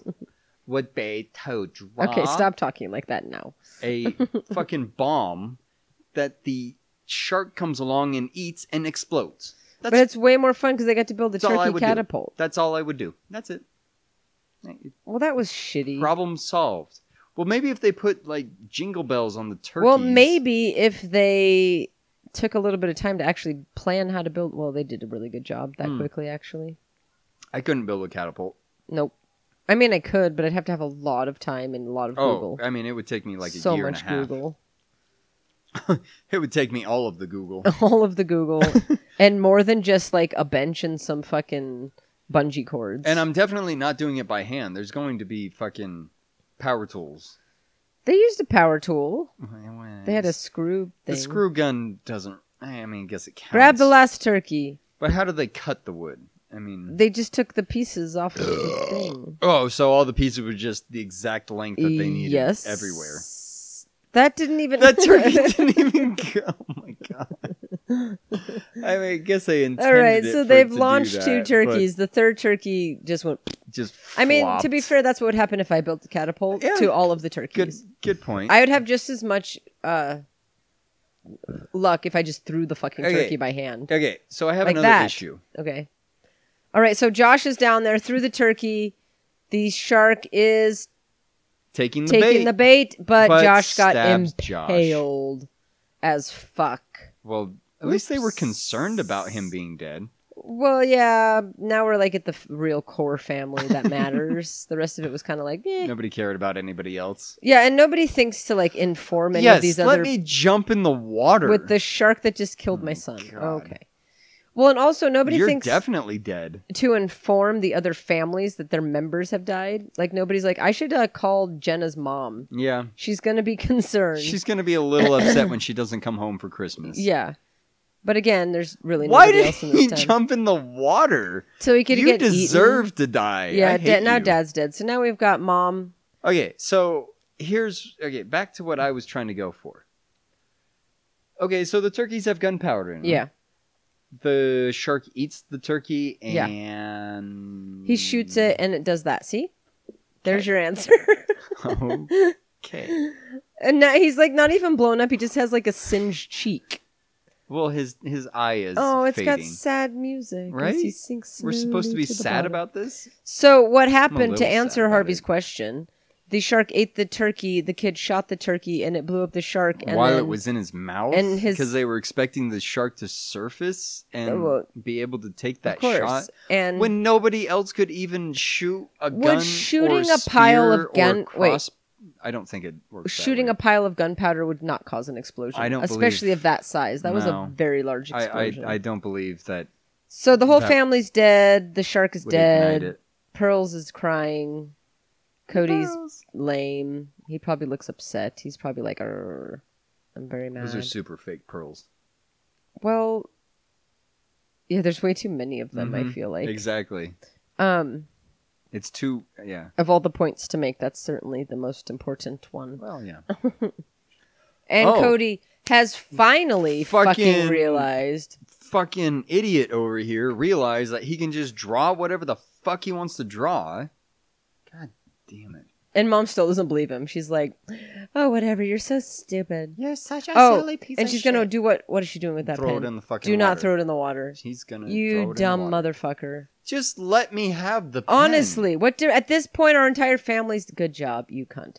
Speaker 5: would be to draw
Speaker 6: Okay, stop talking like that now.
Speaker 5: a fucking bomb that the shark comes along and eats and explodes. That's
Speaker 6: but it's way more fun because they got to build the
Speaker 5: That's all I
Speaker 6: turkey
Speaker 5: would do.
Speaker 6: catapult.
Speaker 5: that's all I would do. That's it.
Speaker 6: Well, that was shitty.
Speaker 5: Problem solved. Well, maybe if they put like jingle bells on the turkeys.
Speaker 6: Well, maybe if they took a little bit of time to actually plan how to build. Well, they did a really good job that
Speaker 5: Hmm.
Speaker 6: quickly, actually.
Speaker 5: I couldn't build a catapult.
Speaker 6: Nope. I mean, I could, but I'd have to have a lot of time and a lot of
Speaker 5: Oh,
Speaker 6: Google.
Speaker 5: I mean, it would take me like a
Speaker 6: so
Speaker 5: year
Speaker 6: much
Speaker 5: and a half.
Speaker 6: Google,
Speaker 5: It would take me all of the Google.
Speaker 6: all of the Google, and more than just like a bench and some fucking bungee cords.
Speaker 5: and I'm definitely not doing it by hand. There's going to be fucking power tools.
Speaker 6: they used a power tool. They had a screw thing.
Speaker 5: the screw gun doesn't. I mean, I guess it counts.
Speaker 6: Grab the last turkey.
Speaker 5: But how do they cut the wood? I mean,
Speaker 6: They just took the pieces off of the thing.
Speaker 5: oh, so all the pieces were just the exact length that they needed
Speaker 6: yes.
Speaker 5: everywhere.
Speaker 6: That didn't even.
Speaker 5: That turkey didn't even go. Oh my god! I mean, I guess they intended.
Speaker 6: All right, so
Speaker 5: it for it
Speaker 6: they've
Speaker 5: to do
Speaker 6: launched two
Speaker 5: that,
Speaker 6: turkeys. The third turkey just went.
Speaker 5: but Just
Speaker 6: I mean, to be
Speaker 5: flopped.
Speaker 6: fair, that's what would happen if I built the catapult
Speaker 5: Yeah.
Speaker 6: to all of the
Speaker 5: good,
Speaker 6: turkeys.
Speaker 5: good point.
Speaker 6: I would have just as much uh, luck if I just threw the fucking
Speaker 5: Okay.
Speaker 6: turkey by hand.
Speaker 5: okay, so I have
Speaker 6: Like
Speaker 5: another
Speaker 6: that.
Speaker 5: issue.
Speaker 6: Okay. All right, so Josh is down there, threw the turkey. The shark is
Speaker 5: Taking the
Speaker 6: taking
Speaker 5: bait.
Speaker 6: the bait, but,
Speaker 5: But
Speaker 6: Josh got
Speaker 5: stabs Josh.
Speaker 6: impaled as fuck.
Speaker 5: Well, at least they were
Speaker 6: Oops.
Speaker 5: concerned about him being dead.
Speaker 6: Well, yeah, now we're like at the f- real core family that matters. the rest of it was kind of like, eh.
Speaker 5: Nobody cared about anybody else.
Speaker 6: yeah, and nobody thinks to like inform any
Speaker 5: yes,
Speaker 6: of these
Speaker 5: let
Speaker 6: other
Speaker 5: me jump in the water.
Speaker 6: with the shark that just killed my son.
Speaker 5: God.
Speaker 6: Okay. Well, and also nobody
Speaker 5: You're
Speaker 6: thinks
Speaker 5: definitely dead.
Speaker 6: to inform the other families that their members have died. Like nobody's like, I should uh, call Jenna's mom.
Speaker 5: Yeah,
Speaker 6: She's gonna be concerned.
Speaker 5: she's gonna be a little upset when she doesn't come home for Christmas.
Speaker 6: yeah. But again, there's really
Speaker 5: Why
Speaker 6: nobody
Speaker 5: did
Speaker 6: else in this
Speaker 5: he
Speaker 6: town.
Speaker 5: jump in the water?
Speaker 6: So he could
Speaker 5: you
Speaker 6: get
Speaker 5: deserve
Speaker 6: eaten.
Speaker 5: to die.
Speaker 6: Yeah,
Speaker 5: I
Speaker 6: da-
Speaker 5: hate
Speaker 6: now
Speaker 5: you.
Speaker 6: dad's dead. So now we've got mom.
Speaker 5: Okay, so here's okay. Back to what I was trying to go for. Okay, so the turkeys have gunpowder in them.
Speaker 6: Yeah,
Speaker 5: The shark eats the turkey
Speaker 6: Yeah.
Speaker 5: and
Speaker 6: he shoots it and it does that. See, there's your answer.
Speaker 5: Oh. okay.
Speaker 6: and now he's like not even blown up. He just has like a singed cheek.
Speaker 5: Well, his his eye is
Speaker 6: Oh, it's
Speaker 5: fading.
Speaker 6: got sad music. as
Speaker 5: Right?
Speaker 6: he sinks
Speaker 5: We're supposed to be
Speaker 6: slowly the
Speaker 5: sad
Speaker 6: bottom.
Speaker 5: about this.
Speaker 6: So what
Speaker 5: little
Speaker 6: happened to
Speaker 5: sad
Speaker 6: answer
Speaker 5: about
Speaker 6: Harvey's
Speaker 5: it.
Speaker 6: question? The shark ate the turkey. The kid shot the turkey, and it blew up the shark. And
Speaker 5: While
Speaker 6: then,
Speaker 5: it was in his mouth,
Speaker 6: and his-
Speaker 5: because they were expecting the shark to surface and
Speaker 6: Well,
Speaker 5: be able to take
Speaker 6: of
Speaker 5: that
Speaker 6: course,
Speaker 5: shot.
Speaker 6: and
Speaker 5: when nobody else could even shoot a
Speaker 6: Would
Speaker 5: gun or
Speaker 6: shooting a pile of
Speaker 5: spear or
Speaker 6: gun- wait.
Speaker 5: cross- I don't think it works.
Speaker 6: shooting a
Speaker 5: that
Speaker 6: pile of gunpowder would not cause an explosion.
Speaker 5: I don't
Speaker 6: especially
Speaker 5: believe-
Speaker 6: of that size. That was a
Speaker 5: No.
Speaker 6: very large
Speaker 5: way. I,
Speaker 6: explosion.
Speaker 5: I I don't believe that
Speaker 6: so the whole
Speaker 5: that
Speaker 6: family's dead. The shark is
Speaker 5: would ignite
Speaker 6: dead.
Speaker 5: it.
Speaker 6: Pearls is crying. Cody's lame. He probably looks upset. He's probably like, "Arr, I'm very mad.
Speaker 5: Those are super fake pearls.
Speaker 6: well, yeah, there's way too many of them. I
Speaker 5: Mhm.
Speaker 6: feel like
Speaker 5: exactly.
Speaker 6: um,
Speaker 5: It's too yeah.
Speaker 6: of all the points to make, that's certainly the most important one.
Speaker 5: Well yeah.
Speaker 6: And
Speaker 5: Oh.
Speaker 6: Cody has finally fucking,
Speaker 5: Fucking-
Speaker 6: realized.
Speaker 5: Fucking idiot over here realized that he can just draw whatever the fuck he wants to draw. God damn it.
Speaker 6: And mom still doesn't believe him. She's like, "Oh, whatever. You're so stupid."
Speaker 4: You're such a
Speaker 6: Oh,
Speaker 4: silly piece
Speaker 6: and
Speaker 4: of
Speaker 6: she's
Speaker 4: shit.
Speaker 6: gonna do what? What is she doing with that
Speaker 5: throw
Speaker 6: pen?
Speaker 5: it in the fucking
Speaker 6: do not
Speaker 5: water.
Speaker 6: throw it in the water.
Speaker 5: He's gonna throw
Speaker 6: You
Speaker 5: it
Speaker 6: dumb
Speaker 5: in the water. Hmm.
Speaker 6: motherfucker.
Speaker 5: Just let me have the pen.
Speaker 6: Honestly, what do at this point our entire family's good job, you cunt.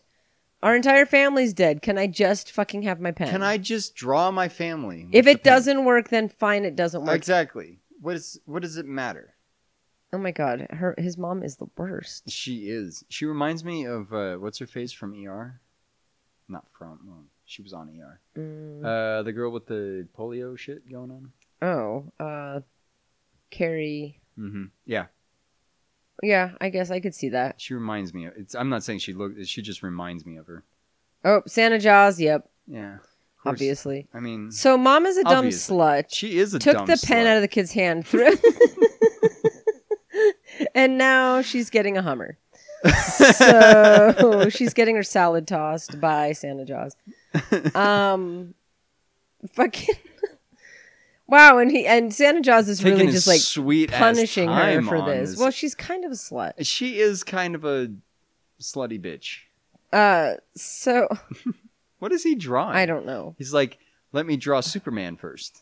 Speaker 6: Our entire family's dead. Can I just fucking have my pen?
Speaker 5: Can I just draw my family? with
Speaker 6: If
Speaker 5: the
Speaker 6: it
Speaker 5: pen?
Speaker 6: doesn't work, then fine, it doesn't work.
Speaker 5: Exactly. What is what does it matter?
Speaker 6: Oh my god, her his mom is the worst.
Speaker 5: She is. She reminds me of uh, what's her face from ER? Not from. well, she was on ER.
Speaker 6: Mm.
Speaker 5: Uh, the girl with the polio shit going on.
Speaker 6: oh, uh, Carrie.
Speaker 5: Mm-hmm. Yeah,
Speaker 6: Yeah, I guess I could see that.
Speaker 5: she reminds me. Of, it's. I'm not saying she look. She just reminds me of her.
Speaker 6: Oh, Santa Jaws. Yep,
Speaker 5: Yeah. Of course.
Speaker 6: obviously.
Speaker 5: I mean,
Speaker 6: So mom is a dumb
Speaker 5: Obviously.
Speaker 6: slut.
Speaker 5: she is a
Speaker 6: took
Speaker 5: dumb
Speaker 6: the pen
Speaker 5: slut.
Speaker 6: out of the kid's hand threw and now she's getting a hummer so she's getting her salad tossed by santa jaws um fucking wow and he and santa jaws is
Speaker 5: Taking
Speaker 6: really
Speaker 5: his
Speaker 6: just like
Speaker 5: sweet ass
Speaker 6: punishing her
Speaker 5: time
Speaker 6: for
Speaker 5: on
Speaker 6: this well she's kind of a slut
Speaker 5: she is kind of a slutty bitch.
Speaker 6: Uh, so
Speaker 5: What is he drawing?
Speaker 6: I don't know.
Speaker 5: He's like, let me draw Superman first.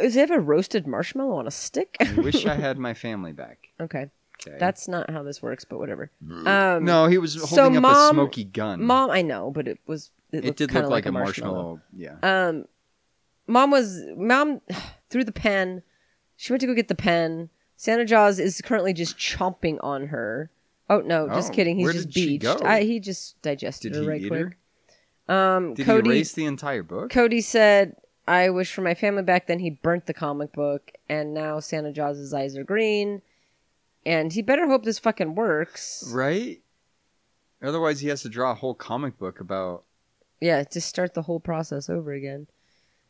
Speaker 6: Is it a roasted marshmallow on a stick?
Speaker 5: I wish I had my family back.
Speaker 6: okay,
Speaker 5: Okay.
Speaker 6: that's not how this works, but whatever. Um,
Speaker 5: no, he was
Speaker 6: so
Speaker 5: holding up a
Speaker 6: Mom-
Speaker 5: smoky gun.
Speaker 6: mom, I know, but it was it,
Speaker 5: it
Speaker 6: looked
Speaker 5: did
Speaker 6: kinda
Speaker 5: look like, a
Speaker 6: marshmallow.
Speaker 5: marshmallow. Yeah.
Speaker 6: Um, mom was mom threw the pen. She went to go get the pen. Santa Jaws is currently just chomping on her. Oh no, just
Speaker 5: Oh,
Speaker 6: kidding. He's
Speaker 5: where
Speaker 6: just
Speaker 5: did she
Speaker 6: beached.
Speaker 5: go?
Speaker 6: I, he just digested
Speaker 5: Did
Speaker 6: her
Speaker 5: he
Speaker 6: right
Speaker 5: eat
Speaker 6: quick.
Speaker 5: her?
Speaker 6: Um,
Speaker 5: Did
Speaker 6: Cody
Speaker 5: he erase the entire book?
Speaker 6: Cody said, "I wish for my family back." Then he burnt the comic book, and now Santa Jaws' eyes are green. And he better hope this fucking works.
Speaker 5: right? Otherwise, he has to draw a whole comic book about.
Speaker 6: Yeah, just start the whole process over again.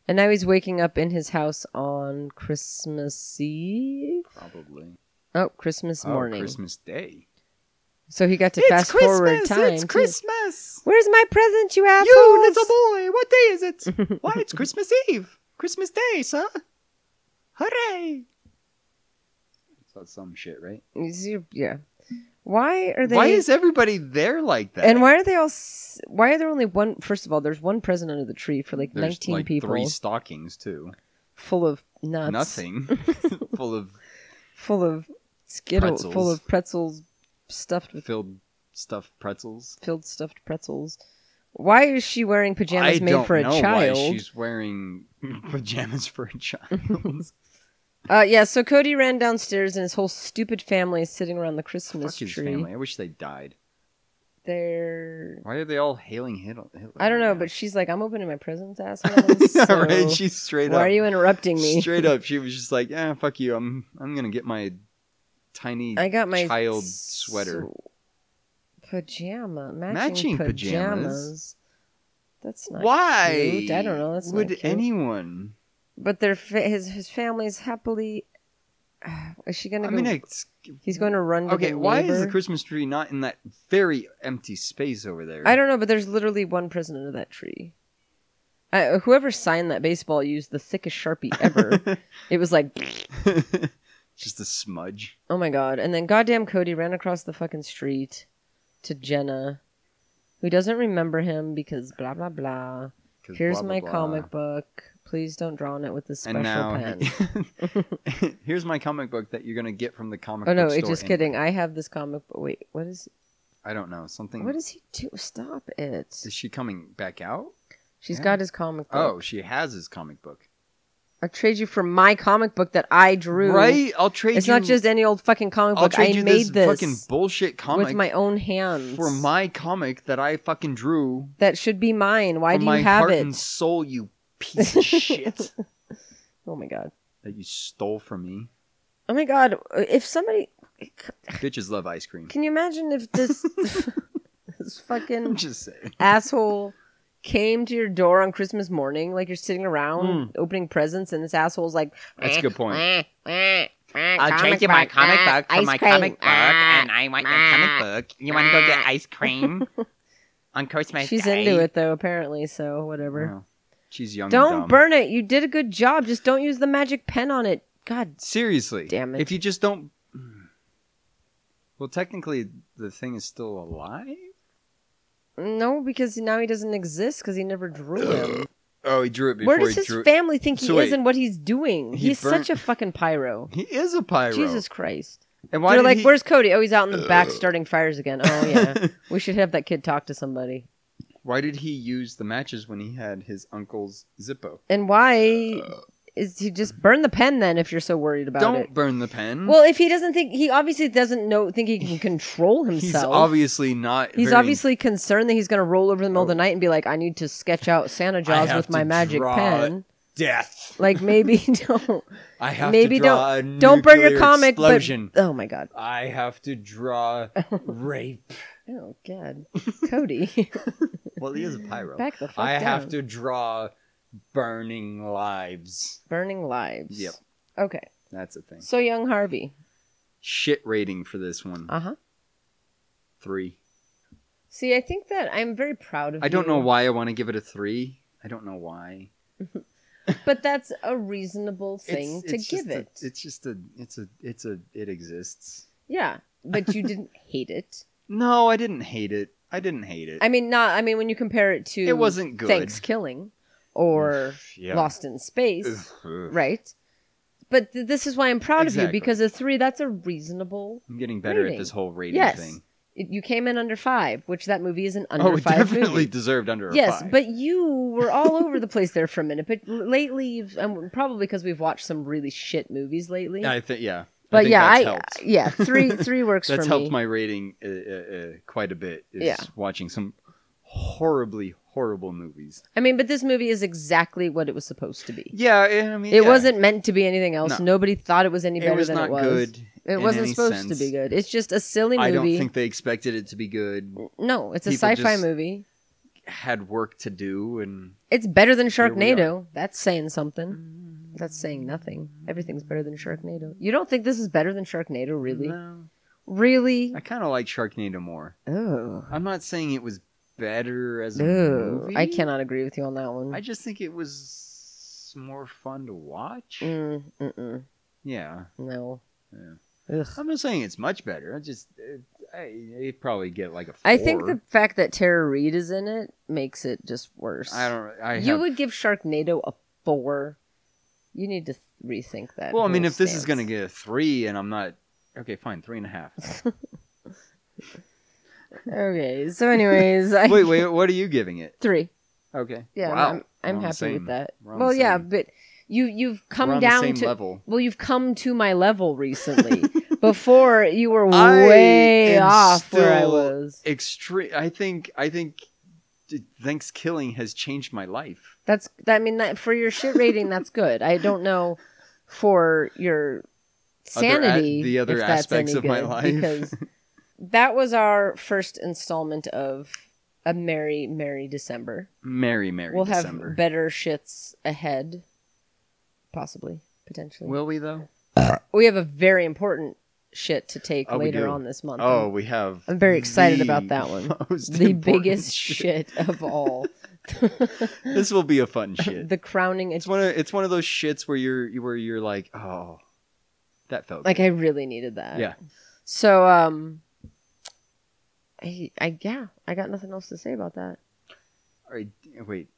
Speaker 6: And now he's waking up in his house on Christmas Eve.
Speaker 5: Probably.
Speaker 6: Oh, Christmas
Speaker 5: Oh,
Speaker 6: morning.
Speaker 5: Christmas Day.
Speaker 6: So he got to fast forward time.
Speaker 5: It's
Speaker 6: too.
Speaker 5: Christmas.
Speaker 6: Where's my present, you asshole?
Speaker 5: You little boy, what day is it? Why, it's Christmas Eve. Christmas Day, sir. Hooray! That's some shit, right?
Speaker 6: Yeah. Why are they?
Speaker 5: Why is everybody there like that?
Speaker 6: and why are they all? s- Why are there only one? First of all, there's one present under the tree for like
Speaker 5: There's
Speaker 6: 19
Speaker 5: like
Speaker 6: people,
Speaker 5: Three stockings too.
Speaker 6: full of nuts,
Speaker 5: Nothing. Full of
Speaker 6: full of skittles,
Speaker 5: Pretzels.
Speaker 6: full of pretzels, stuffed with
Speaker 5: filled stuffed pretzels.
Speaker 6: filled stuffed pretzels. Why is she wearing pajamas
Speaker 5: I
Speaker 6: made
Speaker 5: don't
Speaker 6: for a
Speaker 5: know
Speaker 6: child?
Speaker 5: why she's wearing pajamas for a child.
Speaker 6: Uh, yeah. So Cody ran downstairs, and his whole stupid family is sitting around the Christmas
Speaker 5: Fuck his
Speaker 6: tree.
Speaker 5: family. I wish they died.
Speaker 6: They're
Speaker 5: Why are they all hailing Hitler? Hitler
Speaker 6: I don't know,
Speaker 5: now?
Speaker 6: but she's like, I'm opening my presents, asshole.
Speaker 5: yeah,
Speaker 6: so
Speaker 5: right. She's straight
Speaker 6: why
Speaker 5: up.
Speaker 6: are you interrupting me?
Speaker 5: Straight up, she was just like, "Yeah, fuck you. I'm I'm gonna get my tiny
Speaker 6: I got my
Speaker 5: child
Speaker 6: s-
Speaker 5: sweater."
Speaker 6: pajama, matching,
Speaker 5: Matching
Speaker 6: pajamas.
Speaker 5: pajamas.
Speaker 6: That's not
Speaker 5: Why?
Speaker 6: cute. I don't know. That's not
Speaker 5: would
Speaker 6: cute.
Speaker 5: anyone?
Speaker 6: But their fa- his his family's happily. is she gonna?
Speaker 5: I
Speaker 6: go-
Speaker 5: mean, it's
Speaker 6: he's going to run. To
Speaker 5: okay.
Speaker 6: the
Speaker 5: Why is the
Speaker 6: neighbor?
Speaker 5: Christmas tree not in that very empty space over there?
Speaker 6: I don't know, but there's literally one person under that tree. Uh, whoever signed that baseball used the thickest sharpie ever. it was like,
Speaker 5: don't. just a smudge.
Speaker 6: oh my god! And then goddamn Cody ran across the fucking street to Jenna, who doesn't remember him because blah blah blah.
Speaker 5: 'cause
Speaker 6: Here's
Speaker 5: blah, blah,
Speaker 6: my
Speaker 5: blah.
Speaker 6: comic book. Please don't draw on it with this special
Speaker 5: And now,
Speaker 6: pen.
Speaker 5: here's my comic book that you're gonna get from the comic.
Speaker 6: oh no!
Speaker 5: book
Speaker 6: It's
Speaker 5: store
Speaker 6: just kidding. I have this comic. book. Wait, what is?
Speaker 5: I don't know something.
Speaker 6: What does he do? Stop it!
Speaker 5: Is she coming back out?
Speaker 6: She's
Speaker 5: Yeah.
Speaker 6: got his comic book.
Speaker 5: Oh, she has his comic book.
Speaker 6: I'll trade you for my comic book that I drew.
Speaker 5: Right? I'll trade
Speaker 6: It's
Speaker 5: you.
Speaker 6: not just any old fucking comic
Speaker 5: I'll
Speaker 6: book. I
Speaker 5: trade you
Speaker 6: made
Speaker 5: this,
Speaker 6: this,
Speaker 5: fucking bullshit comic
Speaker 6: with my own hands.
Speaker 5: for my comic that I fucking drew.
Speaker 6: that should be mine. Why
Speaker 5: for
Speaker 6: do
Speaker 5: my
Speaker 6: you have
Speaker 5: heart
Speaker 6: it?
Speaker 5: and soul, you piece of shit
Speaker 6: Oh my god.
Speaker 5: that you stole from me.
Speaker 6: Oh my god. If somebody
Speaker 5: Bitches love ice cream.
Speaker 6: can you imagine if this this
Speaker 5: I'm
Speaker 6: fucking
Speaker 5: just saying.
Speaker 6: asshole came to your door on Christmas morning, like you're sitting around
Speaker 5: Mm.
Speaker 6: opening presents, and this asshole's like,
Speaker 5: That's a good point.
Speaker 4: I'll trade you my comic book for
Speaker 3: ice
Speaker 4: my
Speaker 3: cream.
Speaker 4: comic book,
Speaker 3: Ah,
Speaker 4: and I want your
Speaker 3: ah,
Speaker 4: comic book. You want to go get ice cream on Christmas
Speaker 6: she's
Speaker 4: Day?
Speaker 6: into it though, apparently. So whatever.
Speaker 5: Wow. She's young. and
Speaker 6: Don't
Speaker 5: dumb.
Speaker 6: burn it. You did a good job. Just don't use the magic pen on it. God.
Speaker 5: Seriously.
Speaker 6: Damn it.
Speaker 5: If you just don't. Well, technically, the thing is still alive.
Speaker 6: No, because now he doesn't exist because he never drew him.
Speaker 5: Oh, he drew it before
Speaker 6: Where does
Speaker 5: he
Speaker 6: his
Speaker 5: drew.
Speaker 6: family think he
Speaker 5: So
Speaker 6: is
Speaker 5: wait,
Speaker 6: and what he's doing?
Speaker 5: he
Speaker 6: he's
Speaker 5: burnt-
Speaker 6: such a fucking pyro.
Speaker 5: he is a pyro.
Speaker 6: Jesus Christ.
Speaker 5: And why
Speaker 6: They're
Speaker 5: did
Speaker 6: like,
Speaker 5: he- Uh.
Speaker 6: where's Cody? Oh, he's out in the back starting fires again. Oh, yeah. we should have that kid talk to somebody.
Speaker 5: Why did he use the matches when he had his uncle's Zippo?
Speaker 6: And why is he just burn the pen then if you're so worried about
Speaker 5: Uh. Don't
Speaker 6: it?
Speaker 5: burn the pen.
Speaker 6: Well, if he doesn't think, he obviously doesn't know, think he can control himself.
Speaker 5: he's obviously not.
Speaker 6: He's
Speaker 5: very-
Speaker 6: obviously concerned that he's going to roll over in the middle of the
Speaker 5: Oh.
Speaker 6: night and be like, "I need to sketch out Santa Jaws
Speaker 5: have
Speaker 6: with my
Speaker 5: to
Speaker 6: magic
Speaker 5: draw
Speaker 6: pen."
Speaker 5: death.
Speaker 6: Like maybe don't
Speaker 5: I have
Speaker 6: maybe
Speaker 5: to draw a
Speaker 6: don't don't burn your
Speaker 5: nuclear
Speaker 6: comic.
Speaker 5: explosion.
Speaker 6: But oh my god,
Speaker 5: I have to draw rape.
Speaker 6: oh god, Cody,
Speaker 5: Well, he is a pyro.
Speaker 6: back the fuck
Speaker 5: I
Speaker 6: down.
Speaker 5: have to draw burning lives.
Speaker 6: burning lives.
Speaker 5: Yep.
Speaker 6: Okay,
Speaker 5: That's a thing.
Speaker 6: so young Harvey.
Speaker 5: Shit rating for this one
Speaker 6: Uh huh.
Speaker 5: three.
Speaker 6: See, I think that I'm very proud of.
Speaker 5: I don't
Speaker 6: you,
Speaker 5: know why I want to give it a three. I don't know why.
Speaker 6: but that's a reasonable thing
Speaker 5: It's-
Speaker 6: to
Speaker 5: it's
Speaker 6: give
Speaker 5: just a-
Speaker 6: it.
Speaker 5: it's just a. It's a. It's a. It exists.
Speaker 6: Yeah, but you didn't hate it.
Speaker 5: No, I didn't hate it. I didn't hate it.
Speaker 6: I mean, not. I mean, when you compare it to
Speaker 5: It wasn't good.
Speaker 6: Thanks Killing or
Speaker 5: yeah.
Speaker 6: Lost in Space,
Speaker 5: Ugh.
Speaker 6: right? But th- this is why I'm proud of you
Speaker 5: Exactly.
Speaker 6: because a three. That's a reasonable.
Speaker 5: I'm getting better
Speaker 6: Rating.
Speaker 5: at this whole rating
Speaker 6: yes,
Speaker 5: thing.
Speaker 6: It- you came in under five, which that movie is an under
Speaker 5: Oh, it
Speaker 6: five
Speaker 5: definitely
Speaker 6: movie.
Speaker 5: deserved under a
Speaker 6: Yes,
Speaker 5: five.
Speaker 6: but you were all over the place there for a minute. But l- lately, you've, um, probably because we've watched some really shit movies lately.
Speaker 5: I think yeah. I
Speaker 6: but
Speaker 5: think
Speaker 6: yeah,
Speaker 5: that's
Speaker 6: I
Speaker 5: helped.
Speaker 6: yeah three three works
Speaker 5: that's
Speaker 6: for
Speaker 5: helped
Speaker 6: me.
Speaker 5: my rating uh, uh, uh, quite a bit. Is
Speaker 6: Yeah.
Speaker 5: watching some horribly horrible movies.
Speaker 6: I mean, but this movie is exactly what it was supposed to be.
Speaker 5: Yeah, I mean,
Speaker 6: It
Speaker 5: yeah.
Speaker 6: wasn't meant to be anything else.
Speaker 5: No.
Speaker 6: Nobody thought it was any better
Speaker 5: It was
Speaker 6: than
Speaker 5: not
Speaker 6: it was.
Speaker 5: good.
Speaker 6: It
Speaker 5: in
Speaker 6: wasn't
Speaker 5: any
Speaker 6: supposed to
Speaker 5: sense.
Speaker 6: be good. It's just a silly movie.
Speaker 5: I don't think they expected it to be good.
Speaker 6: no, it's a
Speaker 5: people
Speaker 6: sci-fi
Speaker 5: just-
Speaker 6: movie.
Speaker 5: Had work to do, and
Speaker 6: It's better than
Speaker 5: Here we
Speaker 6: Sharknado. That's saying something. That's saying nothing. Everything's better than Sharknado. You don't think this is better than Sharknado, really?
Speaker 5: No,
Speaker 6: Really?
Speaker 5: I kind of like Sharknado more.
Speaker 6: Oh.
Speaker 5: I'm not saying it was better as a
Speaker 6: No,
Speaker 5: movie.
Speaker 6: I cannot agree with you on that one.
Speaker 5: I just think it was more fun to watch.
Speaker 6: Mm, mm-mm,
Speaker 5: Yeah,
Speaker 6: no.
Speaker 5: Yeah.
Speaker 6: Ugh.
Speaker 5: I'm not saying it's much better. I just it, I it'd probably get like a. Four.
Speaker 6: I think the fact that Tara Reid is in it makes it just worse.
Speaker 5: I don't. I
Speaker 6: you
Speaker 5: have-
Speaker 6: would give Sharknado a four. You need to th- rethink that.
Speaker 5: Well, I
Speaker 6: whole
Speaker 5: mean, if this is
Speaker 6: stance.
Speaker 5: gonna get a three, and I'm not okay, fine, three and a half.
Speaker 6: Okay. So, anyways, I
Speaker 5: wait, wait, what are you giving it?
Speaker 6: three.
Speaker 5: Okay.
Speaker 6: Yeah,
Speaker 5: Wow.
Speaker 6: I'm, I'm
Speaker 5: We're on the
Speaker 6: happy
Speaker 5: same-
Speaker 6: with that.
Speaker 5: we're on
Speaker 6: Well,
Speaker 5: the
Speaker 6: yeah,
Speaker 5: same-
Speaker 6: but you you've
Speaker 5: we're
Speaker 6: come
Speaker 5: on
Speaker 6: down
Speaker 5: the same
Speaker 6: to
Speaker 5: level.
Speaker 6: well, you've come to my level recently. Before you were
Speaker 5: I
Speaker 6: way
Speaker 5: am
Speaker 6: off where I
Speaker 5: still-
Speaker 6: was.
Speaker 5: Extreme. I think. I think. Thanks, killing has changed my life.
Speaker 6: That's I mean that for your shit rating, that's good. I don't know for your
Speaker 5: Other a-
Speaker 6: sanity.
Speaker 5: the other
Speaker 6: if that's
Speaker 5: aspects
Speaker 6: any
Speaker 5: of my
Speaker 6: good,
Speaker 5: life.
Speaker 6: because that was our first installment of a merry, merry December.
Speaker 5: Merry, merry
Speaker 6: we'll
Speaker 5: December.
Speaker 6: have better shits ahead, possibly, potentially.
Speaker 5: Will we though?
Speaker 6: we have a very important shit to take
Speaker 5: Oh, we
Speaker 6: later
Speaker 5: do.
Speaker 6: on this month.
Speaker 5: Oh, we have.
Speaker 6: I'm very excited
Speaker 5: the
Speaker 6: about that one.
Speaker 5: most
Speaker 6: the
Speaker 5: important
Speaker 6: biggest
Speaker 5: shit.
Speaker 6: shit of all,
Speaker 5: This will be a fun shit.
Speaker 6: the crowning.
Speaker 5: It's one of it's one of those shits where you're you- where you're like, oh, that felt
Speaker 6: Like I really needed that.
Speaker 5: yeah.
Speaker 6: So um I I yeah, I got nothing else to say about that.
Speaker 5: All right, wait.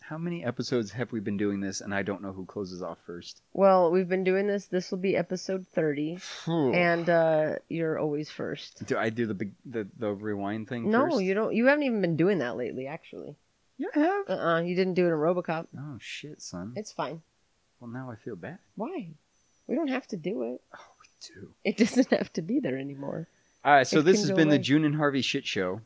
Speaker 5: How many episodes have we been doing this, and I don't know who closes off first?
Speaker 6: Well, we've been doing this. This will be episode 30 and uh you're always first.
Speaker 5: do I do the big the, the rewind thing?
Speaker 6: No,
Speaker 5: first?
Speaker 6: you don't you haven't even been doing that lately actually.
Speaker 5: Yeah, I have.
Speaker 6: Uh-uh, you didn't do it in RoboCop.
Speaker 5: Oh shit, son.
Speaker 6: It's fine.
Speaker 5: Well, now I feel bad.
Speaker 6: Why? We don't have to do it.
Speaker 5: We do.
Speaker 6: It doesn't have to be there anymore.
Speaker 5: All right, so
Speaker 6: It
Speaker 5: this
Speaker 6: can
Speaker 5: has
Speaker 6: go
Speaker 5: been
Speaker 6: away.
Speaker 5: the June and Harvey shit show.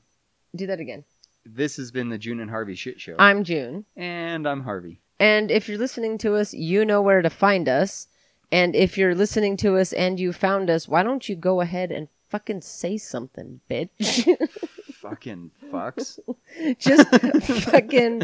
Speaker 6: Do that again.
Speaker 5: This has been the June and Harvey shit show.
Speaker 6: I'm June.
Speaker 5: and I'm Harvey.
Speaker 6: And if you're listening to us, you know where to find us. And if you're listening to us and you found us, why don't you go ahead and fucking say something, bitch?
Speaker 5: Fucking fucks.
Speaker 6: Just fucking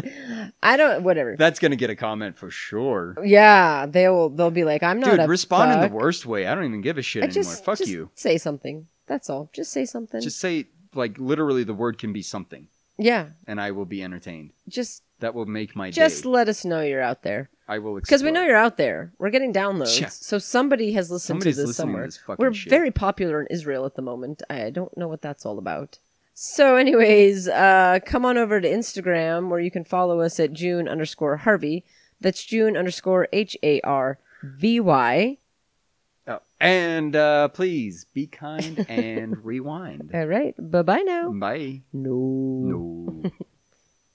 Speaker 6: I don't whatever.
Speaker 5: That's gonna get a comment for sure.
Speaker 6: yeah, they will they'll be like, I'm not
Speaker 5: Dude,
Speaker 6: a
Speaker 5: respond in the
Speaker 6: fuck."
Speaker 5: worst way. I don't even give a shit
Speaker 6: I
Speaker 5: anymore.
Speaker 6: just,
Speaker 5: Fuck
Speaker 6: just
Speaker 5: you.
Speaker 6: Say something. That's all. Just say something.
Speaker 5: Just say like literally the word can be something,
Speaker 6: yeah.
Speaker 5: and I will be entertained.
Speaker 6: Just
Speaker 5: That will make my
Speaker 6: just
Speaker 5: day.
Speaker 6: let us know you're out there.
Speaker 5: I will
Speaker 6: Because we
Speaker 5: explode.
Speaker 6: know you're out there. We're getting downloads.
Speaker 5: Yeah.
Speaker 6: So somebody has listened
Speaker 5: Somebody's
Speaker 6: to this
Speaker 5: listening to
Speaker 6: somewhere.
Speaker 5: this fucking
Speaker 6: We're
Speaker 5: shit.
Speaker 6: very popular in Israel at the moment. I don't know what that's all about. So, anyways, uh, come on over to Instagram where you can follow us at June underscore Harvey. That's June underscore H A R V Y.
Speaker 5: Oh, and uh, please be kind and rewind.
Speaker 6: All right. Bye bye now.
Speaker 5: Bye.
Speaker 6: No.
Speaker 5: No.